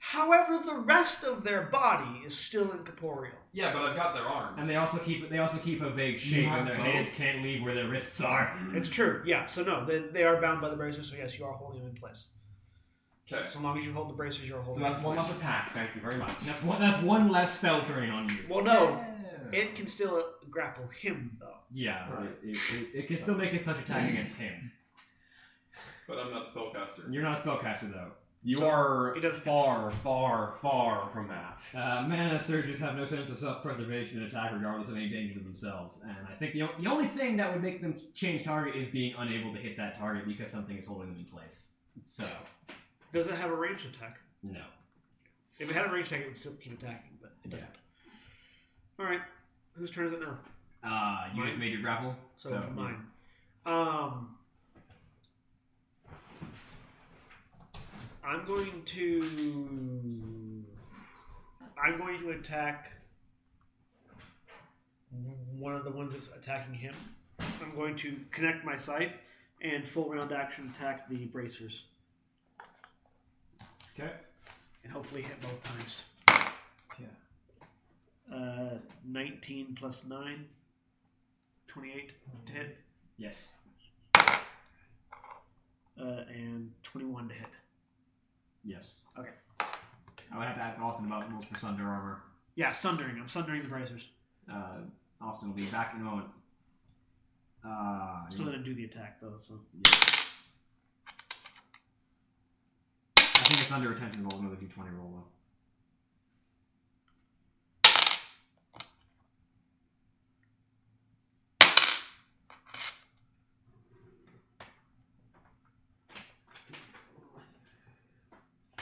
However, the rest of their body is still incorporeal. Yeah, but I've got their arms. And they also keep they also keep a vague shape, have and their both. hands can't leave where their wrists are. It's true. Yeah. So no, they, they are bound by the bracers. So yes, you are holding them in place. Okay. So long as you hold the bracers, you're So holding. that's them one in place. less attack. Thank you very much. That's one that's one less spell drain on you. Well, no, it can still grapple him though. Yeah, Right. it, it, it, it can still make his touch attack against him. But I'm not a spellcaster. You're not a spellcaster though. You are He does- far, far, far from that. Uh, mana surges have no sense of self-preservation and attack regardless of any danger to themselves. And I think the, o- the only thing that would make them change target is being unable to hit that target because something is holding them in place. So Does it have a ranged attack? no. If it had a ranged attack, it would still keep attacking, but it doesn't. All right. Whose turn is it now? Uh, you Mine. just made your grapple. So, So, mine. Um, I'm going to. I'm going to attack one of the ones that's attacking him. I'm going to connect my scythe and full round action attack the bracers. Okay. And hopefully hit both times. Yeah. Uh, 19 plus 9, Hmm. 28 to hit. Yes. uh, and 21 to hit. Yes. Okay. I would have to ask Austin about multiple Sunder armor. Yeah, sundering. I'm sundering the bracers. Uh, Austin will be back in a moment. Uh, I'm still gonna do the attack though. So I think it's under retention roll, another d20 roll though.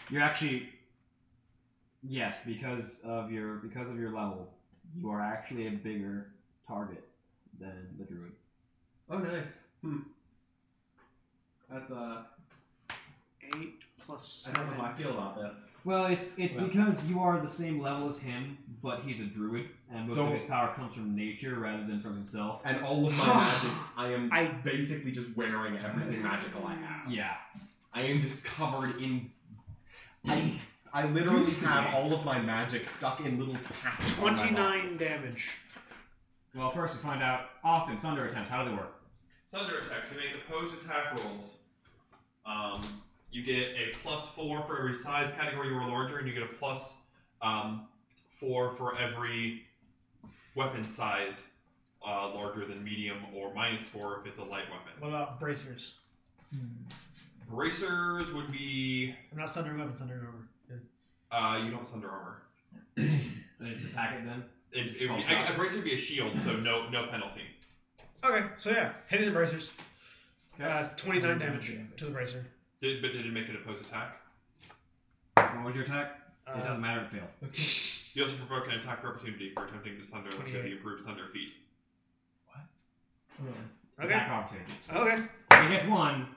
You're actually yes, because of your because of your level, you are actually a bigger target than the druid. Oh, nice. Hmm. That's uh, eight plus I seven. don't know how I feel about this. Well, it's it's Well- because you are the same level as him, but he's a druid, and most So- of his power comes from nature rather than from himself. And all of my magic, I am I- basically just wearing everything magical I have. Yeah. I am just covered in. I, I literally have all of my magic stuck in little patches. on my body. 29 damage. Well, first we find out Austin Sunder attempts. How do they work? Thunder attacks. You make opposed attack rolls. Um, you get a plus four for every size category or larger, and you get a plus um, four for every weapon size uh, larger than medium, or minus four if it's a light weapon. What about bracers? Bracers would be I'm not sundering weapons, sundering armor. uh, you don't thunder armor. They just attack it then. It, it would be, Oh, a, a bracer would be a shield, so no no penalty. Okay, so yeah, hitting the bracers. Uh, 29 damage to the bracer. Did, but did it make an opposed attack? What was your attack? it Uh, doesn't matter. It failed. You also provoke an attack for opportunity for attempting to sunder unless you have the 28. improved sunder feat. Really? okay, Uh, Attack opportunity. okay. It gets one.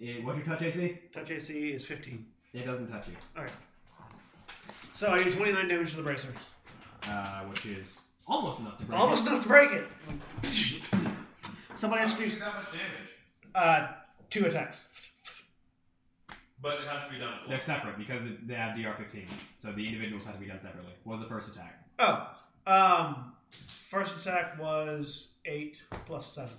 It, what's your touch AC? Touch AC is 15. It doesn't touch you. So I do 29 damage to the bracer. Uh, which is almost enough to break. it. Almost enough to break it. Somebody has to do that much damage, uh, two attacks. but it has to be done. They're separate because they have DR 15, so the individuals have to be done separately. What was the first attack? Oh, um, first attack was 8 plus 7.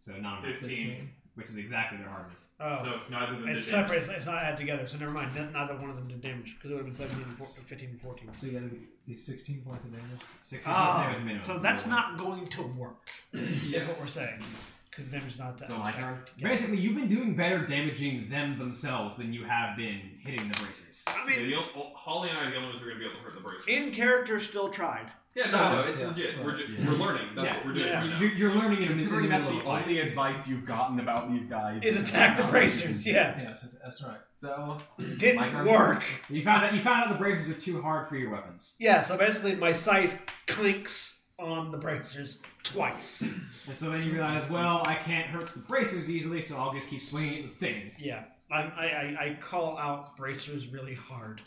So non, 15. which is exactly their hardness. Oh, So neither of them it's did separate. It's, it's not added together. So never mind. ne- Neither one of them did damage because it would have been 17, and 14, 15, and 14. So you gotta be- be 16 points of damage. 16 plus Ah, damage minimum. so is that's the one. not going to work. damage. Is what we're saying. Because the damage is not. So my turn. Basically, you've been doing better damaging them themselves than you have been hitting the bracers. I Yeah, mean, the o- well, Holly and I are the only ones who are going to be able to hurt the bracer. In character, still tried. Yeah, So- no, no, it's Yeah. legit. We're, ju- Yeah. we're learning. That's what we're doing. Yeah. right now. You're, you're learning in the in the Considering that's middle of a the fight. only advice you've gotten about these guys is attack the bracers. Yeah, Yeah, so that's right. So My didn't turn. work. You found out you found out the bracers are too hard for your weapons, Yeah, so basically my scythe clinks on the bracers twice. and so then you realize, well, I can't hurt the bracers easily, so I'll just keep swinging at the thing. Yeah, I, I, I- I call out bracers really hard.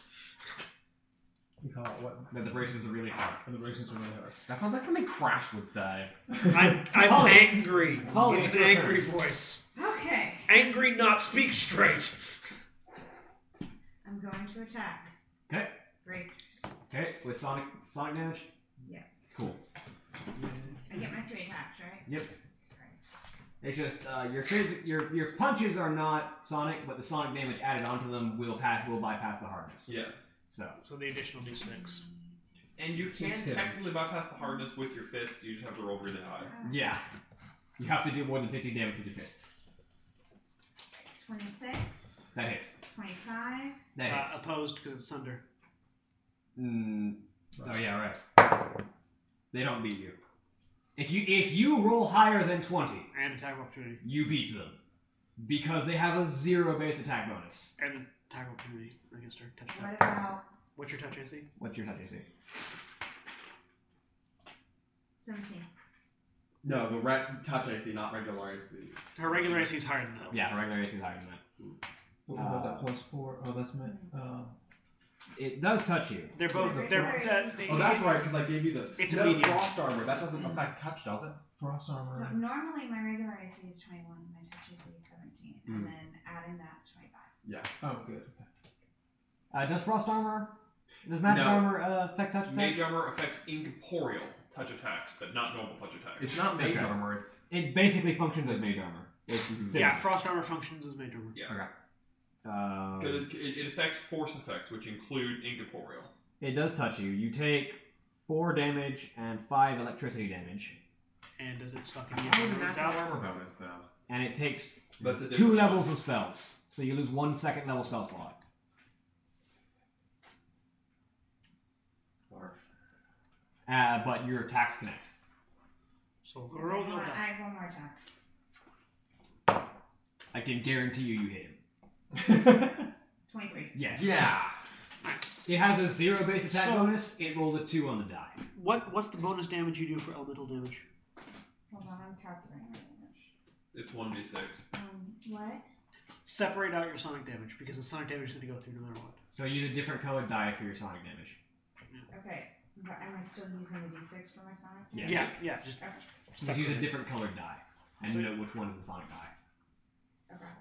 You call it what? That the bracers are really hard. And the braces are really hard. Oh. that sounds like something Crash would say. I'm, I'm Holly. angry. Holly, it's it's an your angry voice. Okay, Angry, not speak straight. I'm going to attack. 'Kay. Bracers. Okay, with sonic sonic damage. Yes. Cool. I get my three attacks, right? It's just uh, your phys- your your punches are not sonic, but the sonic damage added onto them will pass will bypass the hardness. Yes. So So the additional d6. And you can He's hitting. technically bypass the hardness with your fists. You just have to roll really high. yeah, you have to do more than 15 damage with your fist. 26, That hits. 25, That Uh, hits. opposed because it's Sunder. Mm, oh yeah, right. They don't beat you. If you if you roll higher than twenty, And attack of opportunity. you beat them because they have a zero base attack bonus. And attack of opportunity against her. Touch What attack. about What's your touch AC? What's your touch AC? 17? No, the re- touch AC, not regular AC. Her regular AC is higher than that. Yeah, her regular AC is higher than that. What about Uh, that plus four? Oh, that's my. Um, It does touch you. They're both. Regular They're. AC. that- Oh, that's right, because I gave you the. It's a no, medium. frost armor. That doesn't affect touch, does it? frost No, armor. normally my regular AC is 21, my touch AC is 17, Mm. Hmm. and then adding that's 25. Oh, good. Uh, does frost armor? Does magic No. armor uh, affect touch Mage attacks? armor affects incorporeal touch attacks, but not normal touch attacks. not mage armor. It's It basically functions as mage armor. It's- Yeah, frost armor functions as mage armor. Um, Because it, it, it affects force effects, which include incorporeal. It does touch you. You take four damage and five electricity damage, And does it suck any How is of it those not out? an armor bonus now? and it takes That's a two different- levels of spells. So you lose one second level spell slot. Or Uh, but your attacks connect. So roll I no die. have one more attack. I can guarantee you, you hit him. 23. Yes. yeah. It has a zero base attack So- bonus. It rolled a two on the die. What what's the bonus damage you do for elemental damage? Hold on, I'm calculating my damage. It's 1d6. Um, what? Separate out your sonic damage because the sonic damage is going to go through no matter what. So use a different colored die for your sonic damage. Okay, but am I still using the d6 for my sonic? Yes. Yeah, yeah. Just Just use a different colored die and So- note which one is the sonic die. Okay.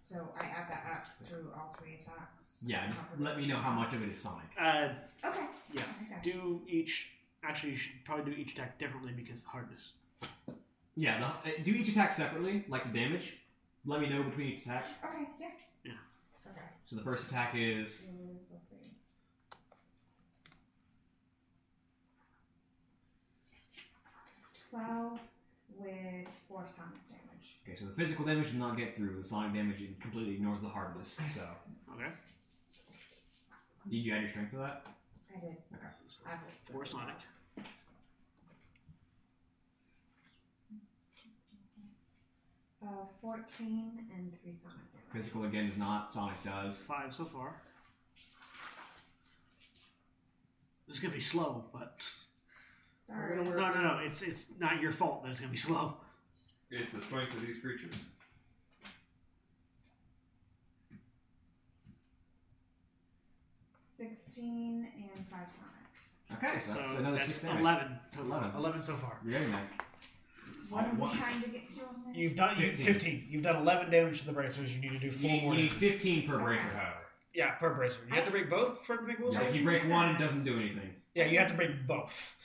So I add that up through all three attacks. Yeah. Just let me know how much of it is sonic. uh, Okay. Yeah. Okay. do each. Actually, you should probably do each attack differently because of hardness. Yeah. The, uh, do each attack separately, like the damage. Let me know between each attack. Okay, yeah. Yeah. Okay. So the first attack is So let's see. Twelve with four sonic damage. Okay, so the physical damage does not get through. The sonic damage it completely ignores the hardness. So Okay. did you add your strength to that? I did. Okay. I rolled Four sonic. Uh, fourteen and three sonic damage. Physical again does not. Sonic does. Five so far. This is gonna be slow, but Sorry. no, no, no. It's it's not your fault that it's gonna be slow. It's the strength of these creatures. Sixteen and five sonic. Okay, so, So that's another that's six damage. eleven total. 11. Eleven so far. You're getting there. What am one. I trying to get to on this? You've done you, 15. 15. You've done 11 damage to the bracers. You need to do You, four need- more. you need damage. 15 per bracer, however. Yeah, per bracer. You have to break both for it to make will So save? if you break one, it doesn't do anything. Yeah, you have to break both.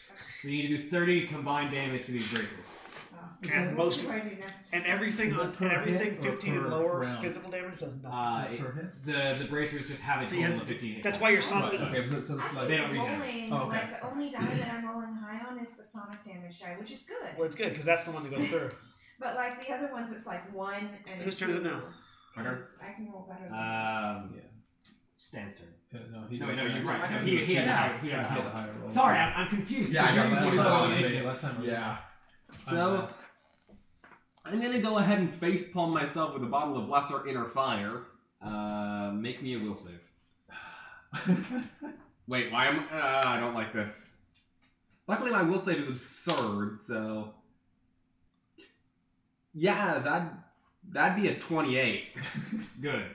So you need to do 30 combined damage to these bracers. Oh. Is that We'll most- see what I do next time. And everything Is that on, per and everything hit or 15 and per lower round? physical damage does not. Uh, it- per hit? the the bracers just have a So you total have of to- 15. That's why your Right, sonic. okay, so, so it's I like They don't keep read that. rolling, Oh, okay. like the only die that I'm rolling high on is the sonic damage die, which is good. Well, it's good because that's the one that goes through. But like the other ones, it's like one and. Whose two. turn is it now? My turn? Because I can roll better. Than Um, Yeah. Stan's turn. Yeah, no, he No, was- no, you're right. Yeah, He- he had was- a higher- he had a higher a higher roll. Sorry, I'm, I'm confused. Yeah, I Yeah, got You're last less using time I lower was damage. initiative. initiative, last time I was Yeah. So, So I'm gonna go ahead and face palm myself with a bottle of lesser inner fire. Uh, make me a will save. Wait, why am uh, I don't like this. Luckily my will save is absurd, so Yeah, that that'd be a twenty-eight. Good.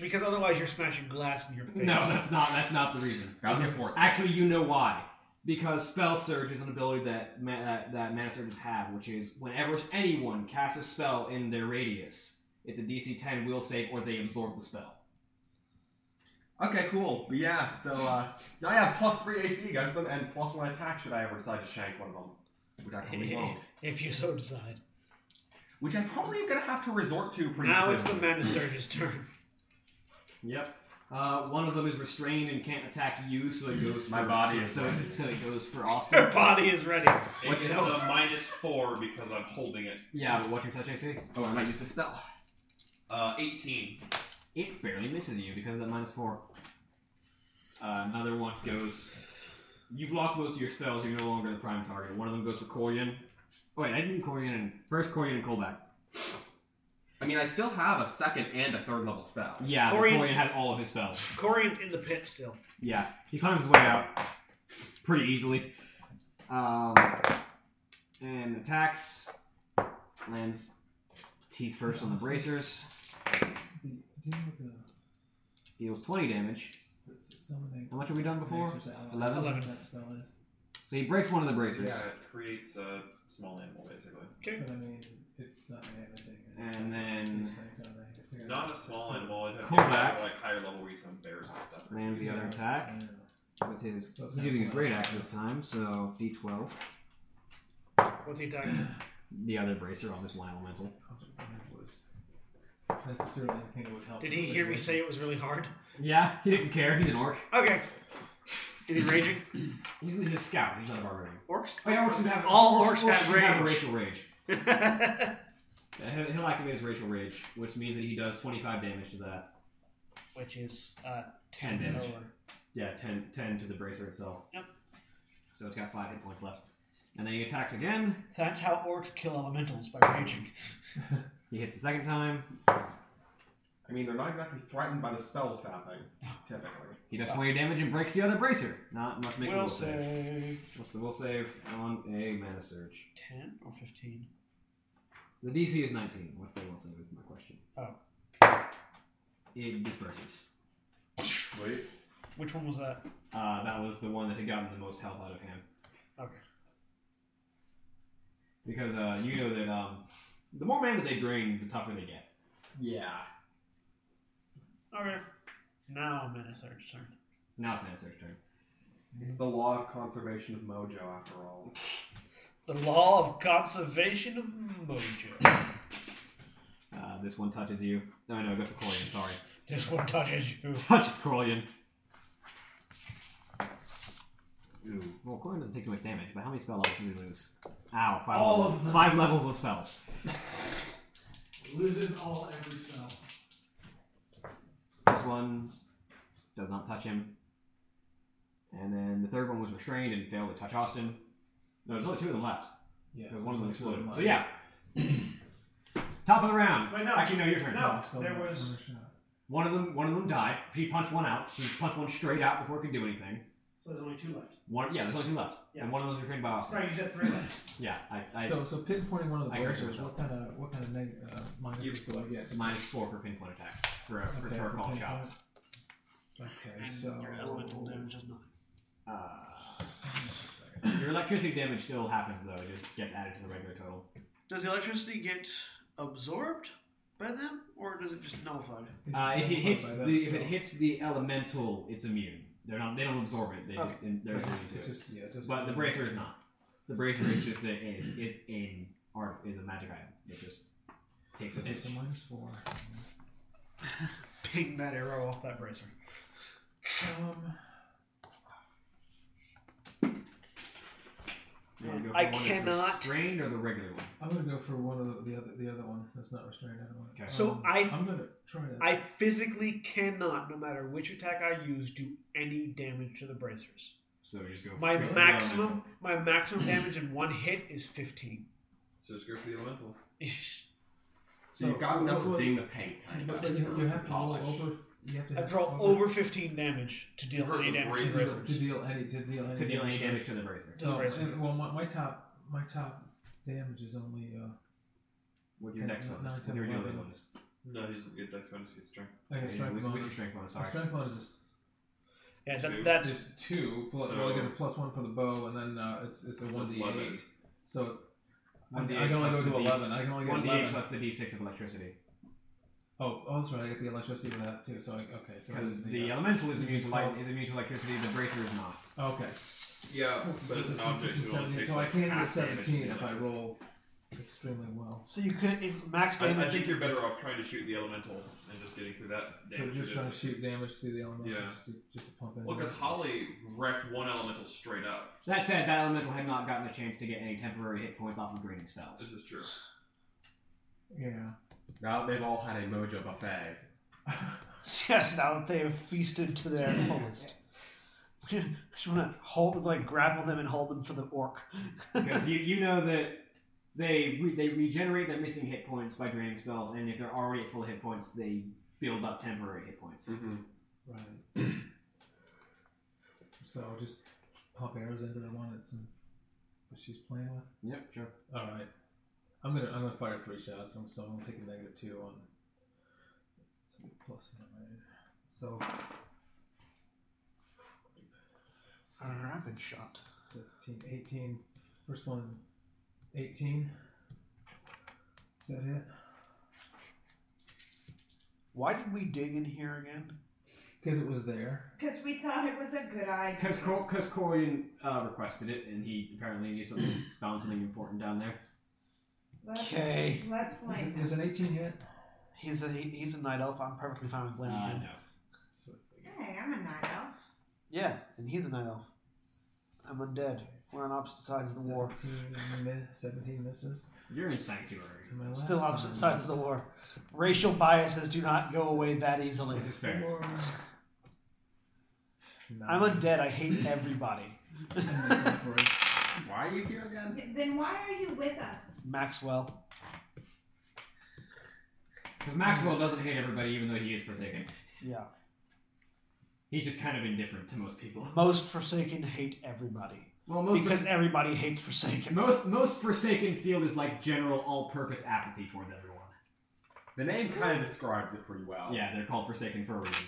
because otherwise you're smashing glass in your face. No, that's not. That's not the reason. That was my fourth. Actually, you know why. Because spell surge is an ability that ma- that, that mana surges have, which is whenever anyone casts a spell in their radius, it's a DC 10 will save or they absorb the spell. Okay, cool. Yeah, so uh, now I have plus three AC against them and plus one attack should I ever decide to shank one of them. Which I probably won't. If you so decide. Which I probably am gonna have to resort to pretty Now soon. it's the Mana Surge's turn. Yep. Uh, one of them is restrained and can't attack you, so it goes. My for, body is so, ready. so it goes for Her Austin. body is ready. It What gets else? a minus 4 because I'm holding it. Yeah, but what's your touch AC? Oh, I might use the spell. Uh, 18. It barely misses you because of that minus four. Uh, another one goes. You've lost most of your spells. You're no longer the prime target. One of them goes for Corian. Oh, wait, I didn't do Corian and first Corian and Colback. I mean I still have a second and a third level spell. Yeah, but Corian's- Corian has all of his spells. Corian's in the pit still. Yeah, he climbs his way out pretty easily. Um, and attacks lands teeth first on the bracers. Deals 20 damage. How much have we done before? 11? Eleven. That spell is. So he breaks one of the bracers. Yeah, it creates a small animal, basically. But I mean, it's not everything. And then These things, aren't they? It's like a- Not a small animal. It has Cool back. like higher level where you summon bears and stuff. lands the other attack Yeah. with his. So it's He's using his not- great axe this time, so d12. What's he attacking? The other bracer on this one elemental. was necessarily anything that would help. Did the he hear me say situation. it was really hard? Yeah, he didn't care. He's an orc. Okay. Is he raging? He's, he's a scout. He's not a barbarian. Orcs? Oh, yeah, orcs do have All orcs have do rage. racial rage. Yeah, he'll- He'll activate his racial rage, which means that he does 25 damage to that. Which is uh, 10 10 damage. lower. Yeah, 10, 10 to the bracer itself. Yep. So it's got five hit points left. And then he attacks again. That's how orcs kill elementals by raging. He hits the second time. I mean, they're not exactly threatened by the spell sapping, typically. He does 20 damage and breaks the other bracer. Not much making Will will save. save What's the will save on a mana surge? 10 or 15. The DC is 19. What's the will save is my question. Oh. It disperses. Sweet. Which one was that? Uh, that was the one that had gotten the most health out of him. Okay. Because uh, you know that um, the more mana they drain, the tougher they get. Yeah. Okay. Now Mana Surge turn. Now it's mana surge turn. It's the law of conservation of mojo, after all. The law of conservation of mojo. Uh, this one touches you. No, no, go for Corlian, sorry. This one touches you. touches Corlian. Ooh. Well, Corlian doesn't take too much damage, but how many spell levels does he lose? Ow, five All levels. of them. Five levels of spells. Loses all every spell. This one does not touch him. And then the third one was restrained and failed to touch Austin. No, there's only two of them left. Yeah. Because one of them so it's exploded. like So yeah. Top of the round. Wait, no. Actually, no, your turn. No, still there not was. finished up. One of them, one of them died. She punched one out. She punched one straight out before it could do anything. So there's only two left. One, yeah, there's only two left, Yeah. and one of them's restrained by Austin. Sorry, you said three left. Yeah, I, I so so pinpointing one of the I corrected bracers, myself. what kind of what kind of neg- uh, minuses do I get? Just- minus four for pinpoint attacks for a, for, okay, for a for call pinpoint. shot. Okay, And so your elemental damage is nothing. Uh, your electricity damage still happens though; it just gets added to the regular total. Does the electricity get absorbed by them, or does it just nullify? It's Uh, if just it multiplied hits the by that, if so- it hits the elemental, it's immune. They're not they don't absorb it; they Okay. just in, they're it's immune just, to it's it. just- yeah, just- But the bracer is not. The bracer is just a is is an art is a magic item. It just takes a Okay, damage. so minus four. Ping that arrow off that bracer. Um, You wanna go for I the one that's cannot- Restrained or the regular one? I'm gonna go for one of the, the other the other one that's not restrained. Other one. Okay. So Um, I- I'm gonna try that. I physically cannot, no matter which attack I use, do any damage to the bracers. So you just go. My straight for the elemental. maximum, my maximum damage in one hit is 15. So just go for the elemental. So, you've got what enough to was- ding the paint, kind of. But you, you have to roll over. You have to I hit roll over 15 damage to deal Hurt any the damage to the to bracers. deal, to deal any to deal any to deal any to damage to the bracer. To the So, bracer. and, well, my, my top my top damage is only uh, with your Yeah, dex no- bonus, no, with your eleven. dealing bonus. No, he doesn't get dex bonus, he gets strength. I Yeah, guess strength with, with your bonus. strength bonus, My sorry. strength bonus is Yeah, that, Two. that's is two. Plus, So- well, I get a plus one for the bow, and then uh, it's it's a It's one d 11. eight. So I, I 1d8 can only go plus to the D- eleven. I can only get One d8 eleven. plus the d6 of electricity. Oh, oh, that's right. I get the electricity with that too. So I, okay, so it Because is the, uh, elemental is immune to light, Oh. is immune to electricity. The bracer is not. okay. Yeah, but it's an 15, object, 16, it only 17, takes so I like can get half damage to seventeen the if I elemental. roll extremely well. so you could if max I, damage. I think you're better off trying to shoot the elemental and just getting through that So damage. just trying to resistance. shoot damage through the elemental Yeah. just, to, just to pump in. Well, because damage. Holly wrecked one elemental straight up. That said, that elemental had not gotten a chance to get any temporary hit points off of draining This spells. is true. Yeah. Now they've all had a mojo buffet. Yes, now that they have feasted to their fullest. I just want to hold, like, grapple them and hold them for the orc. Because you, you know that they re- they regenerate their missing hit points by draining spells, and if they're already at full hit points, they build up temporary hit points. Mm-hmm. Right. so just pop arrows into the one that's in, what she's playing with. Yep, sure. All right. I'm gonna I'm gonna fire three shots. I'm so I'm gonna take a negative two on so plus nine. So. A rapid shot. 17, 18. First one, 18. Is that it? Why did we dig in here again? because it was there. Because we thought it was a good idea. Because Cor- cause Corey uh, requested it, and he apparently knew something, found something important down there. Let's- Okay. Let's Does, blame it- does him. an 18 hit? He's a he, he's a night elf. I'm perfectly fine with blaming him. Hey, I'm a night elf. Yeah, and he's a night elf. I'm undead. We're on opposite sides of the war. 17, mi- 17 misses. You're in sanctuary. And my last Still time opposite sides of the war. Racial biases do not go away that easily. This is fair. was I'm nine. undead. I hate everybody. And this one for it. Why are you here again? Then why are you with us? Maxwell. Because Maxwell doesn't hate everybody, even though he is forsaken. Yeah. He's just kind of indifferent to most people. Most Forsaken hate everybody. Well, most Because everybody hates Forsaken. most most forsaken feel is like general all-purpose apathy towards everyone. The name kind of describes it pretty well. Yeah, they're called forsaken for a reason.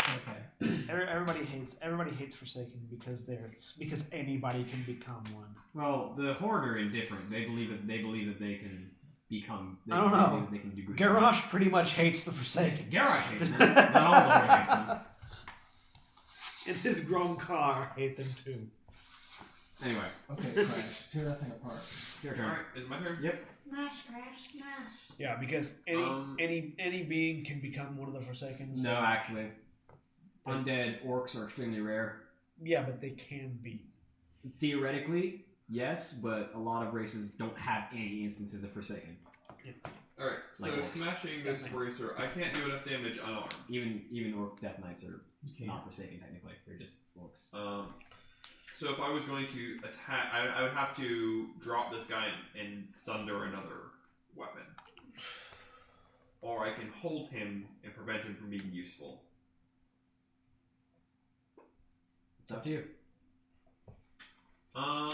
Okay. Every- Everybody hates everybody hates Forsaken because they're because anybody can become one. Well, the horde are indifferent. They believe that they believe that they can become. They I don't believe know. that They can do good. Garrosh pretty much hates the Forsaken. Garrosh hates them. Not all the horde hates them. And his grown car hate them too. Anyway, Okay, Crash. Tear that thing apart. your turn. Alright, is it my turn? Smash, crash, smash. Yeah, because any Um, any any being can become one of the Forsaken. so- No, actually, undead orcs are extremely rare. Yeah, but they can be. Theoretically, yes, but a lot of races don't have any instances of forsaken. Alright, so Like this. smashing this That makes- bracer, I can't do enough damage unarmed. Even even orc death knights are You can't. not forsaken technically. They're just orcs. Um, so if I was going to attack, I, I would have to drop this guy and, and sunder another weapon, or I can hold him and prevent him from being useful. It's up to you. Um,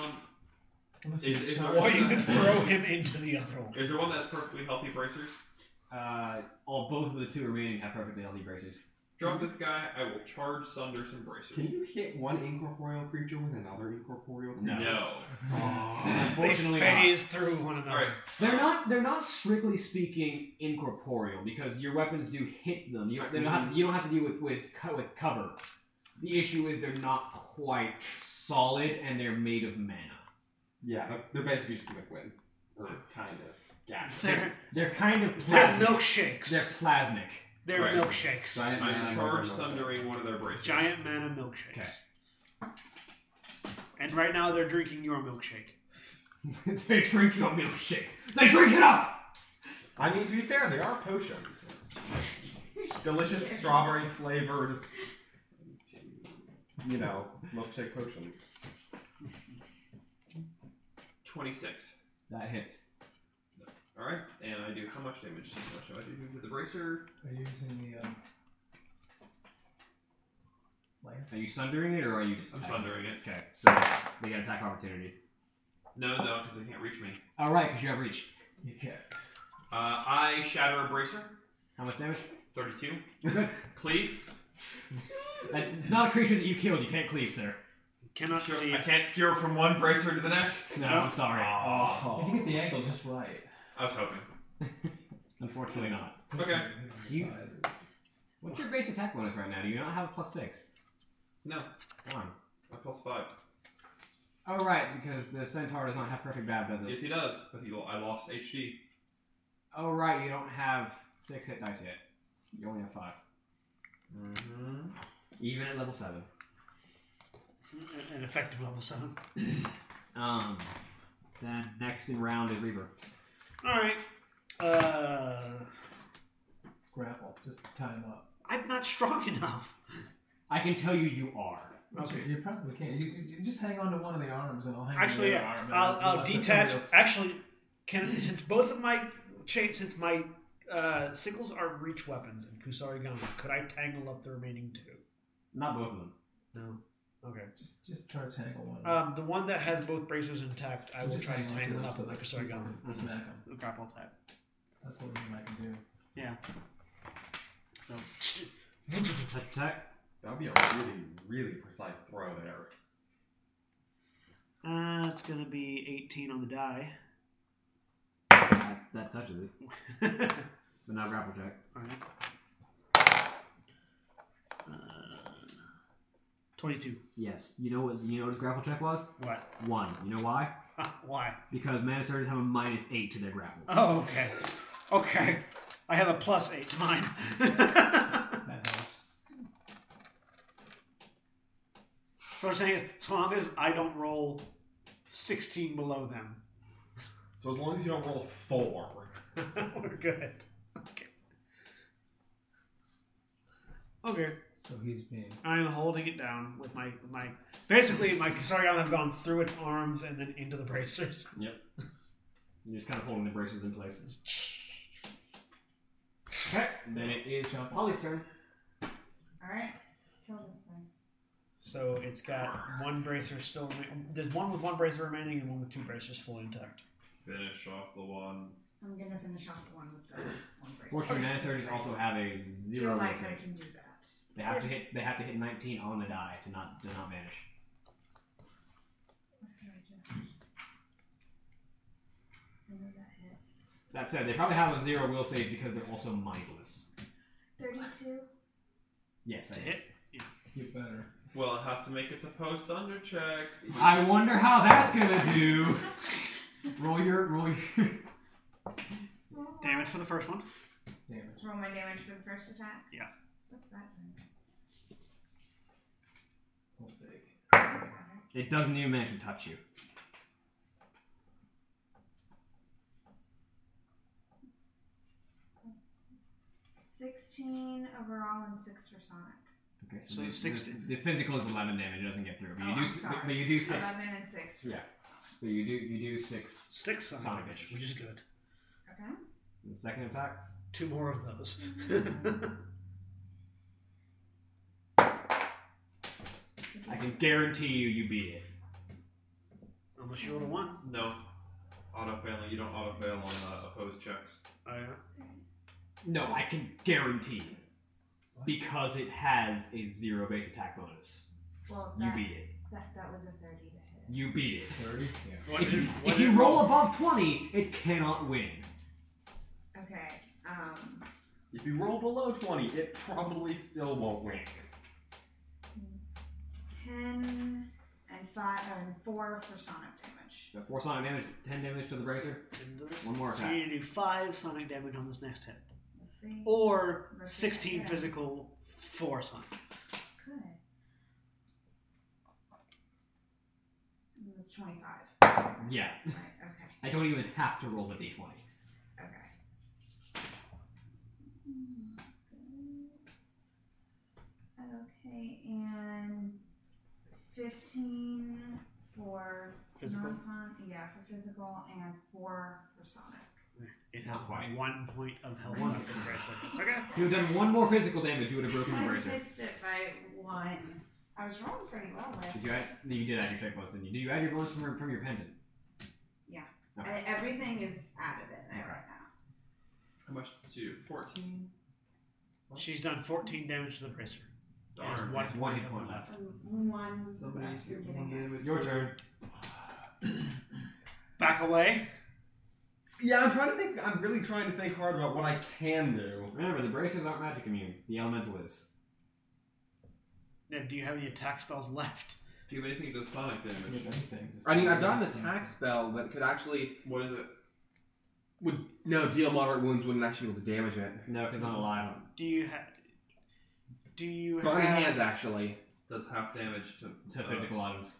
Unless is, is, there Or you one could that, throw him into the other one. is there one that's perfectly healthy bracers? Uh, all both of the two remaining have perfectly healthy braces. Drop this guy. I will charge sunder some Can bracers. you hit one incorporeal creature with another incorporeal creature? No. No. They Unfortunately, not. phase through one another. All right. They're not. They're not strictly speaking incorporeal because your weapons do hit them. You, they're not, you don't have to deal with with co- with cover. The issue is they're not quite solid and they're made of mana. Yeah, they're- they're basically just liquid. Or kind of. Yeah. They're, They're kind of they're plasmic. milkshakes. They're plasmic. They're Right. milkshakes. Giant I'm man, charge like, like, sundering one of their bracers. Giant mana milkshakes. And right now they're drinking your milkshake. they drink your milkshake. They drink it up. I mean, to be fair, they are potions. Delicious strawberry flavored, you know, milkshake potions. Twenty-six. That hits. All right, and I do how much damage? How much do I do to the bracer? Are you using the um, lance? Are you sundering it or are you just? I'm attacking? sundering it. Okay, so they get an attack opportunity. No, no, because they can't reach me. All right, because you have reach. You can't. Uh, I shatter a bracer. How much damage? 32. Cleave. That's it's not a creature that you killed. You can't cleave, sir. Cannot Sure, believe. I can't skewer from one bracer to the next. No, I'm sorry. If Oh. Oh. you get the angle just right. I was hoping. Unfortunately not. Okay. You- What's your base attack bonus right now? Do you not have a plus six? No. Come A plus five. on. Oh right, because the centaur does not have perfect bab, does it? Yes, he does, but he, I lost HD. Oh right, you don't have six hit dice yet. You only have five. Mm-hmm. Even at level seven. An effective level 7. Um. Then next in round is Reaper. Alright. Uh, Grapple. Just tie him up. I'm not strong enough. I can tell you, you are. Okay. You probably can't. You, you you just hang on to one of the arms and I'll hang Actually, on to the other arm. and I'll, let- I'll let the detach. somebody else- Actually, can since both of my chains, since my uh, sickles are reach weapons and Kusari Gama, could I tangle up the remaining two? Not both of them. No. Okay. Just, just try to tangle one. Um, the one that has both bracers intact, I will Just Mm-hmm. try to hang on to tangle them up so with my that Kusari you Gama. can Smack him. The grapple type. That's what we might can do. So. Touch attack. That would be a really, really precise throw there. Uh, it's gonna be 18 on the die. That, that touches it, Alright. but not grapple check. Uh, Twenty-two. Yes. You know what? You know what his grapple check was? What? One. You know why? Why? Because mana surges have a minus eight to their grapple. Oh, okay. Okay. I have a plus eight to mine. so That helps. what I'm saying is, as long as I don't roll 16 below them, So as long as you don't roll a four. we're good. Okay. Okay. So he's being. I'm holding it down with my with my basically my Kasarian have gone through its arms and then into the bracers. You're just kind of holding the braces in place. Okay. Then it is Sean Paul. Ollie's turn. Alright, let's kill this thing. So it's got one bracer still. rema- There's one with one bracer remaining and one with two bracers fully intact. Finish off the one. I'm gonna finish off the one with the one bracelet. Fortunately, mana surges also have a Feel zero like missing. I can do that. They have to hit. They have to hit 19 on the die to not to not vanish. What did I do? I know that hit. That said, they probably have a zero will save because they're also mindless. Thirty-two. Yes, that To is. Get better. Well, it has to make its opposed thunder check. I wonder how that's gonna do. roll your roll your. Damage for the first one. Damage. Roll my damage for the first attack. Yeah. What's that doing? Hold big. That's better. It doesn't even manage to touch you. Sixteen overall and six for Sonic. Okay, So the- the, 16. The, physical is 11 damage. It doesn't get through, but Oh, you do. I'm s- sorry. But you do six. Eleven and six. For Yeah. But you do you do six. Six sonic Sonic damage, damage. which is good. Okay. The second attack. Two more of those. I can guarantee you, you beat it. Unless you roll a one. No. Auto failing. You don't auto fail on uh, opposed checks. I, No, I can guarantee you. Because it has a zero base attack bonus. Well, You that, beat it. that that was a thirty to hit. You beat it. 30? Yeah. what If did- you, what if did you it roll above 20, it cannot win. Okay. Um. If you roll below 20, it probably still won't win. Ten and five and four for Sonic damage. So 4 sonic damage, 10 damage to the bracer. into this? One more So you attack. need to do five sonic damage on this next hit, Let's see. Oh. or Let's see. 16 physical, four sonic. Good. And That's twenty-five. Yeah, That's right. Okay. I don't even have to roll the d20. Okay. Okay, and fifteen for Physical. non-sonic, yeah, for physical, and four for sonic. It Not quite. One point of health One. left in the bracelet. It's okay. If you had done one more physical damage, you would have broken the I bracer. missed it by one. I was rolling pretty well Did with. you add? No, you did add your check bonus, didn't you? Did you add your bonus from, your- from your pendant? e- Everything is added in there right now. How much did you do? 14? She's done 14 damage to the bracer. There's Darn. one, There's one hit of point them. left. And Um, One. Somebody's you're getting getting one it. damage. Your turn. Back away. Yeah, I'm trying to think. I'm really trying to think hard about what I can do. Remember, the bracers aren't magic immune. The elemental is. Now, do you have any attack spells left? Do you have anything to do sonic You damage? have anything, just I mean, I've do got an something. attack spell that could actually What is it? would no deal moderate wounds wouldn't actually be able to damage it. No, because I'm alive. Do you have? Do you Burning have? hands actually Does half damage to, To uh, physical items.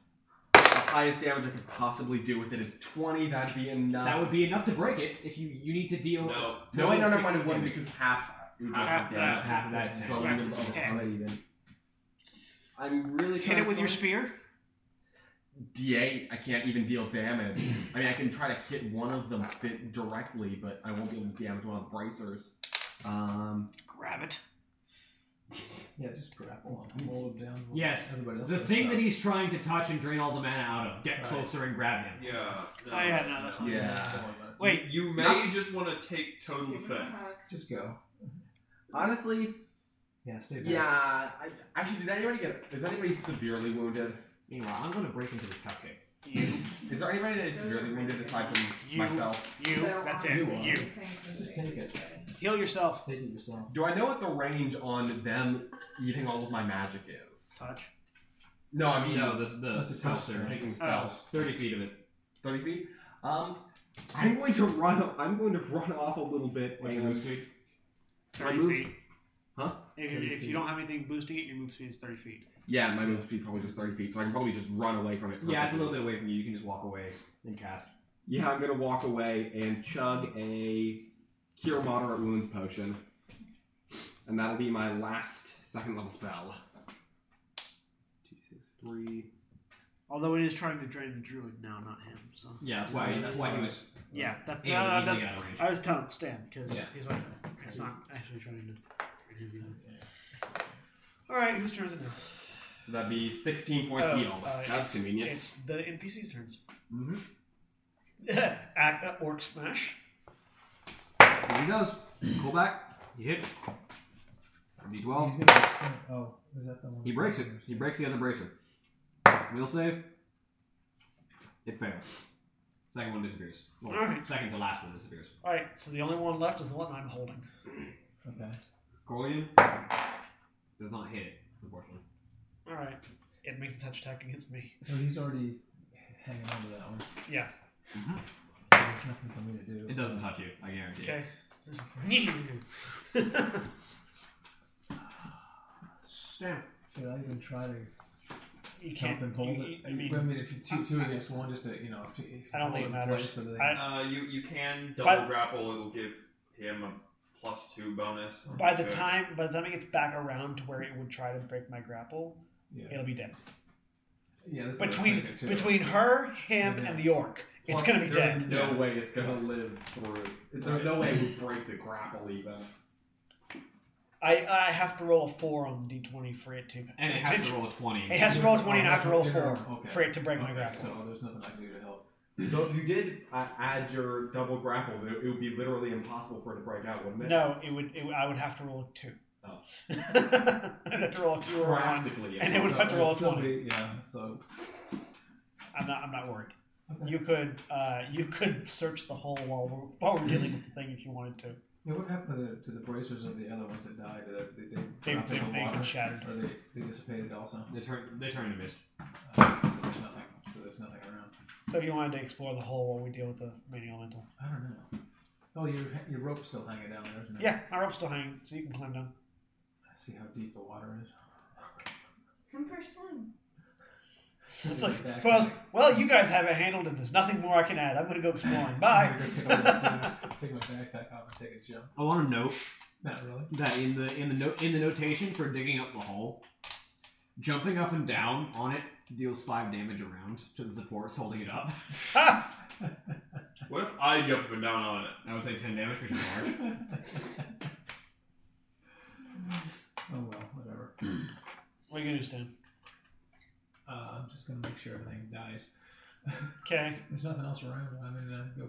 the highest damage I could possibly do with it is 20. That'd be enough. That would be enough to break it if you you need to deal. No. no, wait, no, total no, mind. 60 It wouldn't damage. because half. it would Half be that- damage. half of that is So damage. I'm Okay. unabated. I'm really Hit trying it to with your find- spear. D8, I can't even deal damage. I mean, I can try to hit one of them fit directly, but I won't be able to damage one of the bracers. Um, Grab it. Yeah, just grapple him. Hold him down. Yes, Everybody else The does thing stuff. that he's trying to touch and drain all the mana out of. Get Right. closer and grab him. Yeah. Oh yeah, no, that's not. yeah. Wait, You may Not- just want to take total Give him a offense. hug. Just go. Honestly, Yeah, stay there. yeah. I, actually, did anybody get? Is anybody severely wounded? Meanwhile, I'm gonna break into this cupcake. you, Is there anybody that is severely wounded aside from You. myself? you. They're That's on it. the You same thing. Just take it. heal yourself. Take it yourself. Do I know what the range on them eating all of my magic is? Touch. No, I mean No, the, the Oh. That's a spell tough surge. one. taking stealth. 30 feet of it. Thirty feet. Um, I'm going to run. I'm going to run off a little bit. What's your and- move speed? My 30 move- feet. Huh? If, you- if you don't have anything boosting it, your move speed is 30 feet. Yeah, my move speed probably just thirty feet, so I can probably just run away from it. Yeah, it's a perfectly. little bit away from you. You can just walk away and cast. Yeah, I'm gonna walk away and chug a cure moderate wounds potion, and that'll be my last second level spell. Two, six, three. Although it is trying to drain the druid now, not him. So Yeah, that's why. That's why he was yeah, that, uh, aiming that- easily that's- out of range. I was telling Stan because Yeah. he's like, it's not actually trying to. drain him either." All right, whose turn is it now? So that'd be sixteen points Oh, heal. uh, That's it's- convenient. It's the NPC's turns. Mm-hmm. Act, uh, orc smash. So he does. Pull back. He hits. He's D12. gonna extend- oh, is that the one? He breaks it. He breaks the other bracer. Wheel save. It fails. Second one disappears. Well, Alright. Second to last one disappears. All right, so the only one left is the one I'm holding. Okay. Corleon does not hit it, unfortunately. All right, it makes a touch attack against me. So he's already hanging on to that one. Yeah. There's nothing for me to do. It doesn't touch you, I guarantee. Okay. Stan, Should I even try to you can't. help him hold you- it? you- I mean, I mean, if you two, two against one, just to you know. To, I don't think it hold in matters. place So that they- I- Uh, you you can double By- grapple. It'll give him a plus two bonus. on by the his time by the time it gets back around to where it would try to break my grapple, yeah. it'll be dead. Yeah. That's what I was Between thinking, too. between her, him, and the orc, it's gonna be There's dead. no way it's gonna live through. There's no way it would break the grapple even. I I have to roll a four on the d20 for it to. And it has to roll a 20. It has to roll a Oh, 20 and I have to roll a different- 4 okay. for it to break Oh my Okay, grapple. So there's nothing I can do to help. Though if you did uh, add your double grapple, it it would be literally impossible for it to break out, wouldn't it? No, it would. It, would- I would have to roll a two. Oh. I'd have to roll a two or a one. Practically. And it would So have to roll a it'd still 20. be- yeah. So I'm not. I'm not worried. Okay. You could. Uh, you could search the hole while we're while we're dealing with the thing if you wanted to. Yeah, what happened to the, to the bracers of the other ones that died? Did they, They they, dropped they, in the they water? could shatter. Or they, they dissipated also? They turn, they turn to mist. Uh, so there's nothing. So there's nothing around. So if you wanted to explore the hole while we deal with the main elemental. I don't know. Oh, your your rope's still hanging down there, isn't it? Yeah, my rope's still hanging, so you can climb down. I see how deep the water is. Come first swim. So it's Yeah, like, exactly. well, it's- well, you guys have it handled, and there's nothing more I can add. I'm gonna go exploring. Bye. I'm gonna go take, a- take my backpack off and take a jump. I want to note Not really. that in the in the note in the notation for digging up the hole, jumping up and down on it deals five damage around to the supports holding it up. turn. What if I jump up and down on it? I would say ten damage because you're large. oh well, whatever. what are you gonna do, Stan? Uh, I'm just gonna make sure everything dies. Okay. There's nothing else around. I mean, uh, go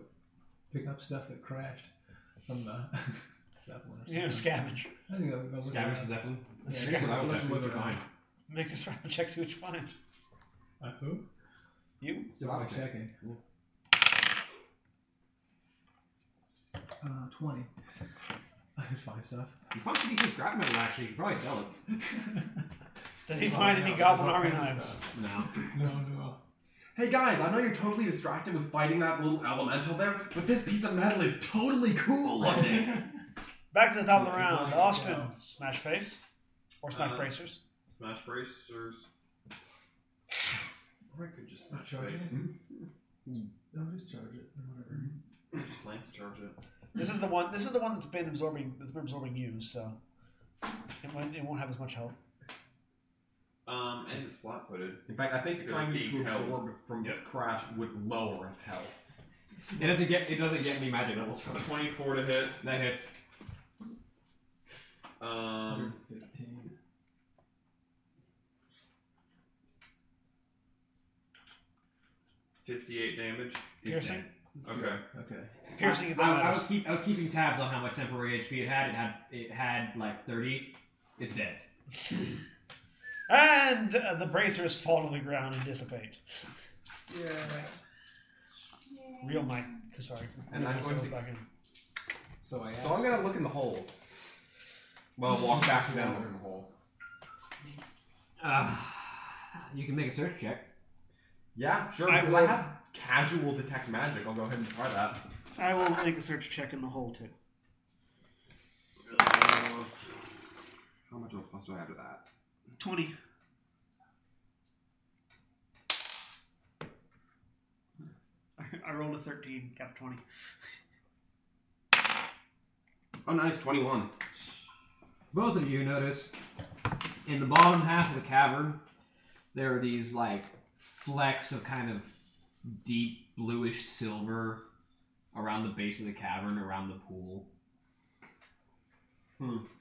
pick up stuff that crashed from the Zeppelin or something. You're gonna scavenge. I think I'll go look Scavenge the around. zeppelin. Yeah, Scavenge. look- I would look have to what's look around. fine. Make a survival check, see what you find. Uh, who? You? Survival Okay. checking. Uh, 20. I can find stuff. You find a piece of scrap metal actually. You can probably sell it. Does he Oh, find yeah, any there's goblin all army kinds of knives? stuff. No. No, no. Hey guys, I know you're totally distracted with fighting that little elemental there, but this piece of metal is totally cool looking. Back to the top of the Yeah, round. yeah. Austin, smash face or smash Uh, bracers. Smash bracers. Or I could just smash Charge face. No, just charge it. or Whatever. Just lance charge it. This is the one. This is the one that's been absorbing. That's been absorbing you, so it won't, it won't have as much health. Um, and it's flat footed. In fact, I think Good trying being to absorb held. from this crash would lower its health. It doesn't get it doesn't get any magic levels from it. 24 to hit. That hits. Mm-hmm. Um, 15. fifty-eight damage. Piercing. Okay. Okay. Piercing is I, what I, I was matters. keep, I was keeping tabs on how much temporary HP it had. It had it had like thirty. It's dead. And uh, the bracers fall to the ground and dissipate. Real Mike. Sorry. And I'm going to- Back in. So I asked. So I'm gonna look in the hole. Well, walk back down and look in the hole. Uh, You can make a search check. Yeah, sure. I because I will- have casual detect magic. I'll go ahead and try that. I will make a search check in the hole too. How much of a plus do I have to that? Twenty. I- I rolled a thirteen, got a twenty. Oh, nice, 21. Both of you notice in the bottom half of the cavern, there are these like flecks of kind of deep bluish silver around the base of the cavern, around the pool. Do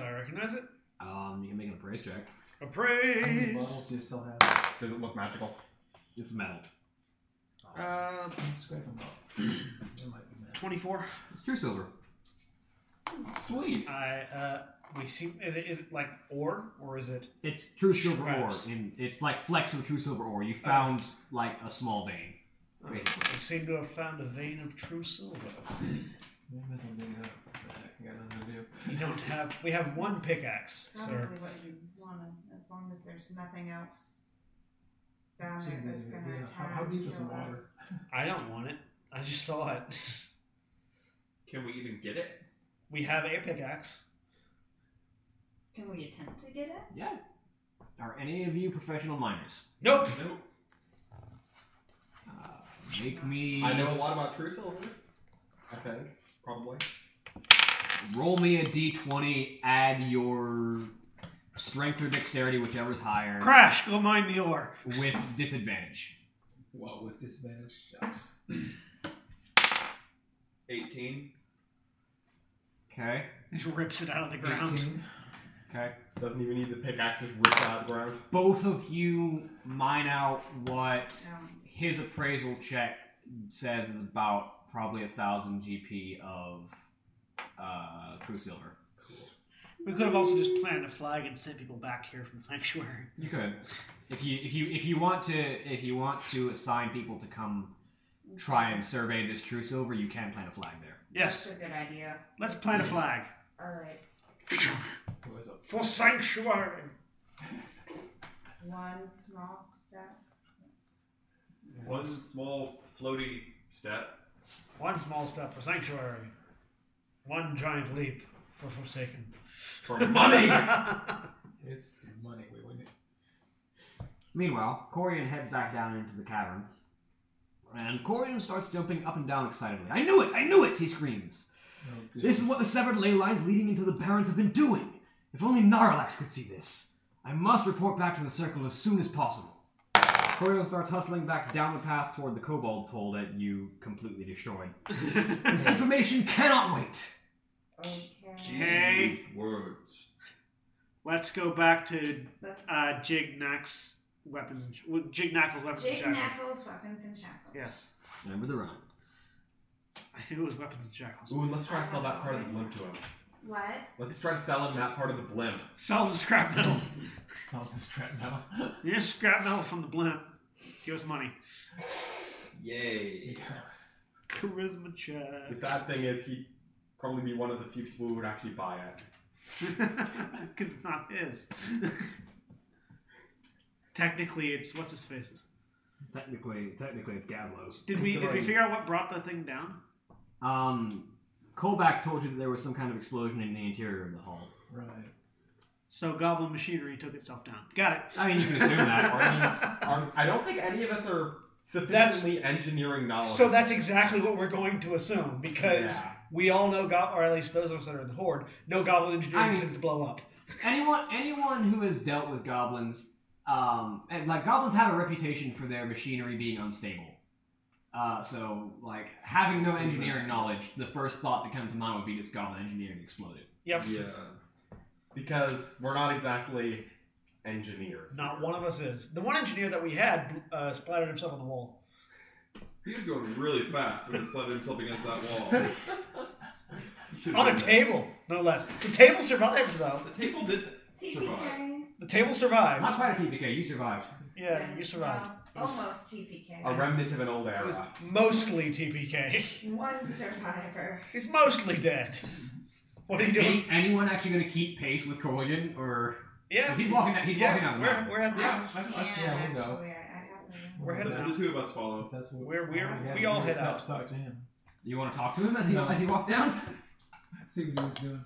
I recognize it? Um, you can make an appraise check. How many Appraise. bottles do you still have? Does it look magical? It's metal. Uh, Scrape them off. There might be magic. twenty-four. It's true silver. Sweet. I uh, we seem is it is it like ore or is it? It's true silver Scraps. ore, and it's like flecks of true silver ore. You found like a small vein. basically. We seem to have found a vein of true silver. Maybe this will dig it up. But I got nothing to do. We don't have we have one pickaxe, sir. Probably what you want, as long as there's nothing else down Shouldn't there that's be, gonna yeah. attack. How- how deep is the kill water? us. I don't want it. I just saw it. Can we even get it? We have a pickaxe. Can we attempt to get it? Yeah. Are any of you professional miners? Nope. Uh, make me I know a lot about true silver. I think. Probably. roll me a d20. Add your strength or dexterity, whichever's higher, Crash. Go mine the ore. with disadvantage. Well, with disadvantage shots. 18. Okay. It rips it out of the ground. 18. Okay. Doesn't even need the pickaxe, just ripped out of the ground. Both of you mine out what Um, his appraisal check says is about probably a thousand GP of uh, crew silver. We could have also just planted a flag and sent people back here from sanctuary. You could, if you if you if you want to if you want to assign people to come try and survey this true silver, you can plant a flag there. Yes. That's a good idea. Let's plant a flag Alright, Who is up? for sanctuary. one small step. Mm-hmm. One small floaty step. One small step for sanctuary. One giant leap for forsaken. For money! It's the money we win. Meanwhile, Corian heads back down into the cavern, and Corian starts jumping up and down excitedly. I knew it! I knew it! He screams. No good. This is what the severed ley lines leading into the barrens have been doing. If only Naralax could see this. I must report back to the circle as soon as possible. Corian starts hustling back down the path toward the kobold toll that you completely destroyed. this information cannot wait. Okay. Okay. Used Words. Let's go back to Let's- uh, Jig Knack's weapons. And sh- well, Jig Knackle's weapons Jake and shackles. Knuckles, weapons and shackles. Yes, Remember the rhyme. I knew it was weapons and shackles. Ooh, let's try to sell that part of the blimp to him. What? Let's try to sell him that part of the blimp. Sell the scrap metal. Salt this crap now. Here's scrap metal from the blimp. Give us money. Yay. yes. Charisma The checks. sad thing is, he'd probably be one of the few people who would actually buy it. Because it's not his. Technically, it's what's his face's. Technically, technically, it's Gaslow's. Did we did we Considering- figure out what brought the thing down? Um, Kolbak told you that there was some kind of explosion in the interior of the hall. Right. So goblin machinery took itself down. Got it. I mean, you can assume that, or Um, I don't think any of us are sufficiently engineering knowledge. So that's exactly what we're going to assume because Yeah. we all know, go- or at least those of us that are in the horde, know goblin engineering I mean- tends to blow up. anyone anyone who has dealt with goblins, um, and like goblins have a reputation for their machinery being unstable. Uh, so like having no engineering knowledge, the first thought that comes to mind would be just goblin engineering exploded. Yep. Yeah. Because we're not exactly engineers. Not one of us is. The one engineer that we had uh, splattered himself on the wall. He was going really fast when he splattered himself against that wall. On a table, no less. The table survived, though. The table did. TPK. The table survived. Not quite a TPK, you survived. yeah, you survived. Well, almost TPK. A remnant of an old It was era. mostly TPK. One survivor. He's mostly dead. What are you doing? Any, anyone actually going to keep pace with Corrigan, or Yeah. He's walking. He's yeah, walking out. We're, we're, heading out. I- I- Yeah, yeah, we'll go. actually, I, I have to. We're heading Yeah. out. The two of us follow. If that's what We're, we're, Yeah, we you all can head talk- out. Talk to him. You want to talk to him as he No. as he walked down? See what he was doing.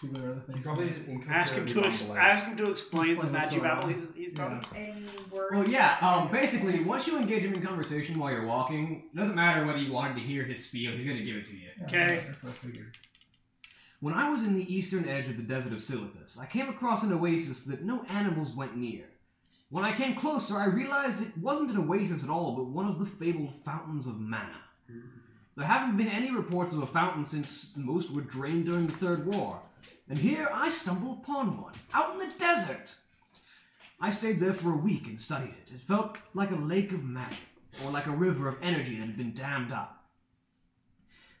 See what other things. Probably he just Ask him to ex- ask him to explain the Explain what's magic going apple on. he's, he's probably. Any words? Well, yeah. Um, basically, once you engage him in conversation while you're walking, it doesn't matter whether you want him to hear his spiel. He's gonna give it to you. Yeah, Okay. That's what I figured. When I was in the eastern edge of the desert of Silithus, I came across an oasis that no animals went near. When I came closer, I realized it wasn't an oasis at all, but one of the fabled fountains of mana. There haven't been any reports of a fountain since most were drained during the Third War, and here I stumbled upon one, out in the desert. I stayed there for a week and studied it. It felt like a lake of magic, or like a river of energy that had been dammed up.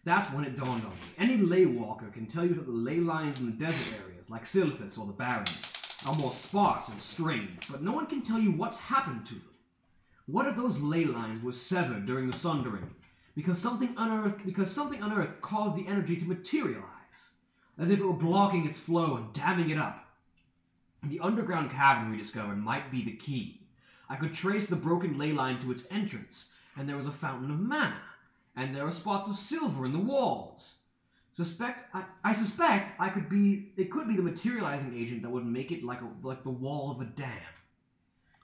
That's when it dawned on me. Any lay walker can tell you that the ley lines in the desert areas, like Silithus or the Barrens, are more sparse and strange, but no one can tell you what's happened to them. What if those ley lines were severed during the sundering? Because something unearthed because something unearthed caused the energy to materialize, as if it were blocking its flow and damming it up. The underground cavern we discovered might be the key. I could trace the broken ley line to its entrance, and there was a fountain of mana and there are spots of silver in the walls. Suspect I, I suspect I could be it could be the materializing agent that would make it like a, like the wall of a dam.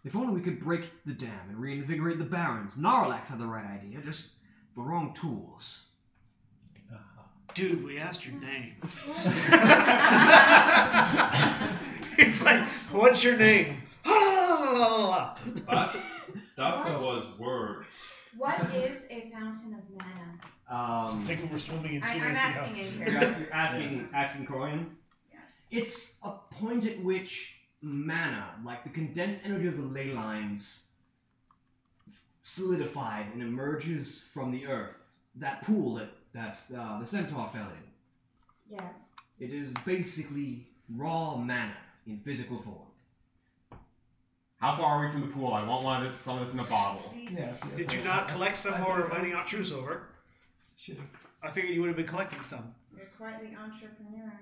If only we could break the dam and reinvigorate the barons. Narlax had the right idea, just the wrong tools. Dude, we asked your name. it's like, what's your name? That, that What? was word. What is a fountain of mana? I Um, think we were swimming in I, I'm Tulan's asking it you're, here. ask- you're asking asking Corian. Yes. It's a point at which mana, like the condensed energy of the ley lines, solidifies and emerges from the earth. That pool that, that uh, the centaur fell in. Yes. It is basically raw mana in physical form. How far are we from the pool? I want one that's, some that's in a bottle. Yes, yes, Did you yes, not yes. collect some while we're mining out true silver? Shit. I figured you would have been collecting some. You're quite the entrepreneur.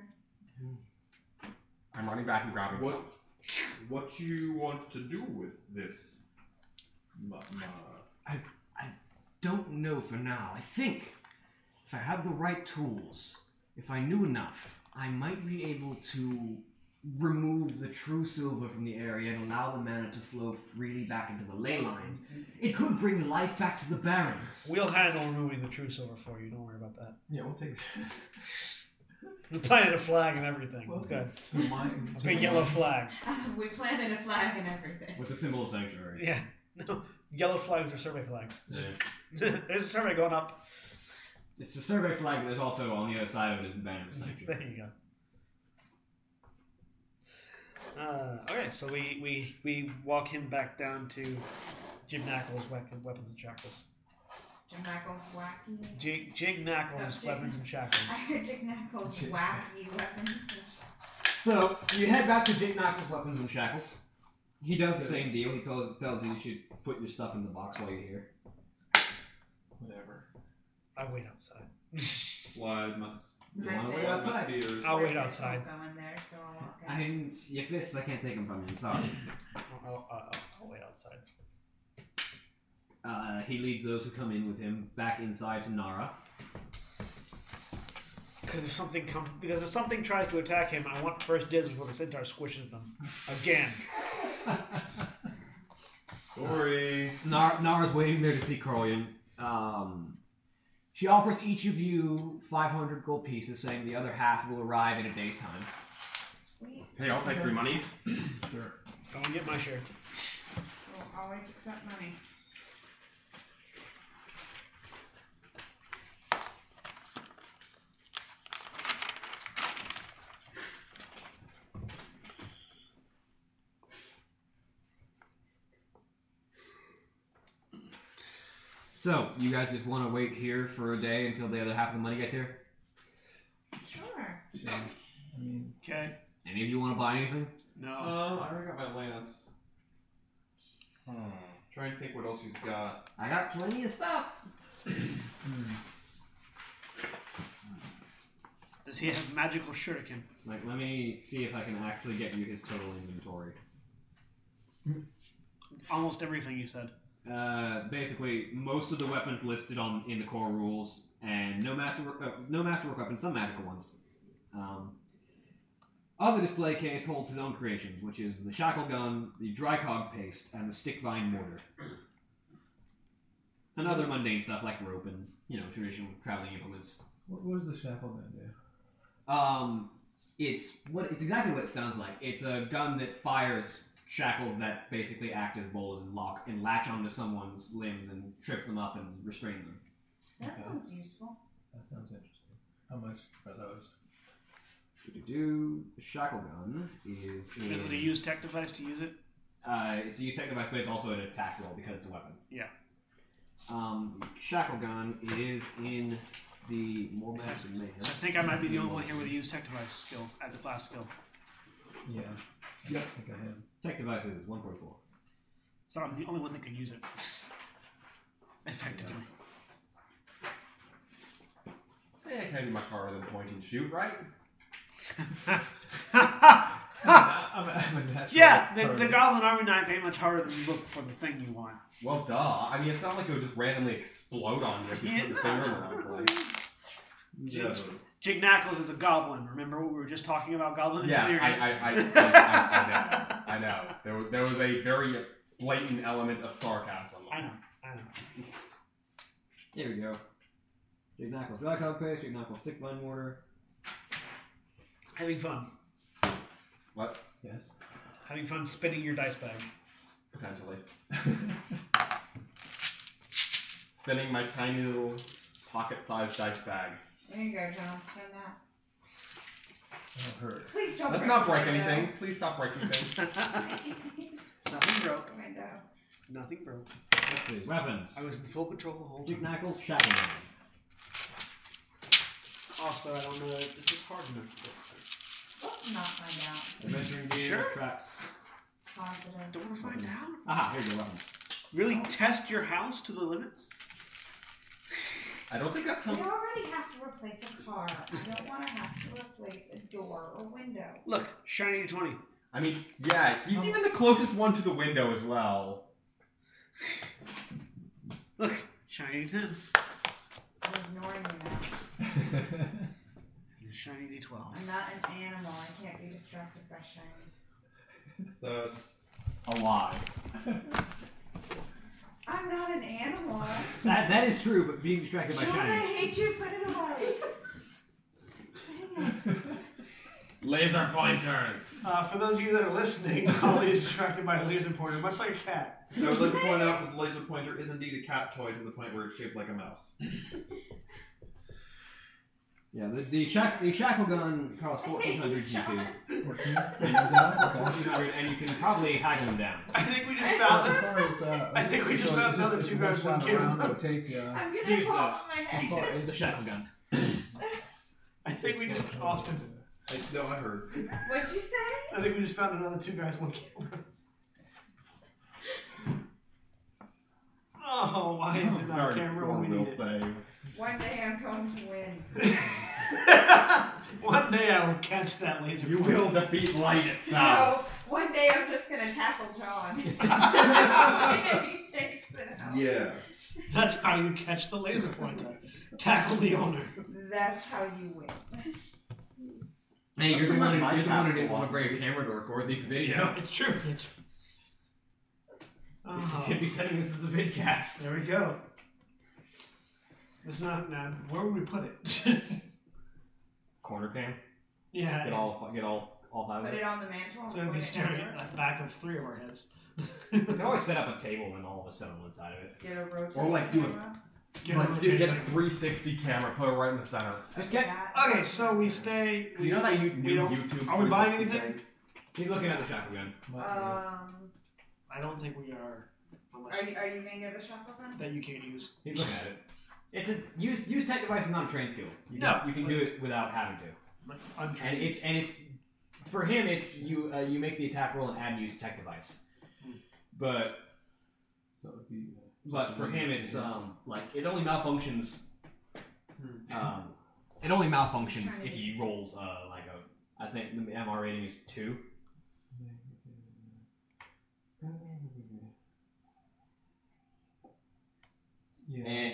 I'm running back and grabbing What? some. What you want to do with this? Ma- ma- Don't know for now. I think if I had the right tools, if I knew enough, I might be able to remove the true silver from the area and allow the mana to flow freely back into the ley lines. It could bring life back to the barrens. We'll handle removing the true silver for you. Don't worry about that. Yeah, we'll take it. We planted a flag and everything. It's good. Mine- A big yellow flag. we planted a flag and everything. with the symbol of sanctuary. Yeah. No. Yellow flags are survey flags. Yeah. There's a survey going up. It's the survey flag, but there's also on the other side of it is the banner of sanctuary. There you go. Uh, okay, so we, we, we walk him back down to Jim Knackle's weapon, weapons and shackles. Jim Knuckles wacky. Jig, Jig Knackle's Oh, Jig- weapons and I shackles. heard Jim Knuckles Jim- wacky weapons. So you head back to Jake Knackle's weapons and shackles. He does the same deal. He tells tells you you should put your stuff in the box while you're here. Whatever. I wait outside. Slide my, s- You My wanna wait face. outside? my spears. I'll Sorry, wait I outside. won't Go in there, so I'll walk out. I didn't. Your fists, I can't take them from you. Sorry. I'll, I'll, I'll, I'll wait outside. Uh, he leads those who come in with him back inside to Nara. Because if something comes, because if something tries to attack him, I want first dibs before the centaur squishes them again. Sorry. Nar- Nara's waiting there to see Corlian. Um, She offers each of you 500 gold pieces, saying the other half will arrive in a day's time. Sweet. Hey, I'll take free money. Sure. Someone get my share. We'll always accept money. so you guys just want to wait here for a day until the other half of the money gets here. Sure. Sure. I mean, Okay. Any of you want to buy anything? No. Um, I already got my lance. Hmm. Trying to think what else he's got. I got plenty of stuff. hmm. Does he have magical shuriken? Like, let me see if I can actually get you his total inventory. Almost everything you said. Uh, basically, most of the weapons listed on in the core rules, and no masterwork, uh, no masterwork weapons, some magical ones. Um, on the display case holds his own creations, which is the shackle gun, the dry cog paste, and the stick vine mortar. And other mundane stuff like rope and you know traditional traveling implements. What, what does the shackle gun do? Um, it's what it's exactly what it sounds like. It's a gun that fires shackles that basically act as bows and lock and latch onto someone's limbs and trip them up and restrain them. That Okay. sounds useful. That sounds interesting. How much are those? Do the shackle gun is in, Is it a used tech device to use it? uh, it's a use tech device, but it's also an attack roll because it's a weapon. Yeah. Um, shackle gun is in the more massive mayhem. I think I might be the only one here with a used tech device skill as a class skill. Yeah. I Yep. think I have. Tech device is one point four. So I'm the only one that can use it. Effectively. Yeah, kind of much harder than point and shoot, right? I'm a, I'm a natural Yeah, the, the target. Goblin Army knife ain't much harder than you look for the thing you want. Well, duh. I mean, it's not like it would just randomly explode on you if you Yeah, put your no. finger in the wrong place. Jig, Jig Knuckles is a goblin. Remember what we were just talking about goblin Yes, I, engineering? I, I, I, I, I know. I know. There, was- there was a very blatant element of sarcasm. I know. I know. Here we go. Jig knuckles, dry cog paste, jig knuckles, stick line mortar. Having fun. Yes. Having fun spinning your dice bag. Potentially. Spinning my tiny little pocket-sized dice bag. There you go, John. Spend that. I've heard. Please don't. Let's not break the window. anything. Please stop breaking things. Nothing broke. Window. Nothing broke. Let's see. Weapons. I was in full control the whole Jig time. knuckles, shackle gun. Also, I don't know. This is hard enough. to get. Let's not find out. Adventuring gear, Sure. traps. Positive. Don't want to find out. Aha, here's your weapons. Really test your house to the limits. I don't think that's We how. already have to replace a car. I don't want to have to replace a door or window. Look, shiny twenty. I mean, yeah, he's Um, even the closest one to the window as well. Look, shiny ten. I'm ignoring you now. Shiny D twelve. I'm not an animal. I can't be distracted by shiny. That's A lie. I'm not an animal. That that is true, but being distracted by John, I shiny. hate you. Put it away. Dang it. Laser pointers. Uh, for those of you that are listening, Holly is distracted by a laser pointer, much like a cat. I would like to point out that the laser pointer is indeed a cat toy to the point where it's shaped like a mouse. Yeah, the, the, shack, the shackle gun costs I hate you, 1400 GP. John. Costs 1400, and you can probably hack them down. I think we just found- As far as, uh, I think we just so found it's another it's two guys, one shot around, kid. it'll take, uh, I'm gonna Here's fall off my as far as- head. The shackle gun. I think we just often. I, no, I heard. What'd you say? I think we just found another two guys, one kid. Oh, why is it not on camera when we need it? save. One day I'm going to win. One day I will catch that laser. You pointer. will defeat light itself. No, one day I'm just gonna tackle John. If he takes it out. Yeah. That's how you catch the laser pointer. Tackle the owner. That's how you win. Hey, you're the one, My you're the one who capsule didn't want to was- bring a camera to record these videos. It's true. It's. Oh, Could be setting this as a vidcast. there we go. It's not now. Where would we put it? Corner cam. yeah. Get all get all all five Put of it us. on the mantle. So it'd be put it staring everywhere. at the back of three of our heads. You can always set up a table and all of us sit on one side of it. Get a rotating Or, like, do it. camera. Get like, dude, get a rotated. 360 camera, put it right in the center. Just get. That- Okay, so we stay. You know that you, We new don't- YouTube. are we buying 360 anything? thing? He's looking at the shackle gun. uh, Uh, Um, I don't think we are. Unless are you, are you gonna get the shuffle gun? that you can't use. He's looking at it. It's a use use tech device is not a trained skill. You can, No. you can do it without having to. Like, And untrained. it's and it's for him. It's you uh, you make the attack roll and add use tech device. But So it'd be, uh, but for him it's um like it only malfunctions um It only malfunctions if he rolls uh, like a. I think the MR rating is two. Yeah. Eh.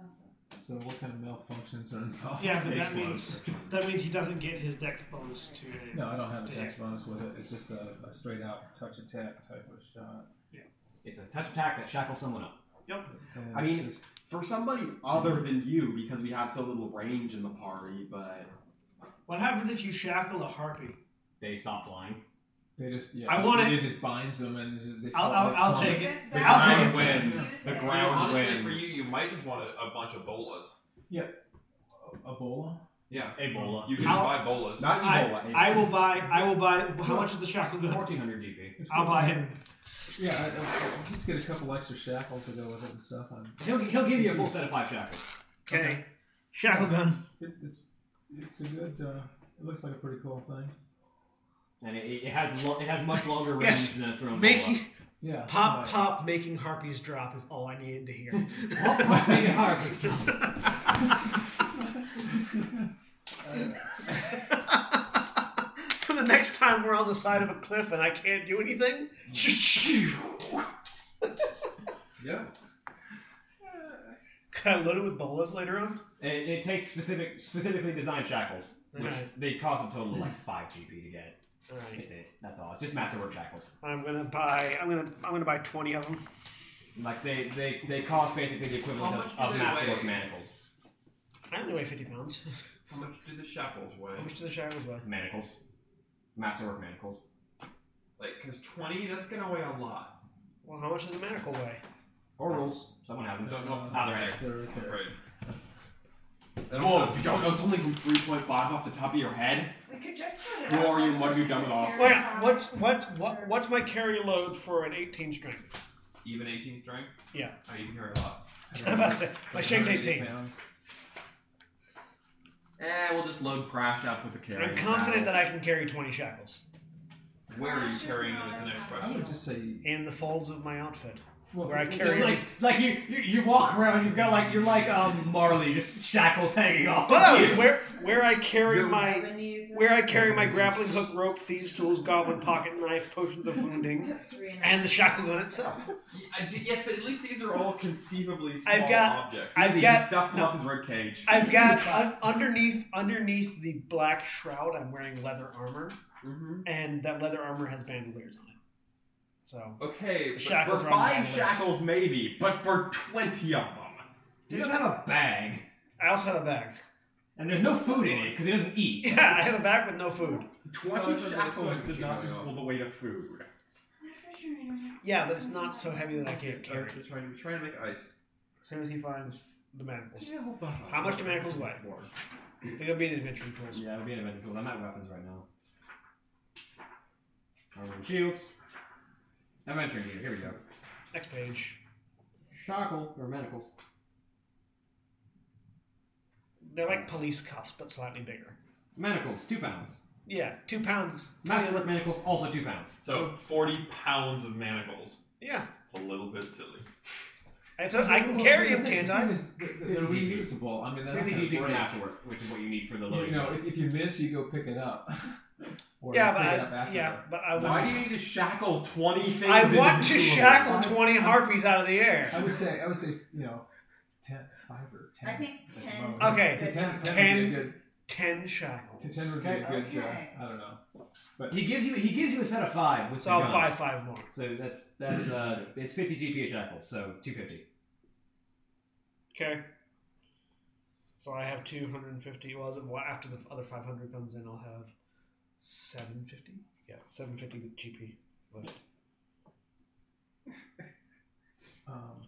Also, So what kind of malfunctions are involved? Yeah, but Dex that means bonus. that means he doesn't get his dex bonus to it. No, I don't have a to dex hit. bonus with it. It's just a, a straight out touch attack type of shot. It's a touch attack that shackles someone up. And I mean- just- For somebody other than you, because we have so little range in the party, but What happens if you shackle a harpy? They stop flying. they just yeah. I want it. It just binds them and just, they I'll- I'll- fall like I'll plum- take it. they I'll fall- take it. When you just the said- ground- honestly, wins. for you, you might just want a, a bunch of bolas. Ebola. Ebola. You can I'll- buy bolas. not Ebola. I will buy. I will buy. How much is the shackle gun? 1400 GP. It's I'll pretty- buy him. Yeah, I, I'll, I'll just get a couple extra shackles to go with it and stuff. i He'll, he'll give you a full set of five shackles. Okay. Shackle gun. it's it's it's a good. Uh, it looks like a pretty cool thing. And it, it has lo- it has much longer range Yes. than a thrown Making bola. Yeah. pop right. pop making harpies drop is all I needed to hear. Pop, pop, make it hard. For the next time we're on the side of a cliff and I can't do anything. Yeah. Can I load it with bolas later on? It, it takes specific specifically designed shackles, which Alright. they cost a total of Mm. like five GP to get it. All right. It's it. That's all. It's just masterwork shackles. I'm gonna buy. I'm gonna. I'm gonna buy 20 of them. Like they they, they cost basically the equivalent How of, much do of they masterwork weigh? manacles. I only weigh 50 pounds. How much do the shackles weigh? How much do the shackles weigh? Manacles. Masterwork manacles. Like, cause twenty, that's gonna weigh a lot. Well, how much does a manacle weigh? Or rules. Someone has them. Don't know. Ah, they're right They're right there. Right. Whoa, you don't know something from 3.5 off the top of your head? We could just split it Who up. are you and One what have you person done with all can of Well, carry yeah, some. what's what, what what's my carry load for an 18 strength? Even eighteen strength. Yeah. Oh, you can carry a lot. I'm about to say my shank's 18. Pounds. Eh, we'll just load Crash up with the carry. I'm confident that I can carry 20 shackles Where are you Crashes carrying and it? Is the next all that. I question. would just say. in the folds of my outfit. Well, Where I just carry- It's like like you, you you walk around. You've got like you're like um Marley, just shackles hanging off. But of it's you. where where I carry my When you use it, where I carry my grappling hook, rope, thieves' tools, goblin pocket knife, potions of wounding, it's really nice. and the shackle gun itself. Y- I d- yes, but at least these are all conceivably small I've got- objects. I've He got stuffs them no. up his rib cage. I've got un- underneath underneath the black shroud. I'm wearing leather armor, Mm-hmm. and that leather armor has bandoliers on it. So Okay, but For shackles are on five bandoliers. shackles, maybe, but for 20 of them. He doesn't have a bag, I also have a bag. and there's no food in it because he doesn't eat. Yeah, I have a bag with no food. 20 Oh, that's shackles right, does so not it's equal the weight of food. Yeah, but it's not so heavy that I can't carry. it. We're trying, we're trying to make ice. As soon as he finds the manacles, Yeah, hold on. How much do manacles weigh? it'll be an adventure course. Yeah, it would be an advantage. Well, I'm at weapons right now. Armor and shields. Adventuring gear. Here we go. Next page. Shackle or manacles. They're like police cuffs, but slightly bigger. Manacles, two pounds. Yeah, two pounds. Masterwork manacles, also two pounds. So forty pounds of manacles. Yeah, It's a little bit silly. it's a, I can carry Well, him, the can't thing I? is that They're reusable. I mean, that's 50 kind of GP for great. masterwork, which is what you need for the You loading. know, if, if you miss, you go pick it up. Or Yeah, pick it up but I, after. yeah, but I Why want. do you need to shackle 20 things? I want into to a- shackle twenty harpies out of the air. I would say, I would say, you know, ten, five or ten. I think ten. Okay. To ten, ten, Ten. would be a good. Ten shackles. To ten would be a good. Okay. Uh, I don't know. He gives you he gives you a set of five with So the I'll gun. buy five more. So that's that's uh it's 50 GP a shackle, so 250. Okay. So I have two hundred and fifty. Well, the- well, after the other five hundred comes in, I'll have seven fifty. Yeah, seven fifty with GP. left. Um,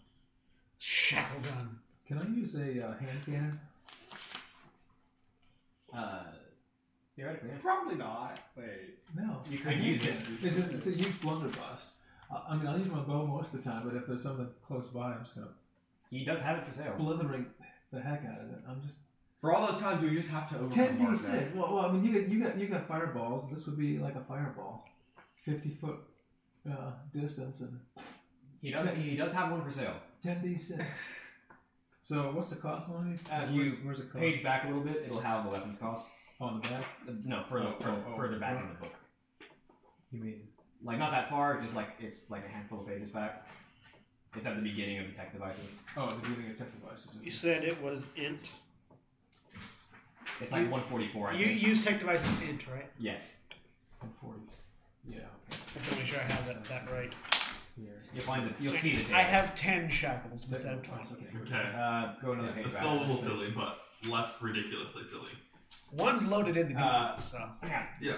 Shackle gun. can I use a uh, hand cannon? Uh, theoretically, yeah. Probably not. Wait. No. You could use it. It's a, it's a huge blunderbuss. I, I mean, I use my bow most of the time, but if there's something close by, I'm just gonna He does have it for sale. blithering the heck out of it. I'm just For all those times, we just have to ten overcome d hardness. six. Well, well, I mean, you got you got you got fireballs. This would be like a fireball, fifty foot uh, distance and He does he does have one for sale. ten d six. So what's the cost of one of these? Uh, Where's- you where's it cost? Page back a little bit, it'll have the weapons cost. on the back. Uh, No, further, Oh, further, oh, oh, further back oh. in the book. You mean? Like, not that far, just like, it's like a handful of pages back. It's at the beginning of the tech devices. Oh, the beginning of tech devices. You said it was int. It's like 144, I You think. use tech devices int, right? Yes. Forty. Yeah. Okay. I have to make sure I have that, that right. Here. You'll find it. You'll see the table. I have 10 shackles instead of 20. Okay. Okay. Uh, go another page It's back. still a little silly, but less ridiculously silly. One's loaded in the gun, Uh, so, Yeah.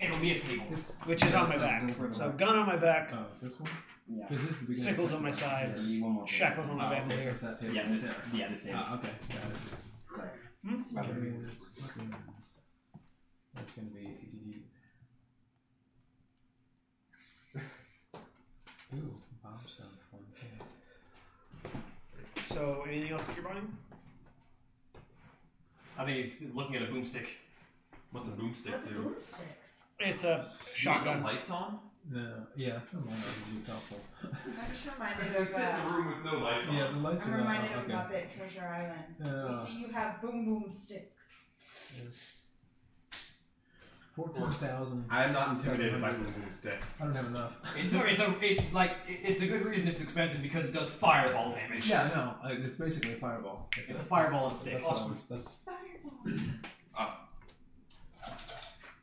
It'll be a table. This, which is on my that's not back. going further So back. gun on my back, Oh, this one. Yeah. Is this the beginning? Sickles of on my tech devices? sides, You need one more page. shackles on my Oh, back okay, so there. it's that table Yeah, right this, there. yeah, this table. Ah, okay. Got it. Hmm? Weapons. Weapons. That's gonna be ADD. Ooh, bomb sound form too. So anything else that you're buying? I think he's looking at a boomstick. What's a boomstick What's a do? boomstick? It's a You shotgun. got lights on? No, yeah, I'm not helpful. I'm just reminded They're of. sitting in a Uh, room with no lights on. yeah, the lights I'm are not reminded out. of Okay. Muppet Treasure Island. You Uh, see, you have boom boom sticks. Fourteen thousand. I am not intimidated by those move sticks. I don't have enough. It's so it's a it, like it, it's a good reason it's expensive because it does fireball damage. Yeah, no, I- it's basically a fireball. It's a fireball and stick. That's, what I was- that's Fireball.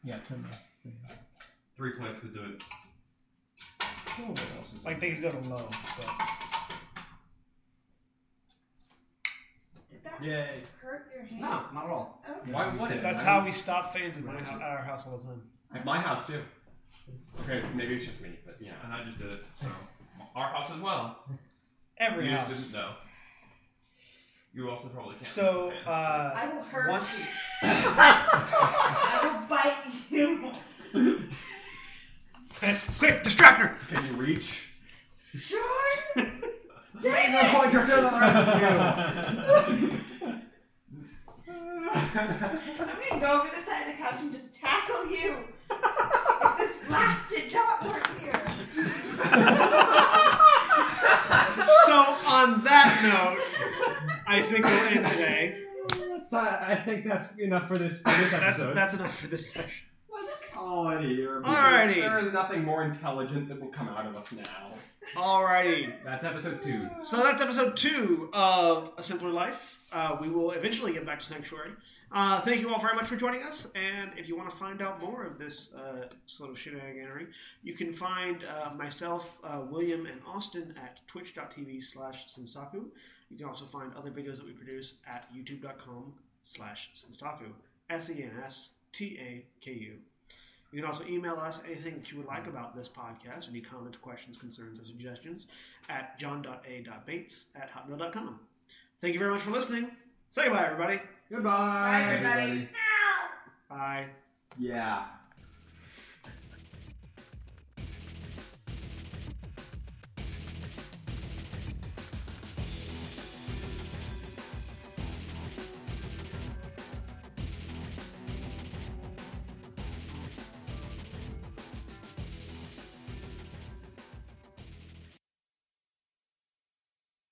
yeah. Turn that. Three clamps would do it. Oh, what else is Like they can go to low, but Did that Yay. hurt your hand? No, not at all. Okay. Why would it? that's I how mean, we stop fans in my, hou- our house all the time. At my house too. Okay, maybe it's just me, but yeah. And I just did it, so. Our house as well. Every you house. just didn't know. You also probably can't. So Okay. uh, I will hurt once you. I will bite you. quick distractor. Can you reach? Sure. Laser pointer to the rescue! I'm gonna go over the side of the couch and just tackle you. With this blasted job work here. So on that note, I think we'll end today. That's not, I think that's enough for this, for this That's episode. that's enough for this session. Let's call it here. because Alrighty. There is nothing more intelligent that will come out of us now. Alrighty. That's episode two. So that's episode two of A Simpler Life. Uh, we will eventually get back to Sanctuary. Uh, thank you all very much for joining us. And if you want to find out more of this uh, sort of shenaniganery, you can find uh, myself, uh, William, and Austin at twitch.tv slash Senstaku. You can also find other videos that we produce at youtube.com slash E Senstaku. S-E-N-S-T-A-K-U. You can also email us anything that you would like about this podcast, any comments, questions, concerns, or suggestions at john.a.bates at hotmail.com. Thank you very much for listening. Say goodbye, everybody. Goodbye. Bye, everybody. Ow. Bye. Yeah.